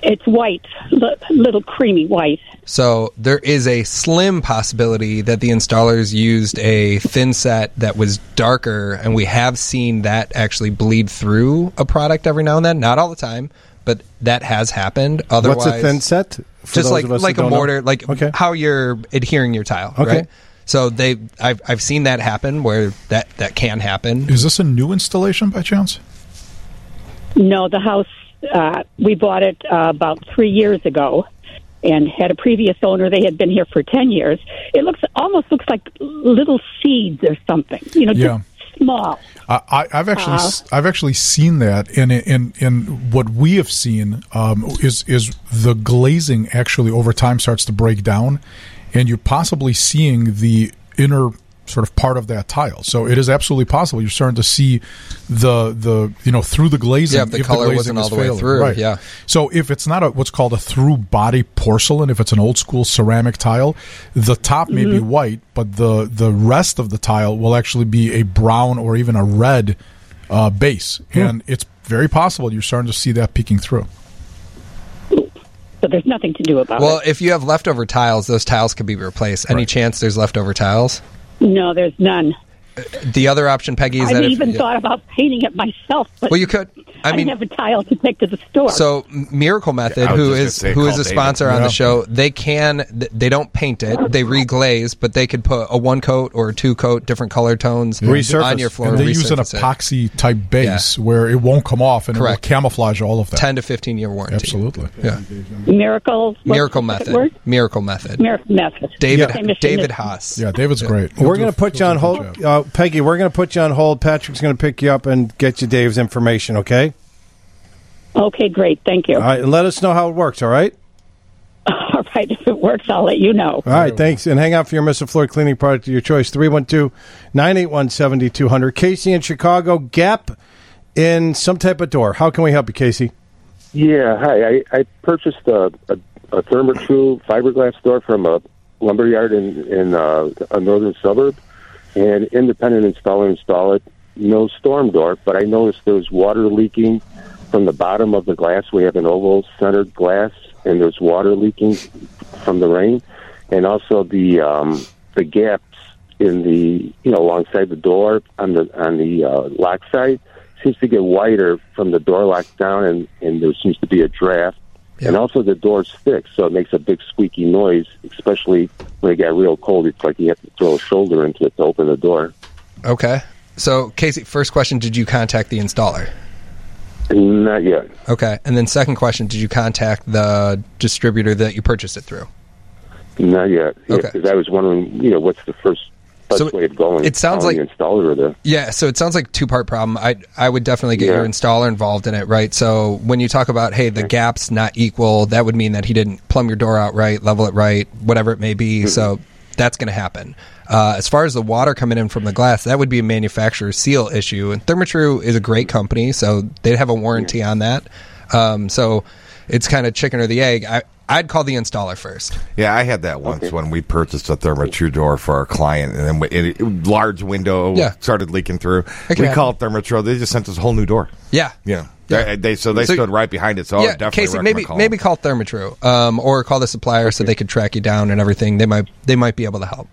Speaker 3: it's white, li- little creamy white.
Speaker 9: So there is a slim possibility that the installers used a thin set that was darker, and we have seen that actually bleed through a product every now and then. Not all the time, but that has happened. Otherwise,
Speaker 2: What's a thin set? For
Speaker 9: just
Speaker 2: those
Speaker 9: like
Speaker 2: of us
Speaker 9: like
Speaker 2: that
Speaker 9: a
Speaker 2: don't know?
Speaker 9: mortar, like how you're adhering your tile.
Speaker 2: Okay.
Speaker 9: Right? So they, I've I've seen that happen where that that can happen.
Speaker 11: Is this a new installation by chance?
Speaker 3: No, the house uh, we bought it uh, about three years ago, and had a previous owner. They had been here for ten years. It looks almost looks like little seeds or something. You know,
Speaker 11: Yeah.
Speaker 3: just small.
Speaker 11: I, I- I've actually
Speaker 3: Uh-huh.
Speaker 11: s- I've actually seen that, and and and what we have seen um, is is the glazing actually over time starts to break down, and you're possibly seeing the inner sort of part of that tile. So it is absolutely possible you're starting to see the the you know through the glazing.
Speaker 9: Yeah, if the
Speaker 11: if
Speaker 9: color
Speaker 11: glazing
Speaker 9: wasn't
Speaker 11: is
Speaker 9: all the way
Speaker 11: failing.
Speaker 9: through,
Speaker 11: Right.
Speaker 9: yeah.
Speaker 11: So if it's not a what's called a through body porcelain, if it's an old school ceramic tile, the top may be
Speaker 3: Mhm.
Speaker 11: white, but the the rest of the tile will actually be a brown or even a red uh, base, and it's very possible you're starting to see that peeking through.
Speaker 3: So there's nothing to do about
Speaker 9: Well,
Speaker 3: it.
Speaker 9: if you have leftover tiles, those tiles could be replaced. Any chance there's leftover tiles?
Speaker 3: No, there's none.
Speaker 9: The other option, Peggy, is
Speaker 3: I
Speaker 9: that if-
Speaker 3: even thought about painting it myself, but
Speaker 9: Well, you could. I mean,
Speaker 3: didn't have a tile to take to the store.
Speaker 9: So M- Miracle Method,
Speaker 3: Yeah, I was
Speaker 9: who
Speaker 3: just
Speaker 9: is
Speaker 3: gonna say,
Speaker 9: who
Speaker 3: call
Speaker 9: is a
Speaker 3: David.
Speaker 9: sponsor on
Speaker 3: Yeah.
Speaker 9: the show, they can th- they don't paint it, they reglaze, but they could put a one coat or a two coat, different color tones on your floor.
Speaker 11: And
Speaker 9: And
Speaker 11: they use an
Speaker 9: resurface it.
Speaker 11: epoxy type base where it won't come off and
Speaker 9: Correct.
Speaker 11: it will camouflage all of that.
Speaker 9: ten to fifteen year warranty.
Speaker 11: Absolutely,
Speaker 9: yeah.
Speaker 3: Miracle what's
Speaker 9: Miracle
Speaker 3: the
Speaker 9: method.
Speaker 3: second word?
Speaker 9: Miracle method.
Speaker 3: Miracle method.
Speaker 9: David
Speaker 3: Same machine
Speaker 9: David
Speaker 3: as-
Speaker 9: Haas.
Speaker 11: Yeah, David's great.
Speaker 2: We're going to put you on hold, uh, Peggy. We're going to put you on hold. Patrick's going to pick you up and get you Dave's information. Okay.
Speaker 3: Okay, great. Thank you.
Speaker 2: All right, and let us know how it works. All right.
Speaker 3: [laughs] All right, if it works, I'll let you know.
Speaker 2: All right, thanks. And hang out for your Mr. Floor cleaning product of your choice 312 981 7200. Casey in Chicago, gap in some type of door. How can we help you, Casey?
Speaker 6: Yeah, hi. I, I purchased a, a, a Therma-True fiberglass door from a lumberyard in in uh, a northern suburb, and independent installer installed it. No storm door, but I noticed there was water leaking from the bottom of the glass. We have an oval centered glass, and there's water leaking from the rain, and also the um, the gaps in the you know alongside the door on the on the uh, lock side seems to get wider from the door lock down, and, and there seems to be a draft. And also the door's thick, so it makes a big squeaky noise, especially when it got real cold. It's like you have to throw a shoulder into it to open the door.
Speaker 9: Okay. So Casey, first question, did you contact the installer?
Speaker 6: Not yet.
Speaker 9: Okay. And then second question, did you contact the distributor that you purchased it through?
Speaker 6: Not yet.
Speaker 9: Okay.
Speaker 6: Because I was wondering, you know, what's the first best way of going?
Speaker 9: it sounds
Speaker 6: calling
Speaker 9: like-
Speaker 6: the installer or the
Speaker 9: Yeah, so it sounds like two part problem. I I would definitely get
Speaker 6: Yeah.
Speaker 9: your installer involved in it, right? So when you talk about hey, the gap's not equal, that would mean that he didn't plumb your door out right, level it right, whatever it may be. So that's going to happen. Uh, as far as the water coming in from the glass, that would be a manufacturer seal issue. And Thermatrue is a great company, so they'd have a warranty on that. Um, so it's kind of chicken or the egg. I, I'd call the installer first.
Speaker 10: Yeah, I had that once when we purchased a Therma-True door for our client, and then it, it, large window
Speaker 9: Yeah.
Speaker 10: started leaking through.
Speaker 9: It can
Speaker 10: We called Therma-True. They just sent us a whole new door.
Speaker 9: Yeah.
Speaker 10: Yeah, They, they- so they
Speaker 9: So-
Speaker 10: stood right behind it. So I would definitely
Speaker 9: Casey,
Speaker 10: recommend
Speaker 9: maybe
Speaker 10: calling.
Speaker 9: maybe call Thermatrue, um, or call the supplier so they could track you down and everything. They might they might be able to help.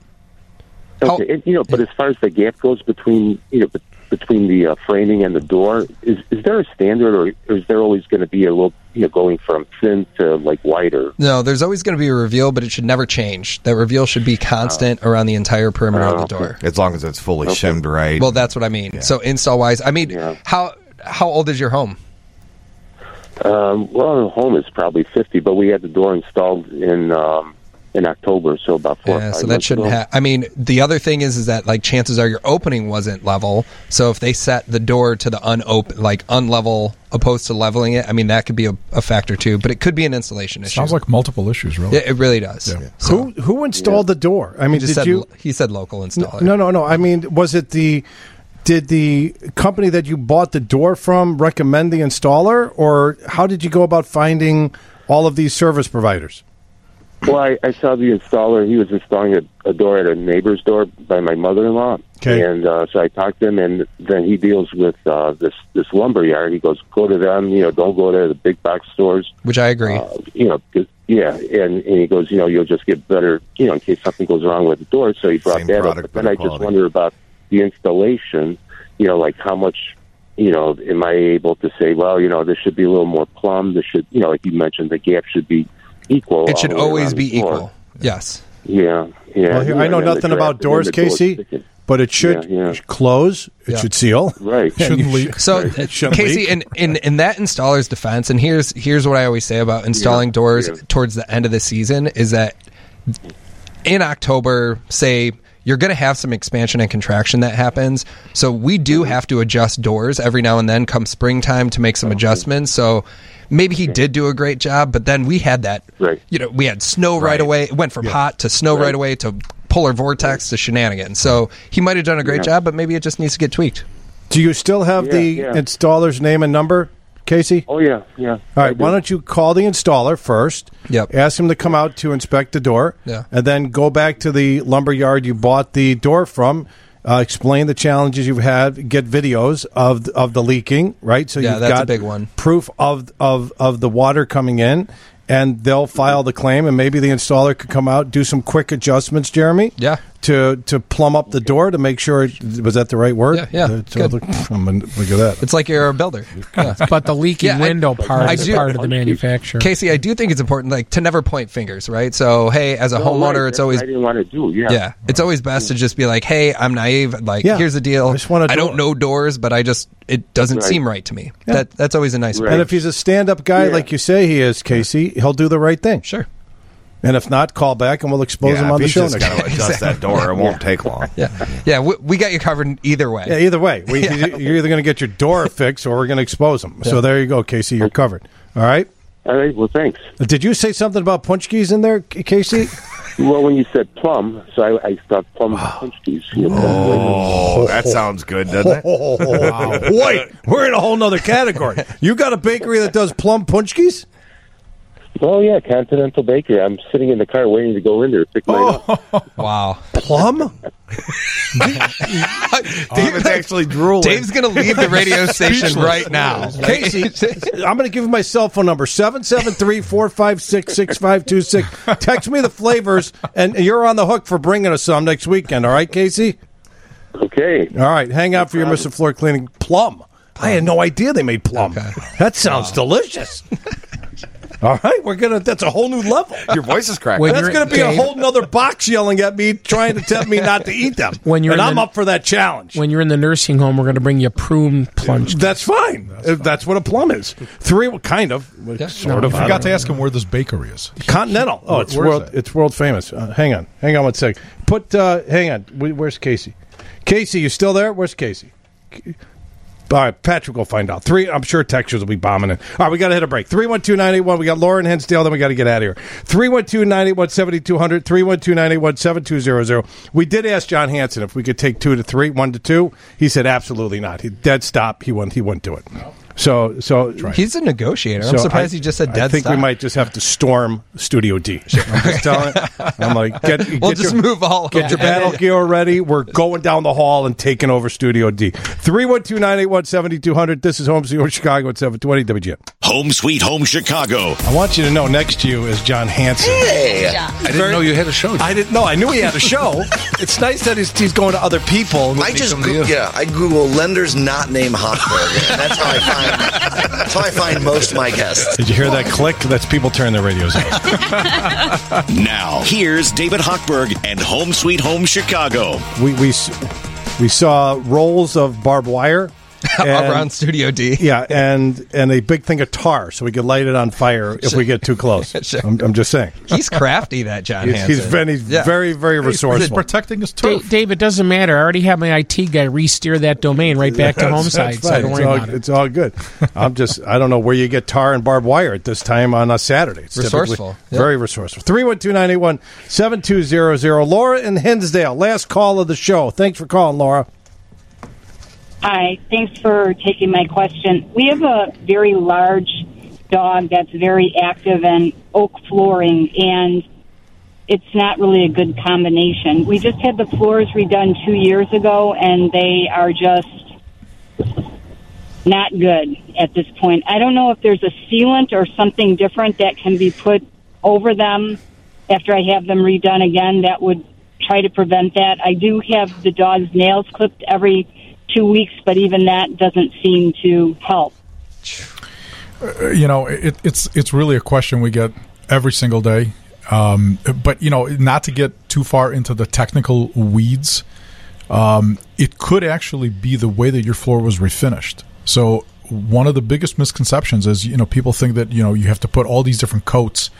Speaker 6: Okay, and, you know, but as far as the gap goes between you know bet- between the uh, framing and the door, is is there a standard, or is there always going to be a little you know, going from thin to like wider.
Speaker 9: No, there's always going to be a reveal, but it should never change. That reveal should be constant around the entire perimeter of the
Speaker 23: Oh,
Speaker 9: door.
Speaker 10: As long as it's fully shimmed Oh, right.
Speaker 9: Well, that's what I mean. So install wise, I mean, how how old is your home?
Speaker 6: Um, well, the home is probably 50, but we had the door installed in um, in October, so about four. or
Speaker 9: Yeah,
Speaker 6: five
Speaker 9: so that
Speaker 6: months
Speaker 9: shouldn't
Speaker 6: ago.
Speaker 9: have. I mean, the other thing is, is that like chances are your opening wasn't level. So if they set the door to the unopen, like unlevel, opposed to leveling it, I mean that could be a, a factor too. But it could be an installation issue.
Speaker 11: Sounds like multiple issues, really.
Speaker 9: yeah, it really does.
Speaker 2: Who who installed the door? I mean,
Speaker 9: He just
Speaker 2: did
Speaker 9: said,
Speaker 2: you?
Speaker 9: He said local installer.
Speaker 2: No, no, no. I mean, was it the? Did the company that you bought the door from recommend the installer, or how did you go about finding all of these service providers?
Speaker 6: Well, I, I saw the installer. He was installing a, a door at a neighbor's door by my mother-in-law, and uh, so I talked to him. And then he deals with uh, this this lumber yard. He goes, "Go to them. You know, don't go to the big box stores.
Speaker 9: Which I agree.
Speaker 2: Uh,
Speaker 6: You know, 'cause- yeah." And, and he goes, "You know, you'll just get better. You know, in case something goes wrong with the door." So he brought
Speaker 10: Same
Speaker 6: that
Speaker 10: product,
Speaker 6: up. But then
Speaker 10: better
Speaker 6: I just
Speaker 10: quality.
Speaker 6: wonder about the installation. You know, like how much. You know, am I able to say, well, you know, this should be a little more plumb. This should, you know, like you mentioned, the gap should be equal.
Speaker 9: it
Speaker 6: all
Speaker 9: should
Speaker 6: the way
Speaker 9: always
Speaker 6: around
Speaker 9: be
Speaker 6: the floor.
Speaker 9: equal. Yes.
Speaker 6: Yeah, yeah.
Speaker 2: Well, here-
Speaker 6: yeah,
Speaker 2: I know
Speaker 6: and then
Speaker 2: nothing
Speaker 6: the
Speaker 2: about
Speaker 6: draft-
Speaker 2: doors,
Speaker 6: and then the doors
Speaker 2: Casey,
Speaker 6: sticking.
Speaker 2: but it should
Speaker 6: Yeah, yeah.
Speaker 2: close. It
Speaker 9: Yeah.
Speaker 2: should seal. [laughs]
Speaker 6: Right.
Speaker 2: And you should-
Speaker 9: So, uh,
Speaker 2: Right. It shouldn't
Speaker 9: Casey,
Speaker 2: leak.
Speaker 9: in, in in that installer's defense, and here's here's what I always say about installing doors towards the end of the season is that in October, say you're going to have some expansion and contraction that happens. So we do have to adjust doors every now and then come springtime to make some adjustments. So maybe he did do a great job, but then we had that, you know, we had snow right, away. It went from hot to snow right. away to polar vortex to shenanigans. So he might have done a great
Speaker 2: Yeah.
Speaker 9: job, but maybe it just needs to get tweaked.
Speaker 2: Do you still have the
Speaker 9: Yeah, yeah.
Speaker 2: installer's name and number, Casey?
Speaker 6: Oh yeah, yeah.
Speaker 2: All right. Why don't you call the installer first? Yep. Ask him to come out to inspect the door.
Speaker 9: Yeah.
Speaker 2: And then go back to the lumber yard you bought the door from. Uh, explain the challenges you've had. Get videos of of the leaking. Right. So
Speaker 9: Yeah,
Speaker 2: you've
Speaker 9: that's a
Speaker 2: got
Speaker 9: big one.
Speaker 2: proof of of of the water coming in, and they'll file the claim, and maybe the installer could come out do some quick adjustments. Jeremy.
Speaker 9: Yeah.
Speaker 2: To to plumb up the door to make sure it, was that the right word? Yeah.
Speaker 9: yeah, good.
Speaker 2: look, I'm gonna- look at that.
Speaker 9: It's like you're a
Speaker 2: [laughs]
Speaker 9: builder.
Speaker 8: But the leaky
Speaker 9: Yeah, I-
Speaker 8: window part
Speaker 9: I
Speaker 8: is
Speaker 9: do-
Speaker 8: part of the manufacturer.
Speaker 9: Casey, I do think it's important, like to never point fingers, right? So, hey, as a
Speaker 8: No,
Speaker 9: homeowner,
Speaker 8: right.
Speaker 9: it's always
Speaker 6: I didn't want to do. Yeah.
Speaker 9: it's always best to just be like, hey, I'm naive. Like,
Speaker 2: Yeah.
Speaker 9: here's the deal. I,
Speaker 2: want a
Speaker 9: don't know doors, but I just it doesn't
Speaker 2: Right.
Speaker 9: seem right to me.
Speaker 2: Yeah.
Speaker 9: That that's always a nice.
Speaker 2: And if he's a stand-up guy
Speaker 9: Yeah.
Speaker 2: like you say he is, Casey, he'll do the right thing.
Speaker 9: Sure.
Speaker 2: And if not, call back and we'll expose him on the show next
Speaker 10: got to
Speaker 2: time.
Speaker 10: adjust
Speaker 2: [laughs]
Speaker 10: that door. It won't take long.
Speaker 9: Yeah, yeah, we, we got you covered either way.
Speaker 2: Yeah, either way, we, you're either going to get your door fixed or we're going to expose him. So
Speaker 9: Yeah.
Speaker 2: there you go, Casey. You're covered. All right.
Speaker 6: All right. Well, thanks.
Speaker 2: Did you say something about punch keys in there, K- Casey?
Speaker 6: [laughs] Well, when you said plum, so I, I thought
Speaker 2: [sighs]
Speaker 6: plum punch keys. You know,
Speaker 10: Oh, that sounds good, doesn't it?
Speaker 2: Wow. [laughs] Wait, we're in a whole nother category. You got a bakery that does plum punch keys?
Speaker 6: Oh yeah, Continental Bakery. I'm sitting in the car waiting to go in there to pick mine up.
Speaker 9: Wow.
Speaker 2: [laughs] Plum?
Speaker 10: David's actually drooling.
Speaker 9: Dave's gonna leave the
Speaker 2: [laughs]
Speaker 9: radio station right now.
Speaker 2: Casey, I'm going to give you my cell phone number 773 456 6526. Text me the flavors, and you're on the hook for bringing us some next weekend. All right, Casey?
Speaker 6: Okay.
Speaker 2: All right. Hang out for your Mr. Floor Cleaning Plum. I had no idea they made plum. That sounds delicious. All right, we're gonna. That's a whole new level.
Speaker 10: Your voice is cracking.
Speaker 2: that's going to be a whole nother box yelling at me, trying to tempt me not to eat them.
Speaker 8: When you're
Speaker 2: and
Speaker 8: in
Speaker 2: I'm
Speaker 8: the-
Speaker 2: up for that challenge.
Speaker 8: When you're in the nursing home, we're going to bring you prune plunge.
Speaker 2: That's fine. That's, what a plum is. Three, well, kind of, sort
Speaker 11: I
Speaker 2: of.
Speaker 11: forgot to ask him where this bakery is.
Speaker 2: Continental. Oh,
Speaker 11: Where-
Speaker 2: it's
Speaker 11: where is
Speaker 2: world.
Speaker 11: it?
Speaker 2: It's world famous. Uh, hang on, hang on one sec. Put. Uh, hang on. Wh- Where's Casey? Casey, you still there? Where's Casey? C- All right, Patrick will find out. Three, I'm sure Texas will be bombing it. All right, we got to hit a break. 312 981. We got Lauren Hensdale, then we got to get out of here. 312 981 7200. 312 981 7200. We did ask John Hanson if we could take two to three, one to two. He said absolutely not. He dead stop. He wouldn't, he wouldn't do it. So, so
Speaker 9: He's a negotiator. I'm
Speaker 2: so
Speaker 9: surprised
Speaker 2: I-
Speaker 9: he just said dead
Speaker 2: I think
Speaker 9: stop.
Speaker 2: we might just have to storm Studio D. I'm just telling. I'm like,
Speaker 9: [laughs]
Speaker 2: get,
Speaker 9: We'll
Speaker 2: get
Speaker 9: just
Speaker 2: your,
Speaker 9: move all
Speaker 2: Get
Speaker 9: of
Speaker 2: your
Speaker 9: them. [laughs]
Speaker 2: battle gear ready. We're going down the hall and taking over Studio D. 312-981-7200. This is Home Studio Chicago at 720 WGN.
Speaker 13: Home Sweet Home Chicago.
Speaker 2: I want you to know next to you is John Hanson.
Speaker 13: Hey! I didn't know you had a show.
Speaker 2: I didn't know. I knew he had
Speaker 13: [laughs]
Speaker 2: a show. it's nice that he's, he's going to other people. [laughs]
Speaker 4: I just Goo- yeah, I Google lenders not named Hochberg. and that's how I find
Speaker 23: find. That's how I
Speaker 9: [laughs]
Speaker 23: find most of my guests.
Speaker 2: Did you hear that click? That's people turn their radios off.
Speaker 13: Now, here's David Hochberg and Home Sweet Home Chicago.
Speaker 2: we we s- we saw rolls of barbed
Speaker 9: [laughs]
Speaker 2: wire
Speaker 9: Around Studio D.
Speaker 2: Yeah, and and a big thing of tar, so we could light it on fire if we get too
Speaker 9: [laughs]
Speaker 2: close. I'm, I'm just saying.
Speaker 9: [laughs] He's crafty, that John
Speaker 2: He's- he's
Speaker 9: Hansen.
Speaker 2: very- he's very, very He's- he's resourceful. protecting his turf.
Speaker 8: Da- Dave, it doesn't matter. I already have my IT guy re-steer that domain right back to
Speaker 2: That's-
Speaker 8: home
Speaker 2: that's
Speaker 8: site, so
Speaker 2: fine.
Speaker 8: don't
Speaker 2: it's,
Speaker 8: worry
Speaker 2: all,
Speaker 8: about it.
Speaker 2: it's all good. I'm just I don't know where you get tar and barbed wire at this time on a Saturday. It's typically
Speaker 9: Resourceful. Yep.
Speaker 2: very resourceful. Three one two nine eight one seven two zero zero. Laura in Hinsdale, last call of the show. Thanks for calling, Laura.
Speaker 4: Hi, thanks for taking my question. We have a very large dog that's very active in oak flooring, and it's not really a good combination. We just had the floors redone two years ago, and they are just not good at this point. I don't know if there's a sealant or something different that can be put over them after I have them redone again that would try to prevent that. I do have the dog's nails clipped every two weeks, but even that doesn't seem to help.
Speaker 11: Uh, you know, it, it's it's really a question we get every single day. Um, but you know, not to get too far into the technical weeds, um, it could actually be the way that your floor was refinished. So one of the biggest misconceptions is you know people think that you know you have to put all these different coats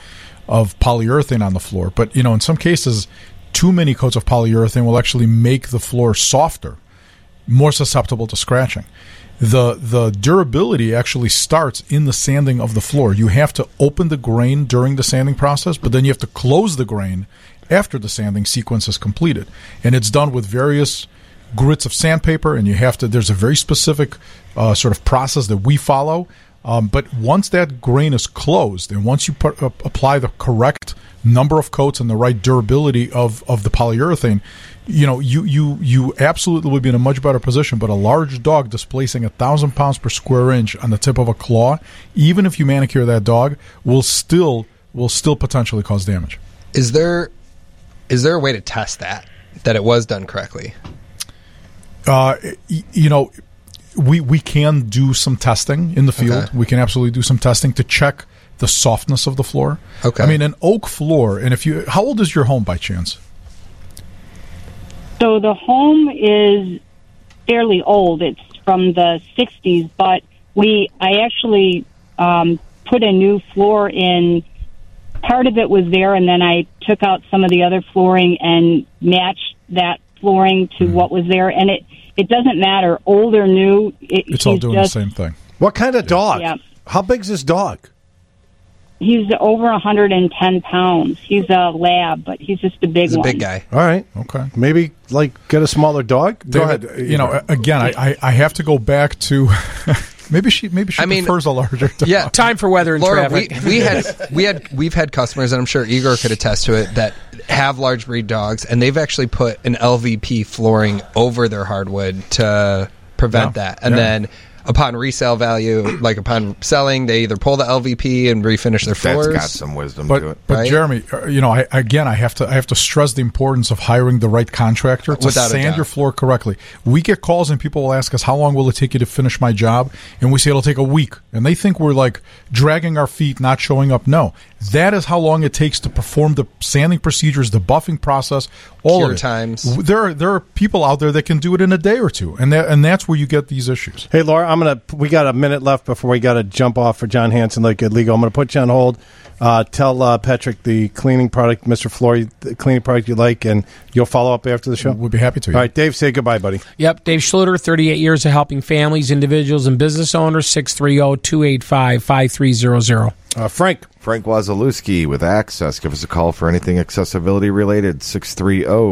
Speaker 11: of polyurethane on the floor, but you know in some cases, too many coats of polyurethane will actually make the floor softer more susceptible to scratching. The the durability actually starts in the sanding of the floor. You have to open the grain during the sanding process, but then you have to close the grain after the sanding sequence is completed. And it's done with various grits of sandpaper and you have to there's a very specific uh, sort of process that we follow um, but once that grain is closed and once you put, up apply the correct number of coats and the right durability of, of the polyurethane you know you, you you absolutely would be in a much better position but a large dog displacing a thousand pounds per square inch on the tip of a claw even if you manicure that dog will still will still potentially cause damage
Speaker 9: Is there is there a way to test that that it was done correctly?
Speaker 11: Uh, y- you know, we we can do some testing in the field.
Speaker 9: Okay.
Speaker 11: We can absolutely do some testing to check the softness of the floor.
Speaker 9: Okay.
Speaker 11: I mean, an oak floor, and if you, how old is your home by chance?
Speaker 4: So the home is fairly old. It's from the 60s, but we I actually um, put a new floor in. Part of it was there, and then I took out some of the other flooring and matched that flooring to
Speaker 11: Hmm.
Speaker 4: what was there. And it it doesn't matter, old or new. It,
Speaker 11: It's all
Speaker 4: he's
Speaker 11: doing
Speaker 4: just-
Speaker 11: the same thing.
Speaker 2: What kind of dog?
Speaker 4: Yeah.
Speaker 2: How big's this dog?
Speaker 4: He's over 110 pounds. He's a lab, but he's just a big one.
Speaker 2: All right.
Speaker 11: Okay.
Speaker 2: Maybe like get a smaller dog. Go
Speaker 11: David,
Speaker 2: ahead.
Speaker 11: You know, a- again, I, I, I have to go back to [laughs] maybe she maybe she
Speaker 9: I mean-
Speaker 11: prefers a larger. Dog.
Speaker 9: Yeah,
Speaker 8: time for weather and
Speaker 9: Laura, we,
Speaker 8: traffic.
Speaker 9: we had
Speaker 8: [laughs]
Speaker 9: we had we've had customers, and I'm sure Igor could attest to it, that have large breed dogs, and they've actually put an LVP flooring over their hardwood to prevent
Speaker 10: Yeah.
Speaker 9: that. And
Speaker 10: Yeah.
Speaker 9: then upon resale value, like upon selling, they either pull the LVP and refinish their floors.
Speaker 10: got some wisdom
Speaker 9: but,
Speaker 10: to it.
Speaker 11: But
Speaker 9: right?
Speaker 11: Jeremy, uh, you know, I, again, I have to I have to stress the importance of hiring the right contractor to
Speaker 9: Without a doubt.
Speaker 11: sand your floor correctly. We get calls and people will ask us, "How long will it take you to finish my job?" And we say it'll take a week, and they think we're like dragging our feet, not showing up. No, that is how long it takes to perform the sanding procedures, the buffing process, all
Speaker 9: Cure
Speaker 11: of it.
Speaker 9: times.
Speaker 11: W- There are there are people out there that can do it in a day or two, and that and that's where you get these issues.
Speaker 2: Hey Laura, I'm gonna. We got a minute left before we got to jump off for John Hanson like at legal. I'm gonna put you on hold. Uh, tell uh, Patrick the cleaning product, Mr. Flory, the cleaning product you like, and you'll follow up after the show.
Speaker 11: We'd be happy to.
Speaker 2: All right, Dave, say goodbye, buddy.
Speaker 8: Yep, Dave Schluter, 38 years of helping families, individuals, and business owners, oh, 630-285-5300.
Speaker 2: Uh, Frank.
Speaker 10: Frank Wazalewski with Access. Give us a call for anything accessibility related.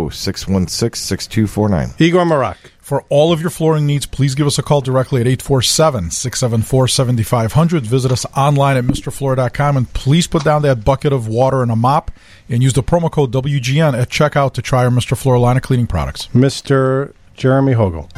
Speaker 10: 630 616 6249.
Speaker 2: Igor Marak.
Speaker 11: For all of your flooring needs, please give us a call directly at 847 674 7500. Visit us online at MrFloor.com and please put down that bucket of water and a mop and use the promo code WGN at checkout to try our Mr. Floor line of cleaning products.
Speaker 2: Mr. Jeremy Hogel.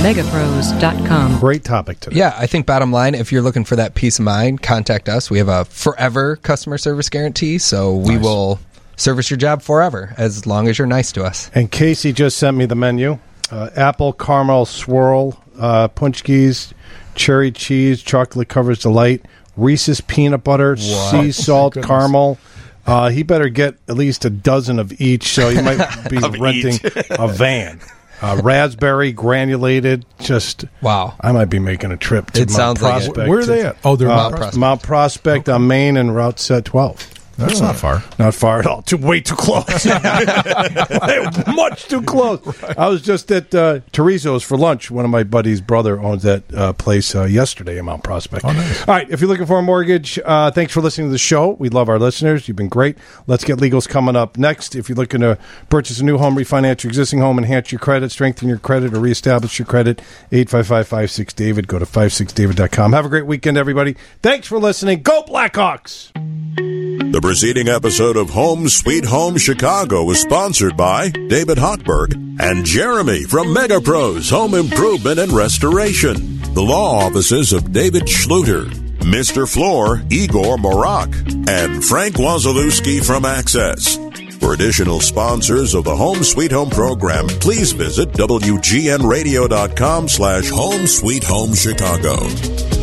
Speaker 9: Megapros.com.
Speaker 2: Great topic today.
Speaker 9: Yeah, I think bottom line, if you're looking for that peace of mind, contact us. We have a forever customer service guarantee, so we will service your job forever as long as you're nice to us.
Speaker 2: And Casey just sent me the menu: uh, apple caramel swirl uh, punch keys, cherry cheese, chocolate covers delight, Reese's peanut butter, sea salt,
Speaker 12: Goodness.
Speaker 2: caramel. Uh, he better get at least a dozen of each, so he might be
Speaker 12: Of
Speaker 2: renting
Speaker 12: each.
Speaker 2: a van. Uh, raspberry granulated, just wow! I might be making a trip to
Speaker 9: It
Speaker 2: Mount
Speaker 9: sounds like it.
Speaker 2: Prospect.
Speaker 9: Where are they at?
Speaker 11: Oh, they're
Speaker 2: Uh,
Speaker 11: Mount Prospect.
Speaker 2: Mount Prospect on Maine and Route Set Twelve. Uh,
Speaker 11: That's
Speaker 10: Hmm.
Speaker 11: not far.
Speaker 2: Not far at
Speaker 13: [laughs]
Speaker 2: all. Too way too close. Much too close. [laughs] I was just at uh, Tereso's for lunch. One of my buddies' brother owns that uh, place uh, yesterday in Mount Prospect. All right. If you're looking for a mortgage, uh, thanks for listening to the show. We love our listeners. You've been great. Let's get legals coming up next. If you're looking to purchase a new home, refinance your existing home, enhance your credit, strengthen your credit, or reestablish your credit, 855-56-DAVID. Go to 56david.com. Have a great weekend, everybody. Thanks for listening. Go Blackhawks!
Speaker 1: The preceding episode of Home Sweet Home Chicago was sponsored by David Hochberg and Jeremy from MegaPros Home Improvement and Restoration, the law offices of David Schluter, Mr. Floor, Igor Morak, and Frank Wazalewski from Access. For additional sponsors of the Home Sweet Home program, please visit WGNradio.com slash Home Sweet Home Chicago.